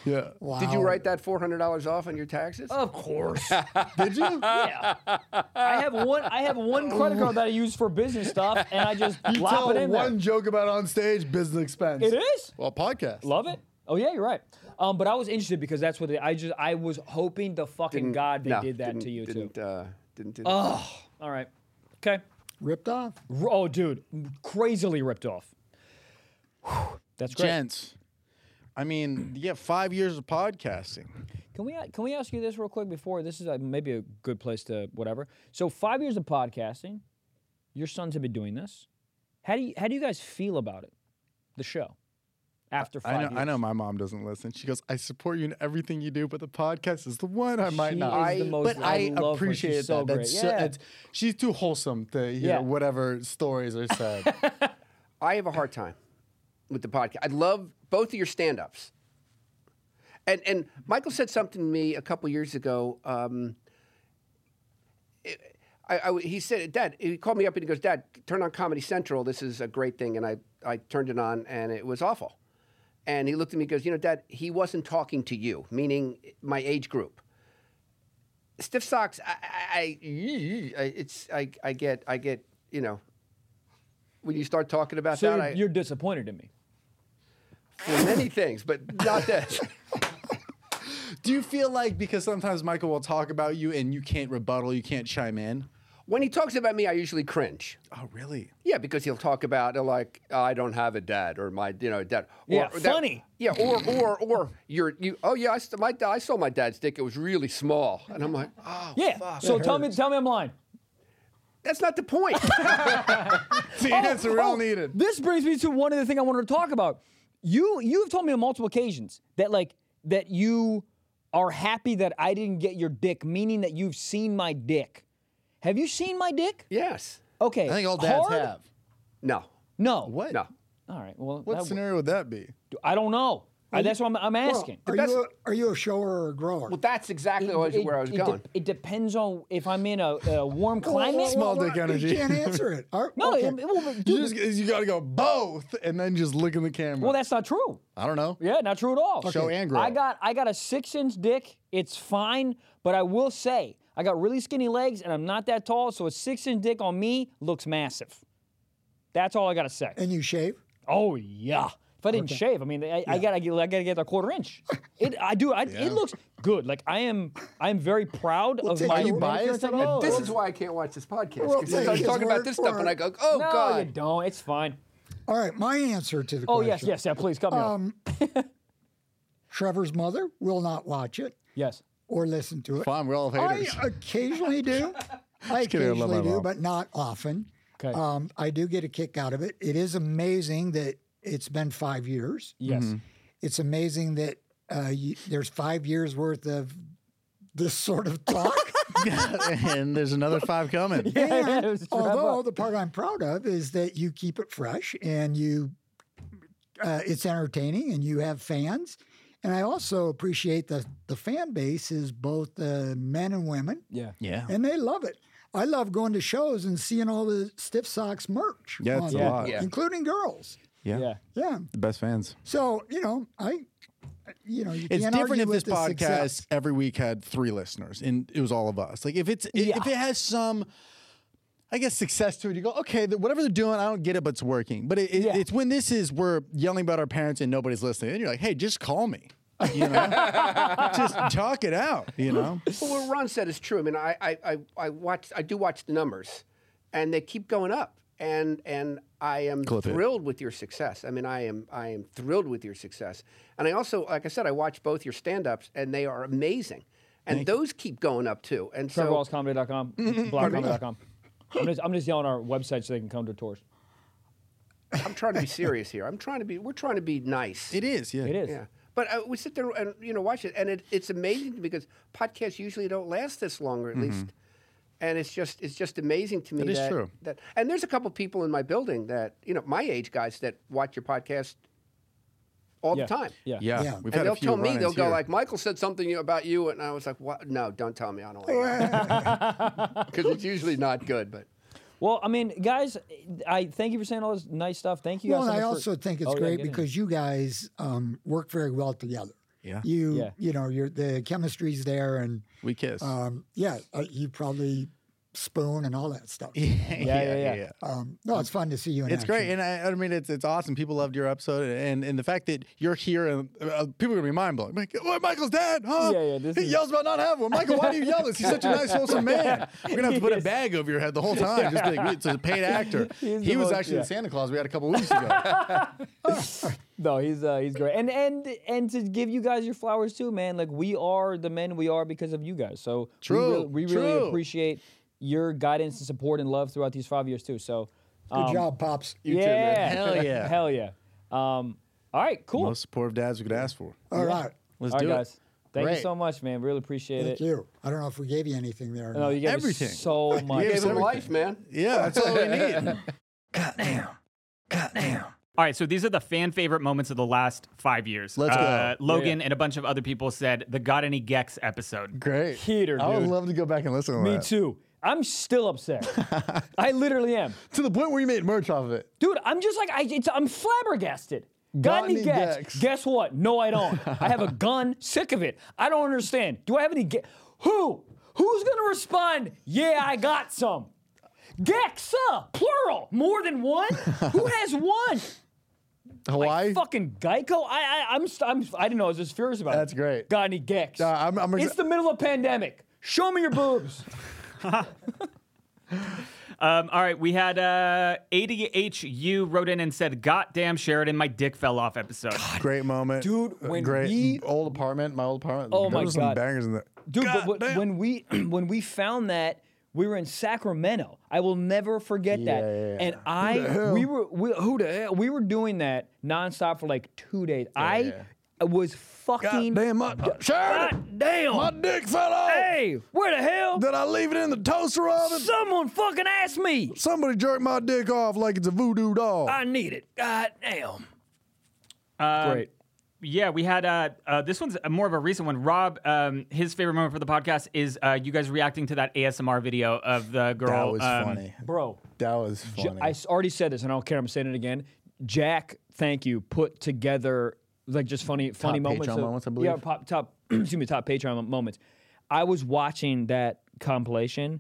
S4: Yeah.
S3: Wow.
S1: Did you write that $400 off on your taxes?
S2: of course.
S4: *laughs* Did you?
S2: Yeah. I have one I have one credit card that I use for business stuff *laughs* and I
S4: *laughs*
S2: just
S4: You
S2: lop
S4: told
S2: it in
S4: one
S2: there.
S4: joke about on stage, business expense.
S2: It is?
S4: Well, podcast.
S2: Love it. Oh yeah, you're right. Um, but I was interested because that's what they, I just I was hoping the fucking god they
S1: No,
S2: did that to
S1: didn't-
S2: you too.
S1: didn't, Uh, didn't do that.
S2: All right. Okay.
S3: Ripped off.
S2: R- Oh dude, crazily ripped off. Whew, That's great.
S4: Gents. I mean, you get five years of podcasting.
S2: Can we can we ask you this real quick before this is uh maybe a good place to whatever. So five years of podcasting, your sons have been doing this. How do you how do you guys feel about it? The show after five
S4: I know,
S2: years.
S4: I know my mom doesn't listen. She goes, I support you in everything you do, but the podcast is the one I might
S2: She
S4: not.
S2: is the
S4: I-
S2: most-
S4: but
S2: I
S4: I,
S2: love her.
S4: appreciate
S2: She's so
S4: that. That's
S2: great.
S4: so-
S2: Yeah.
S4: it's- she's too wholesome to hear
S2: Yeah.
S4: whatever stories are said.
S1: *laughs* I have a hard time with the podcast. I love both of your stand-ups. And and Michael said something to me a couple years ago. Um, it- I, I- he said, Dad, he called me up and he goes, Dad, turn on Comedy Central. This is a great thing. And I, I turned it on and it was awful. And he looked at me and goes, You know, Dad, he wasn't talking to you, meaning my age group. Stiff socks, I, I, I, it's, I, I get, I get, you know, when you start talking about
S2: So
S1: that,
S2: you're,
S1: I,
S2: you're disappointed in me.
S1: for many things, but not this.
S4: *laughs* Do you feel like because sometimes Michael will talk about you and you can't rebuttal, you can't chime in?
S1: when he talks about me, I usually cringe.
S4: Oh, really?
S1: Yeah, because he'll talk about uh, like I don't have a dad or my you know dad. Or,
S2: Yeah,
S1: or
S2: funny.
S1: Yeah, or or or you're you. Oh yeah, I, st- my, da- I saw my dad's dick. It was really small, and I'm like, oh,
S2: Yeah. so tell me tell me I'm lying.
S1: that's not
S2: *laughs*
S1: the point.
S4: The answer we all needed.
S2: Oh, This brings me to one of the things I wanted to talk about. You you've told me on multiple occasions that like that you are happy that I didn't get your dick, meaning that you've seen my dick. Have you seen my dick?
S1: yes.
S2: Okay.
S4: I think all dads
S2: hard?
S4: have.
S1: No.
S2: No.
S4: What?
S1: No.
S2: All right. Well,
S4: What
S2: that-
S4: scenario would that be?
S2: I don't know. I, that's what I'm, I'm asking.
S3: Are
S1: That's-
S3: you a, are you a shower or a grower?
S1: Well, that's exactly
S2: It-
S1: always
S2: it-
S1: where I was
S2: it de-
S1: going.
S2: it depends on if I'm in a, a warm
S3: Whoa, whoa,
S2: climate.
S3: whoa,
S4: Small
S3: whoa,
S4: dick energy.
S3: You can't answer it. All right,
S2: No,
S3: okay.
S2: it- it- well, but
S4: You
S2: dude,
S4: just you gotta go both and then just look in the camera.
S2: well, that's not true.
S4: I don't know. *laughs*
S2: Yeah, not true at all.
S4: Show and grow.
S2: I got I got a six inch dick. It's fine, but I will say I got really skinny legs and I'm not that tall, so a six inch dick on me looks massive. That's all I gotta say.
S3: and you shave.
S2: Oh yeah. If I didn't shave, I mean, I, I gotta get, I gotta get a quarter *laughs* inch. It, I do. I, It looks good. Like I am, I am very proud of
S3: take
S2: "Oh, my.
S3: your word
S4: biased
S3: for it.
S4: at all?
S1: This is why I can't watch this podcast
S3: Well,
S1: because I
S3: take
S1: start
S3: his
S1: talking about
S3: word
S1: this
S3: for
S1: stuff,
S3: it.
S1: and I go, oh
S2: No, you
S1: god.
S2: don't. It's fine.
S3: All right, my answer to the
S2: Oh,
S3: question.
S2: yes, yes, yeah, please, cut me off.
S3: Um, Trevor's mother will not watch it
S2: Yes.
S3: or listen to it.
S4: Fine, we're all
S3: I
S4: haters.
S3: occasionally
S4: *laughs*
S3: do. I
S4: kidding, I love
S3: occasionally
S4: my
S3: do,
S4: mom.
S3: but not often.
S2: Okay.
S3: Um, I do get a kick out of it. It is amazing that it's been five years.
S2: yes.
S4: Mm-hmm.
S3: It's amazing that uh, you, there's five years worth of this sort of talk.
S4: and there's another
S3: *laughs*
S2: *laughs*
S4: five coming.
S2: Yeah, it was
S3: And
S2: Trevor.
S3: although the part I'm proud of is that you keep it fresh and you, uh, it's entertaining and you have fans. And I also appreciate that the fan base is both uh, men and women,
S2: Yeah.
S4: Yeah.
S3: and they love it. I love going to shows and seeing all the Stiff Socks merch,
S4: Yeah, it's
S3: on
S4: a
S3: there,
S4: lot.
S2: Yeah.
S3: including girls.
S4: Yeah.
S2: Yeah.
S3: Yeah.
S4: The best fans.
S3: So you know, I, you know, you
S4: It's
S3: can't
S4: different
S3: argue
S4: if
S3: with
S4: this
S3: the
S4: podcast
S3: success.
S4: every week had three listeners and it was all of us. Like if it's
S2: Yeah.
S4: if it has some I guess success to it. You go, okay, th- whatever they're doing, I don't get it, but it's working. But it, it-
S2: Yeah.
S4: it's when this is we're yelling about our parents and nobody's listening, and you're like, hey, just call me.
S3: *laughs*
S4: You know, just talk it out. You
S1: *laughs*
S4: know,
S1: Well, what Ron said is true. I mean, I, I, I, I watch, I do watch the numbers, and they keep going up. And and I am
S4: Clip it.
S1: thrilled with your success. I mean, I am I am thrilled with your success. And I also, like I said, I watch both your stand-ups, and they are amazing. And those keep going up too. And so *laughs*
S2: TrevorWallsComedy.com, blackcomedy.com. I'm just, I'm just yelling our website so they can come to tours.
S1: I'm trying to be serious here. I'm trying to be. We're trying to be nice.
S4: it is. Yeah,
S2: It is.
S1: Yeah. But uh, we sit there and you know watch it, and it, it's amazing because podcasts usually don't last this long, or at least. And it's just it's just amazing to me
S4: That is true.
S1: that and there's a couple people in my building that you know my age guys that watch your podcast all
S2: Yeah.
S1: the time.
S2: Yeah.
S4: Yeah,
S3: Yeah.
S4: we've
S1: and
S4: had
S1: they'll
S4: a few
S1: tell me
S4: run-ins
S1: they'll go
S4: here.
S1: like Michael said something about you, and I was like, what? No, don't tell me. I don't like because it's usually not good. But
S2: Well, I mean, guys, I thank you for saying all this nice stuff. Thank you guys.
S3: Well,
S2: so
S3: and I
S2: much for-
S3: also think it's
S2: Oh, yeah,
S3: great
S2: get in.
S3: because you guys um, work very well together.
S4: Yeah.
S3: You
S2: Yeah.
S3: you know your the chemistry's there and
S4: we kiss.
S3: um, yeah uh, you probably spoon and all that stuff.
S4: *laughs* yeah,
S2: yeah, yeah.
S3: Um, no, it's fun to see you. In
S4: It's great, and I, I mean, it's it's awesome. People loved your episode, and and the fact that you're here, and uh, people are gonna be mind blown. Like, oh, Michael's dad, huh?
S2: Yeah, yeah, this
S4: he
S2: is-
S4: yells about not having one. Michael, why do you yell
S2: *laughs*
S4: this? He's such a nice, wholesome man. We're gonna have to put a bag over your head the whole time.
S2: *laughs*
S4: Just be like, it's a paid actor.
S2: He's
S4: he
S2: the
S4: was
S2: most-
S4: actually
S2: yeah.
S4: the Santa Claus we had a couple weeks ago.
S2: *laughs* No, he's uh, he's great, and and and to give you guys your flowers too, man. Like we are the men we are because of you guys. So
S4: True,
S2: we, really, we really
S4: true.
S2: appreciate your guidance and support and love throughout these five years too. So um,
S3: Good job, pops.
S2: yeah, *laughs*
S4: Hell yeah.
S2: hell yeah. Um, all right, cool.
S4: Most supportive dads we could ask for.
S3: All right,
S4: Let's
S2: all right,
S4: do
S2: guys.
S4: it.
S2: Thank you
S4: Great.
S2: so much, man. Really appreciate
S3: thank
S2: it.
S3: you. I don't know if we gave you anything there. or
S2: No,
S3: not.
S2: you gave us
S4: Everything.
S3: *laughs*
S5: Oh
S2: so much.
S4: gave
S1: gave
S4: us
S1: him
S4: everything.
S1: life, man.
S4: Yeah, that's all we need.
S5: All right, so these are the fan favorite moments of the last five years. Uh,
S4: Let's go.
S5: Logan and a bunch of other people said the Got Any Gex episode.
S4: Great.
S2: Peter,
S4: I would
S2: dude.
S4: love to go back and listen to
S2: Me
S4: that.
S2: too. I'm still
S4: *laughs*
S2: upset. I literally am.
S4: To the point where you made merch off of it.
S2: Dude, I'm just like I. It's, I'm flabbergasted.
S4: Got
S2: Got any
S4: any
S2: gets?
S4: gecks?
S2: Guess what? No, I
S4: *laughs*
S2: don't. I have a gun. Sick of it. I don't understand. Do I have any get? Who? Who's gonna respond? Yeah, I got some. Gexa, plural, more than
S4: *laughs*
S2: one. Who has one?
S4: Hawaii.
S2: Fucking Geico. I, I I'm st- I'm I didn't know. I was just furious about it.
S4: That's great.
S2: Got any gex?
S4: Uh, I'm- I'm-
S2: it's the middle of pandemic. Show me your
S4: *laughs*
S2: boobs.
S5: Um, all right, we had uh, ADHU wrote in and said, God damn Sheridan, my dick fell off episode.
S4: Great moment,
S2: Dude, when
S4: Great
S2: we-
S4: old apartment, my old apartment.
S2: Oh my
S4: there was some
S2: God.
S4: bangers in there.
S2: dude. But when- when we *clears throat* when we found that we were in Sacramento, I will never forget that.
S4: Yeah, yeah, yeah.
S2: And I we were we, who the hell we were doing that nonstop for like two days. I was fucking
S4: Damn, my Sheridan,
S2: God damn.
S4: my dick fell off.
S2: hey, where the hell?
S4: Did I leave it in the toaster oven?
S2: Someone fucking asked me.
S4: Somebody jerked my dick off like it's a voodoo doll.
S2: I need it. God damn.
S5: Um,
S2: Great.
S5: Yeah, we had uh, uh, this one's a more of a recent one. Rob, um, his favorite moment for the podcast is uh, you guys reacting to that ASMR video of the
S4: that
S5: girl.
S4: was
S5: um, *laughs*
S4: funny.
S2: Bro,
S4: That was
S2: J-
S4: funny.
S2: I s- already said this, and I don't care. I'm saying it again. Jack, thank you. Put together like just funny, funny moments.
S4: Patreon
S2: of-
S4: moments, I believe.
S2: Yeah, pop, top. *clears throat* excuse me, top Patreon mo- moments. I was watching that compilation.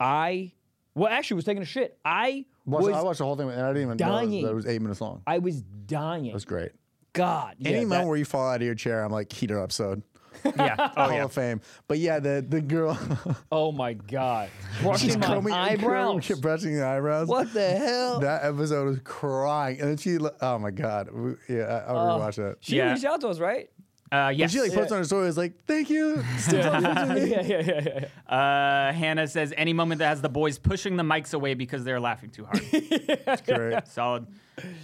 S2: I well, actually, was taking a shit. I
S4: Watched-
S2: was
S4: I watched the whole thing, and I didn't even
S2: dying.
S4: know that it was eight minutes long.
S2: I was dying.
S4: It was great.
S2: God, yeah,
S4: Any
S2: that- *laughs*
S4: moment where you fall out of your chair, I'm like, heater episode. *laughs*
S5: Yeah. Oh,
S4: Hall
S5: yeah.
S4: of Fame. But yeah, the the girl *laughs*
S2: Oh my god.
S4: she's
S2: Brushing my
S4: combing, *laughs*
S2: eyebrows.
S4: combing- brushing the eyebrows.
S2: What the hell?
S4: That episode was crying, and then she. le- Oh my god. We- Yeah, I- I'll rewatch that.
S2: Oh. She
S5: Yeah.
S2: reached out to us, right?
S5: Uh,
S4: And
S5: yes.
S4: she like posted on her story, was like, "Thank
S2: *laughs*
S4: you."
S2: yeah, yeah, yeah, yeah, yeah.
S5: Uh, Hannah says any moment that has the boys pushing the mics away because they're laughing
S2: *laughs*
S5: too hard.
S4: Great.
S5: *laughs* Solid.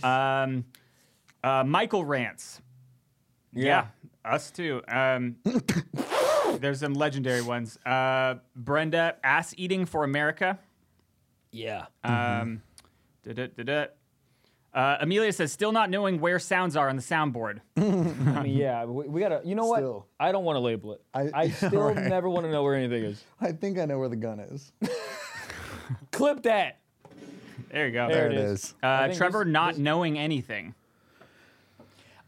S5: Um, uh, Michael Rance. Yeah. us too. Um, *coughs* there's some legendary ones. Uh, Brenda, ass eating for America.
S2: Yeah.
S4: Mm-hmm.
S5: Um, duh, duh, duh, duh. Uh, Amelia says still not knowing where sounds are on the soundboard.
S2: *laughs* I mean, yeah. We, we gotta. You know what?
S4: Still.
S2: I don't want to label it. I,
S4: I- *laughs*
S2: still
S4: Right.
S2: never want to know where anything is.
S4: I think I know where the gun is.
S2: Clip that.
S5: There you go.
S2: There
S4: There it
S2: it
S4: is.
S2: is. I
S5: Uh,
S2: think
S5: Trevor
S2: this-
S5: not
S2: this-
S5: knowing anything.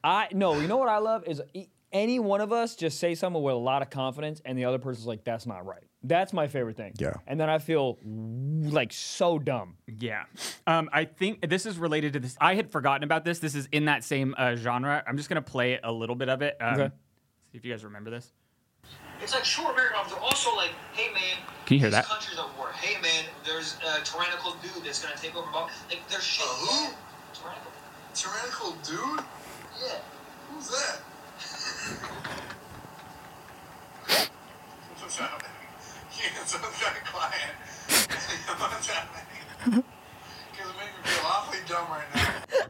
S2: I no. You know what I love is e- any one of us just say something with a lot of confidence, and the other person's like, "That's not right." That's my favorite thing.
S4: Yeah.
S2: And then I feel w- like so dumb.
S5: Yeah. Um, I think this is related to this. I had forgotten about this. This is in that same uh, genre. I'm just going to play a little bit of it. Um,
S2: Okay.
S5: See if you guys remember this.
S13: It's like short American moms are also like, hey man,
S5: Can you hear
S13: these
S5: that?
S13: countries are at war. Hey man, there's a tyrannical dude that's gonna take over. Bal- Like there's shit. who? Tyrannical. Tyrannical dude? Yeah. Who's that? What's *laughs* happening? Yeah, it's okay, quiet. What's
S4: *laughs*
S13: happening? Because it makes me feel awfully dumb right now.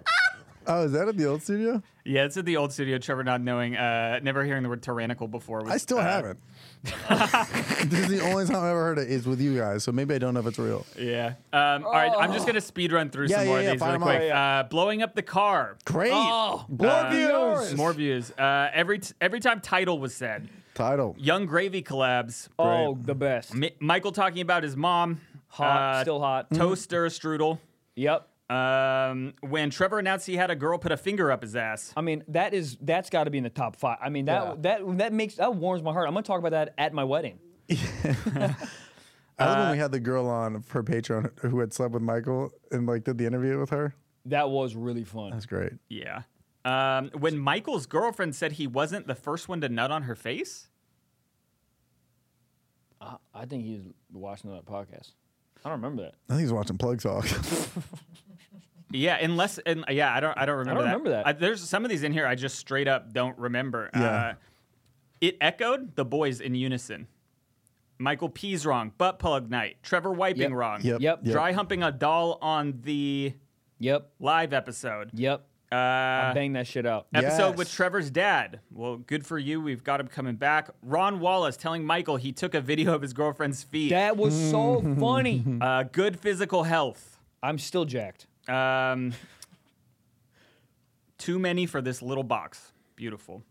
S4: Oh, is that at the old studio?
S5: Yeah, it's at the old studio. Trevor not knowing, uh, never hearing the word tyrannical before. Was,
S4: I still
S5: uh,
S4: haven't. this is the only time I've ever heard it is with you guys, so maybe I don't know if it's real.
S5: Yeah. Um, All right. I'm
S2: Oh.
S5: just going to speed run through
S4: Yeah,
S5: some more
S4: yeah, yeah,
S5: of these
S4: fire 'em
S5: really
S4: up.
S5: quick. Uh, blowing up the car.
S4: Great.
S2: Oh.
S4: More
S5: Uh,
S4: views.
S5: More views. Uh, every t- every time title was said,
S4: Title.
S5: Young Gravy collabs.
S2: Oh, the best.
S5: Mi- Michael talking about his mom.
S2: Hot,
S5: Uh,
S2: still hot. Mm-hmm.
S5: Toaster strudel.
S2: Yep.
S5: Um, when Trevor announced he had a girl put a finger up his ass.
S2: I mean, that is that's got to be in the top five. I mean, that that that makes that warms my heart. I'm gonna talk about that at my wedding.
S4: I love when we had the girl on her Patreon who had slept with Michael and like did the interview with her.
S2: That was really fun.
S4: That's great.
S5: Yeah. Um, when Michael's girlfriend said he wasn't the first one to nut on her face.
S2: I, I think he's watching that podcast. I don't remember that.
S4: I think he's watching Plug Talk.
S5: Yeah, unless and yeah, I don't I don't remember
S2: don't
S5: that.
S2: remember that.
S5: I, there's some of these in here I just straight up don't remember. Uh,
S4: Yeah.
S5: it echoed the boys in unison. Michael P's wrong, butt plug night. Trevor wiping
S2: Yep.
S5: wrong.
S4: Yep.
S2: Yep.
S5: Dry humping a doll on the
S2: Yep.
S5: live episode.
S2: Yep.
S5: Uh,
S2: Bang that shit out.
S5: Episode with
S4: Yes.
S5: Trevor's dad. Well, good for you. We've got him coming back. Ron Wallace telling Michael he took a video of his girlfriend's feet.
S2: That was
S4: *laughs*
S2: so funny.
S5: Uh, good physical health.
S2: I'm still jacked.
S5: Um, too many for this little box. Beautiful.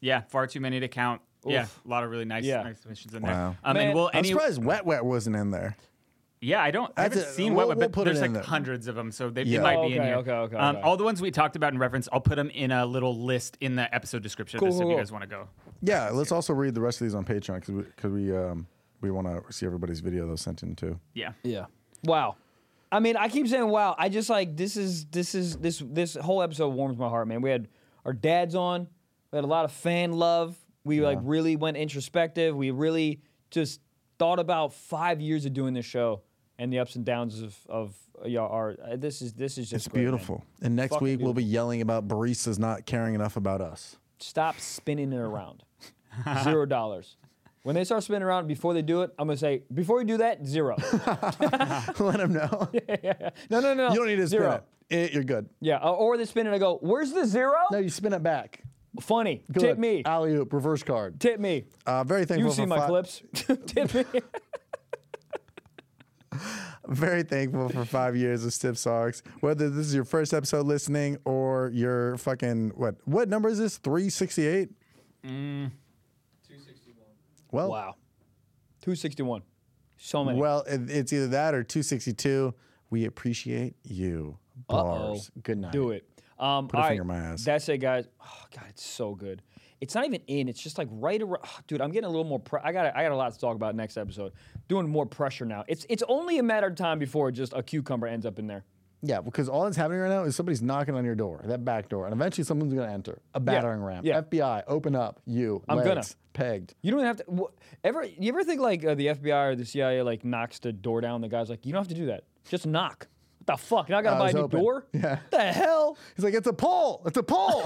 S5: Yeah, far too many to count. Yeah,
S2: Oof.
S5: a lot of really nice,
S2: Yeah.
S5: nice submissions
S4: *laughs*
S5: in
S4: Wow.
S5: there. Um,
S2: Man,
S5: and we'll,
S4: I'm
S5: any,
S4: surprised Wet Wet wasn't in there.
S5: yeah, I don't. I
S4: That's
S5: haven't
S4: it.
S5: seen
S4: We'll-
S5: what,
S4: we'll
S5: but
S4: put it
S5: there's like
S4: in there.
S5: hundreds of them, so they,
S4: Yeah.
S5: it might
S2: Oh,
S5: be in
S2: okay,
S5: here.
S2: okay, okay,
S5: um,
S2: okay.
S5: All the ones we talked about in reference, I'll put them in a little list in the episode description of
S2: Cool,
S5: this if
S2: cool,
S5: you
S2: cool.
S5: guys want to go.
S4: Yeah, let's also read the rest of these on Patreon because we, cause we um we want to see everybody's video that was sent in too.
S5: Yeah.
S2: Yeah. Wow. I mean, I keep saying wow. I just like this is this is this this whole episode warms my heart, man. We had our dads on. We had a lot of fan love. We like really went introspective. We really just thought about five years of doing this show and the ups and downs of of uh, yeah, our. uh, this is this is just
S4: It's
S2: great, man.
S4: beautiful. And next
S2: Fucking
S4: week we'll be yelling about baristas not caring enough about us.
S2: Stop spinning it around. zero dollars. When they start spinning around before they do it, I'm gonna say before you do that, zero.
S4: *laughs* Let them know.
S2: *laughs* No, no, no. no.
S4: You don't need to spin
S2: zero.
S4: it. It- You're good.
S2: Yeah, uh, or they spin it. I go, where's the zero?
S4: No, you spin it back.
S2: Funny.
S4: Good.
S2: Tip me.
S4: Alley oop. Reverse card.
S2: Tip me.
S4: Uh, very thankful.
S2: You've
S4: for
S2: seen my
S4: fi-
S2: clips. *laughs* Tip me.
S4: Very thankful for five years of Stiff Socks. Whether this is your first episode listening or your fucking what? What number is this? Three sixty eight. Well,
S2: wow. 261. So many.
S4: well, it, it's either that or two sixty two. We appreciate you. Bars. Good night.
S2: Do it. Um, Put
S4: a finger in my ass.
S2: That's it, guys. Oh, God, it's so good. It's not even in. It's just like right around. dude, I'm getting a little more. Pre- I got. I got a lot to talk about next episode. Doing more pressure now. It's. It's only a matter of time before just a cucumber ends up in there.
S4: Yeah, because all that's happening right now is somebody's knocking on your door, that back door, and eventually someone's going to enter. A battering ram.
S2: yeah.
S4: FBI, open up. You.
S2: I'm gonna.
S4: legs, Pegged.
S2: You don't have to. Wh- ever you ever think like uh, the FBI or the CIA like knocks the door down? The guy's like, you don't have to do that. Just knock. What the fuck? Now I gotta
S4: Oh,
S2: buy a
S4: it's
S2: new
S4: open.
S2: door?
S4: *laughs* Yeah.
S2: The hell?
S4: He's like, it's a pole. It's a pole.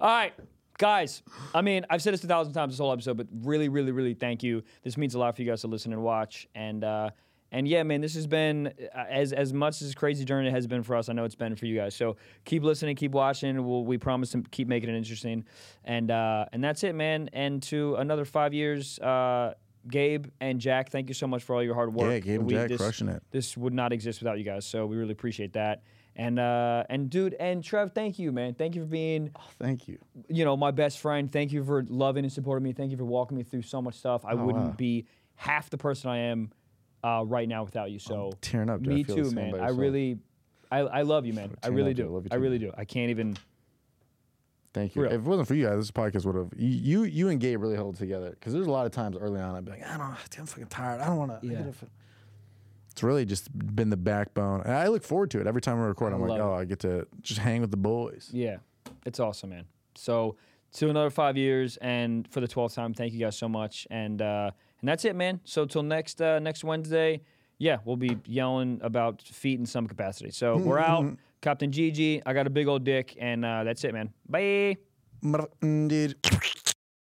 S2: All right, guys. I mean, I've said this a thousand times this whole episode, but really, really, really thank you. This means a lot for you guys to listen and watch. And uh, and yeah, man, this has been uh, as as much as crazy journey it has been for us. I know it's been for you guys. So keep listening, keep watching. We'll, we promise to keep making it interesting. And uh, and that's it, man. And to another five years. Uh, Gabe and Jack, thank you so much for all your hard work.
S4: Yeah, Gabe and Jack crushing it.
S2: This would not exist without you guys, so we really appreciate that. And uh, and dude, and Trev, thank you, man. Thank you for being
S4: Oh, Thank you.
S2: you know, my best friend. Thank you for loving and supporting me. Thank you for walking me through so much stuff. I
S4: Oh,
S2: wouldn't be half the person I am uh, right now without you. So
S4: tearing up, dude. I
S2: Me
S4: feel the
S2: too,
S4: same
S2: man.
S4: about
S2: I
S4: yourself.
S2: really, I, I love you, man. I
S4: tearing
S2: really
S4: up, dude. I
S2: do.
S4: love you
S2: I
S4: too,
S2: really do. I can't even.
S4: Thank you.
S2: Real.
S4: If it wasn't for you guys, this podcast would have you, you you and Gabe really held together. Because there's a lot of times early on I'd be like, I don't, I'm fucking tired. I don't want to.
S2: Yeah.
S4: It's really just been the backbone, and I look forward to it every time we record. I'm like,
S2: love
S4: oh, I get to just hang with the boys.
S2: Yeah, it's awesome, man. So to another five years, and for the twelfth time, thank you guys so much, and uh, and that's it, man. So till next uh, next Wednesday, yeah, we'll be yelling about feet in some capacity. So we're out, Captain Gigi. I got a big old dick, and uh, that's it, man. Bye.
S4: Mother- mm, Dude.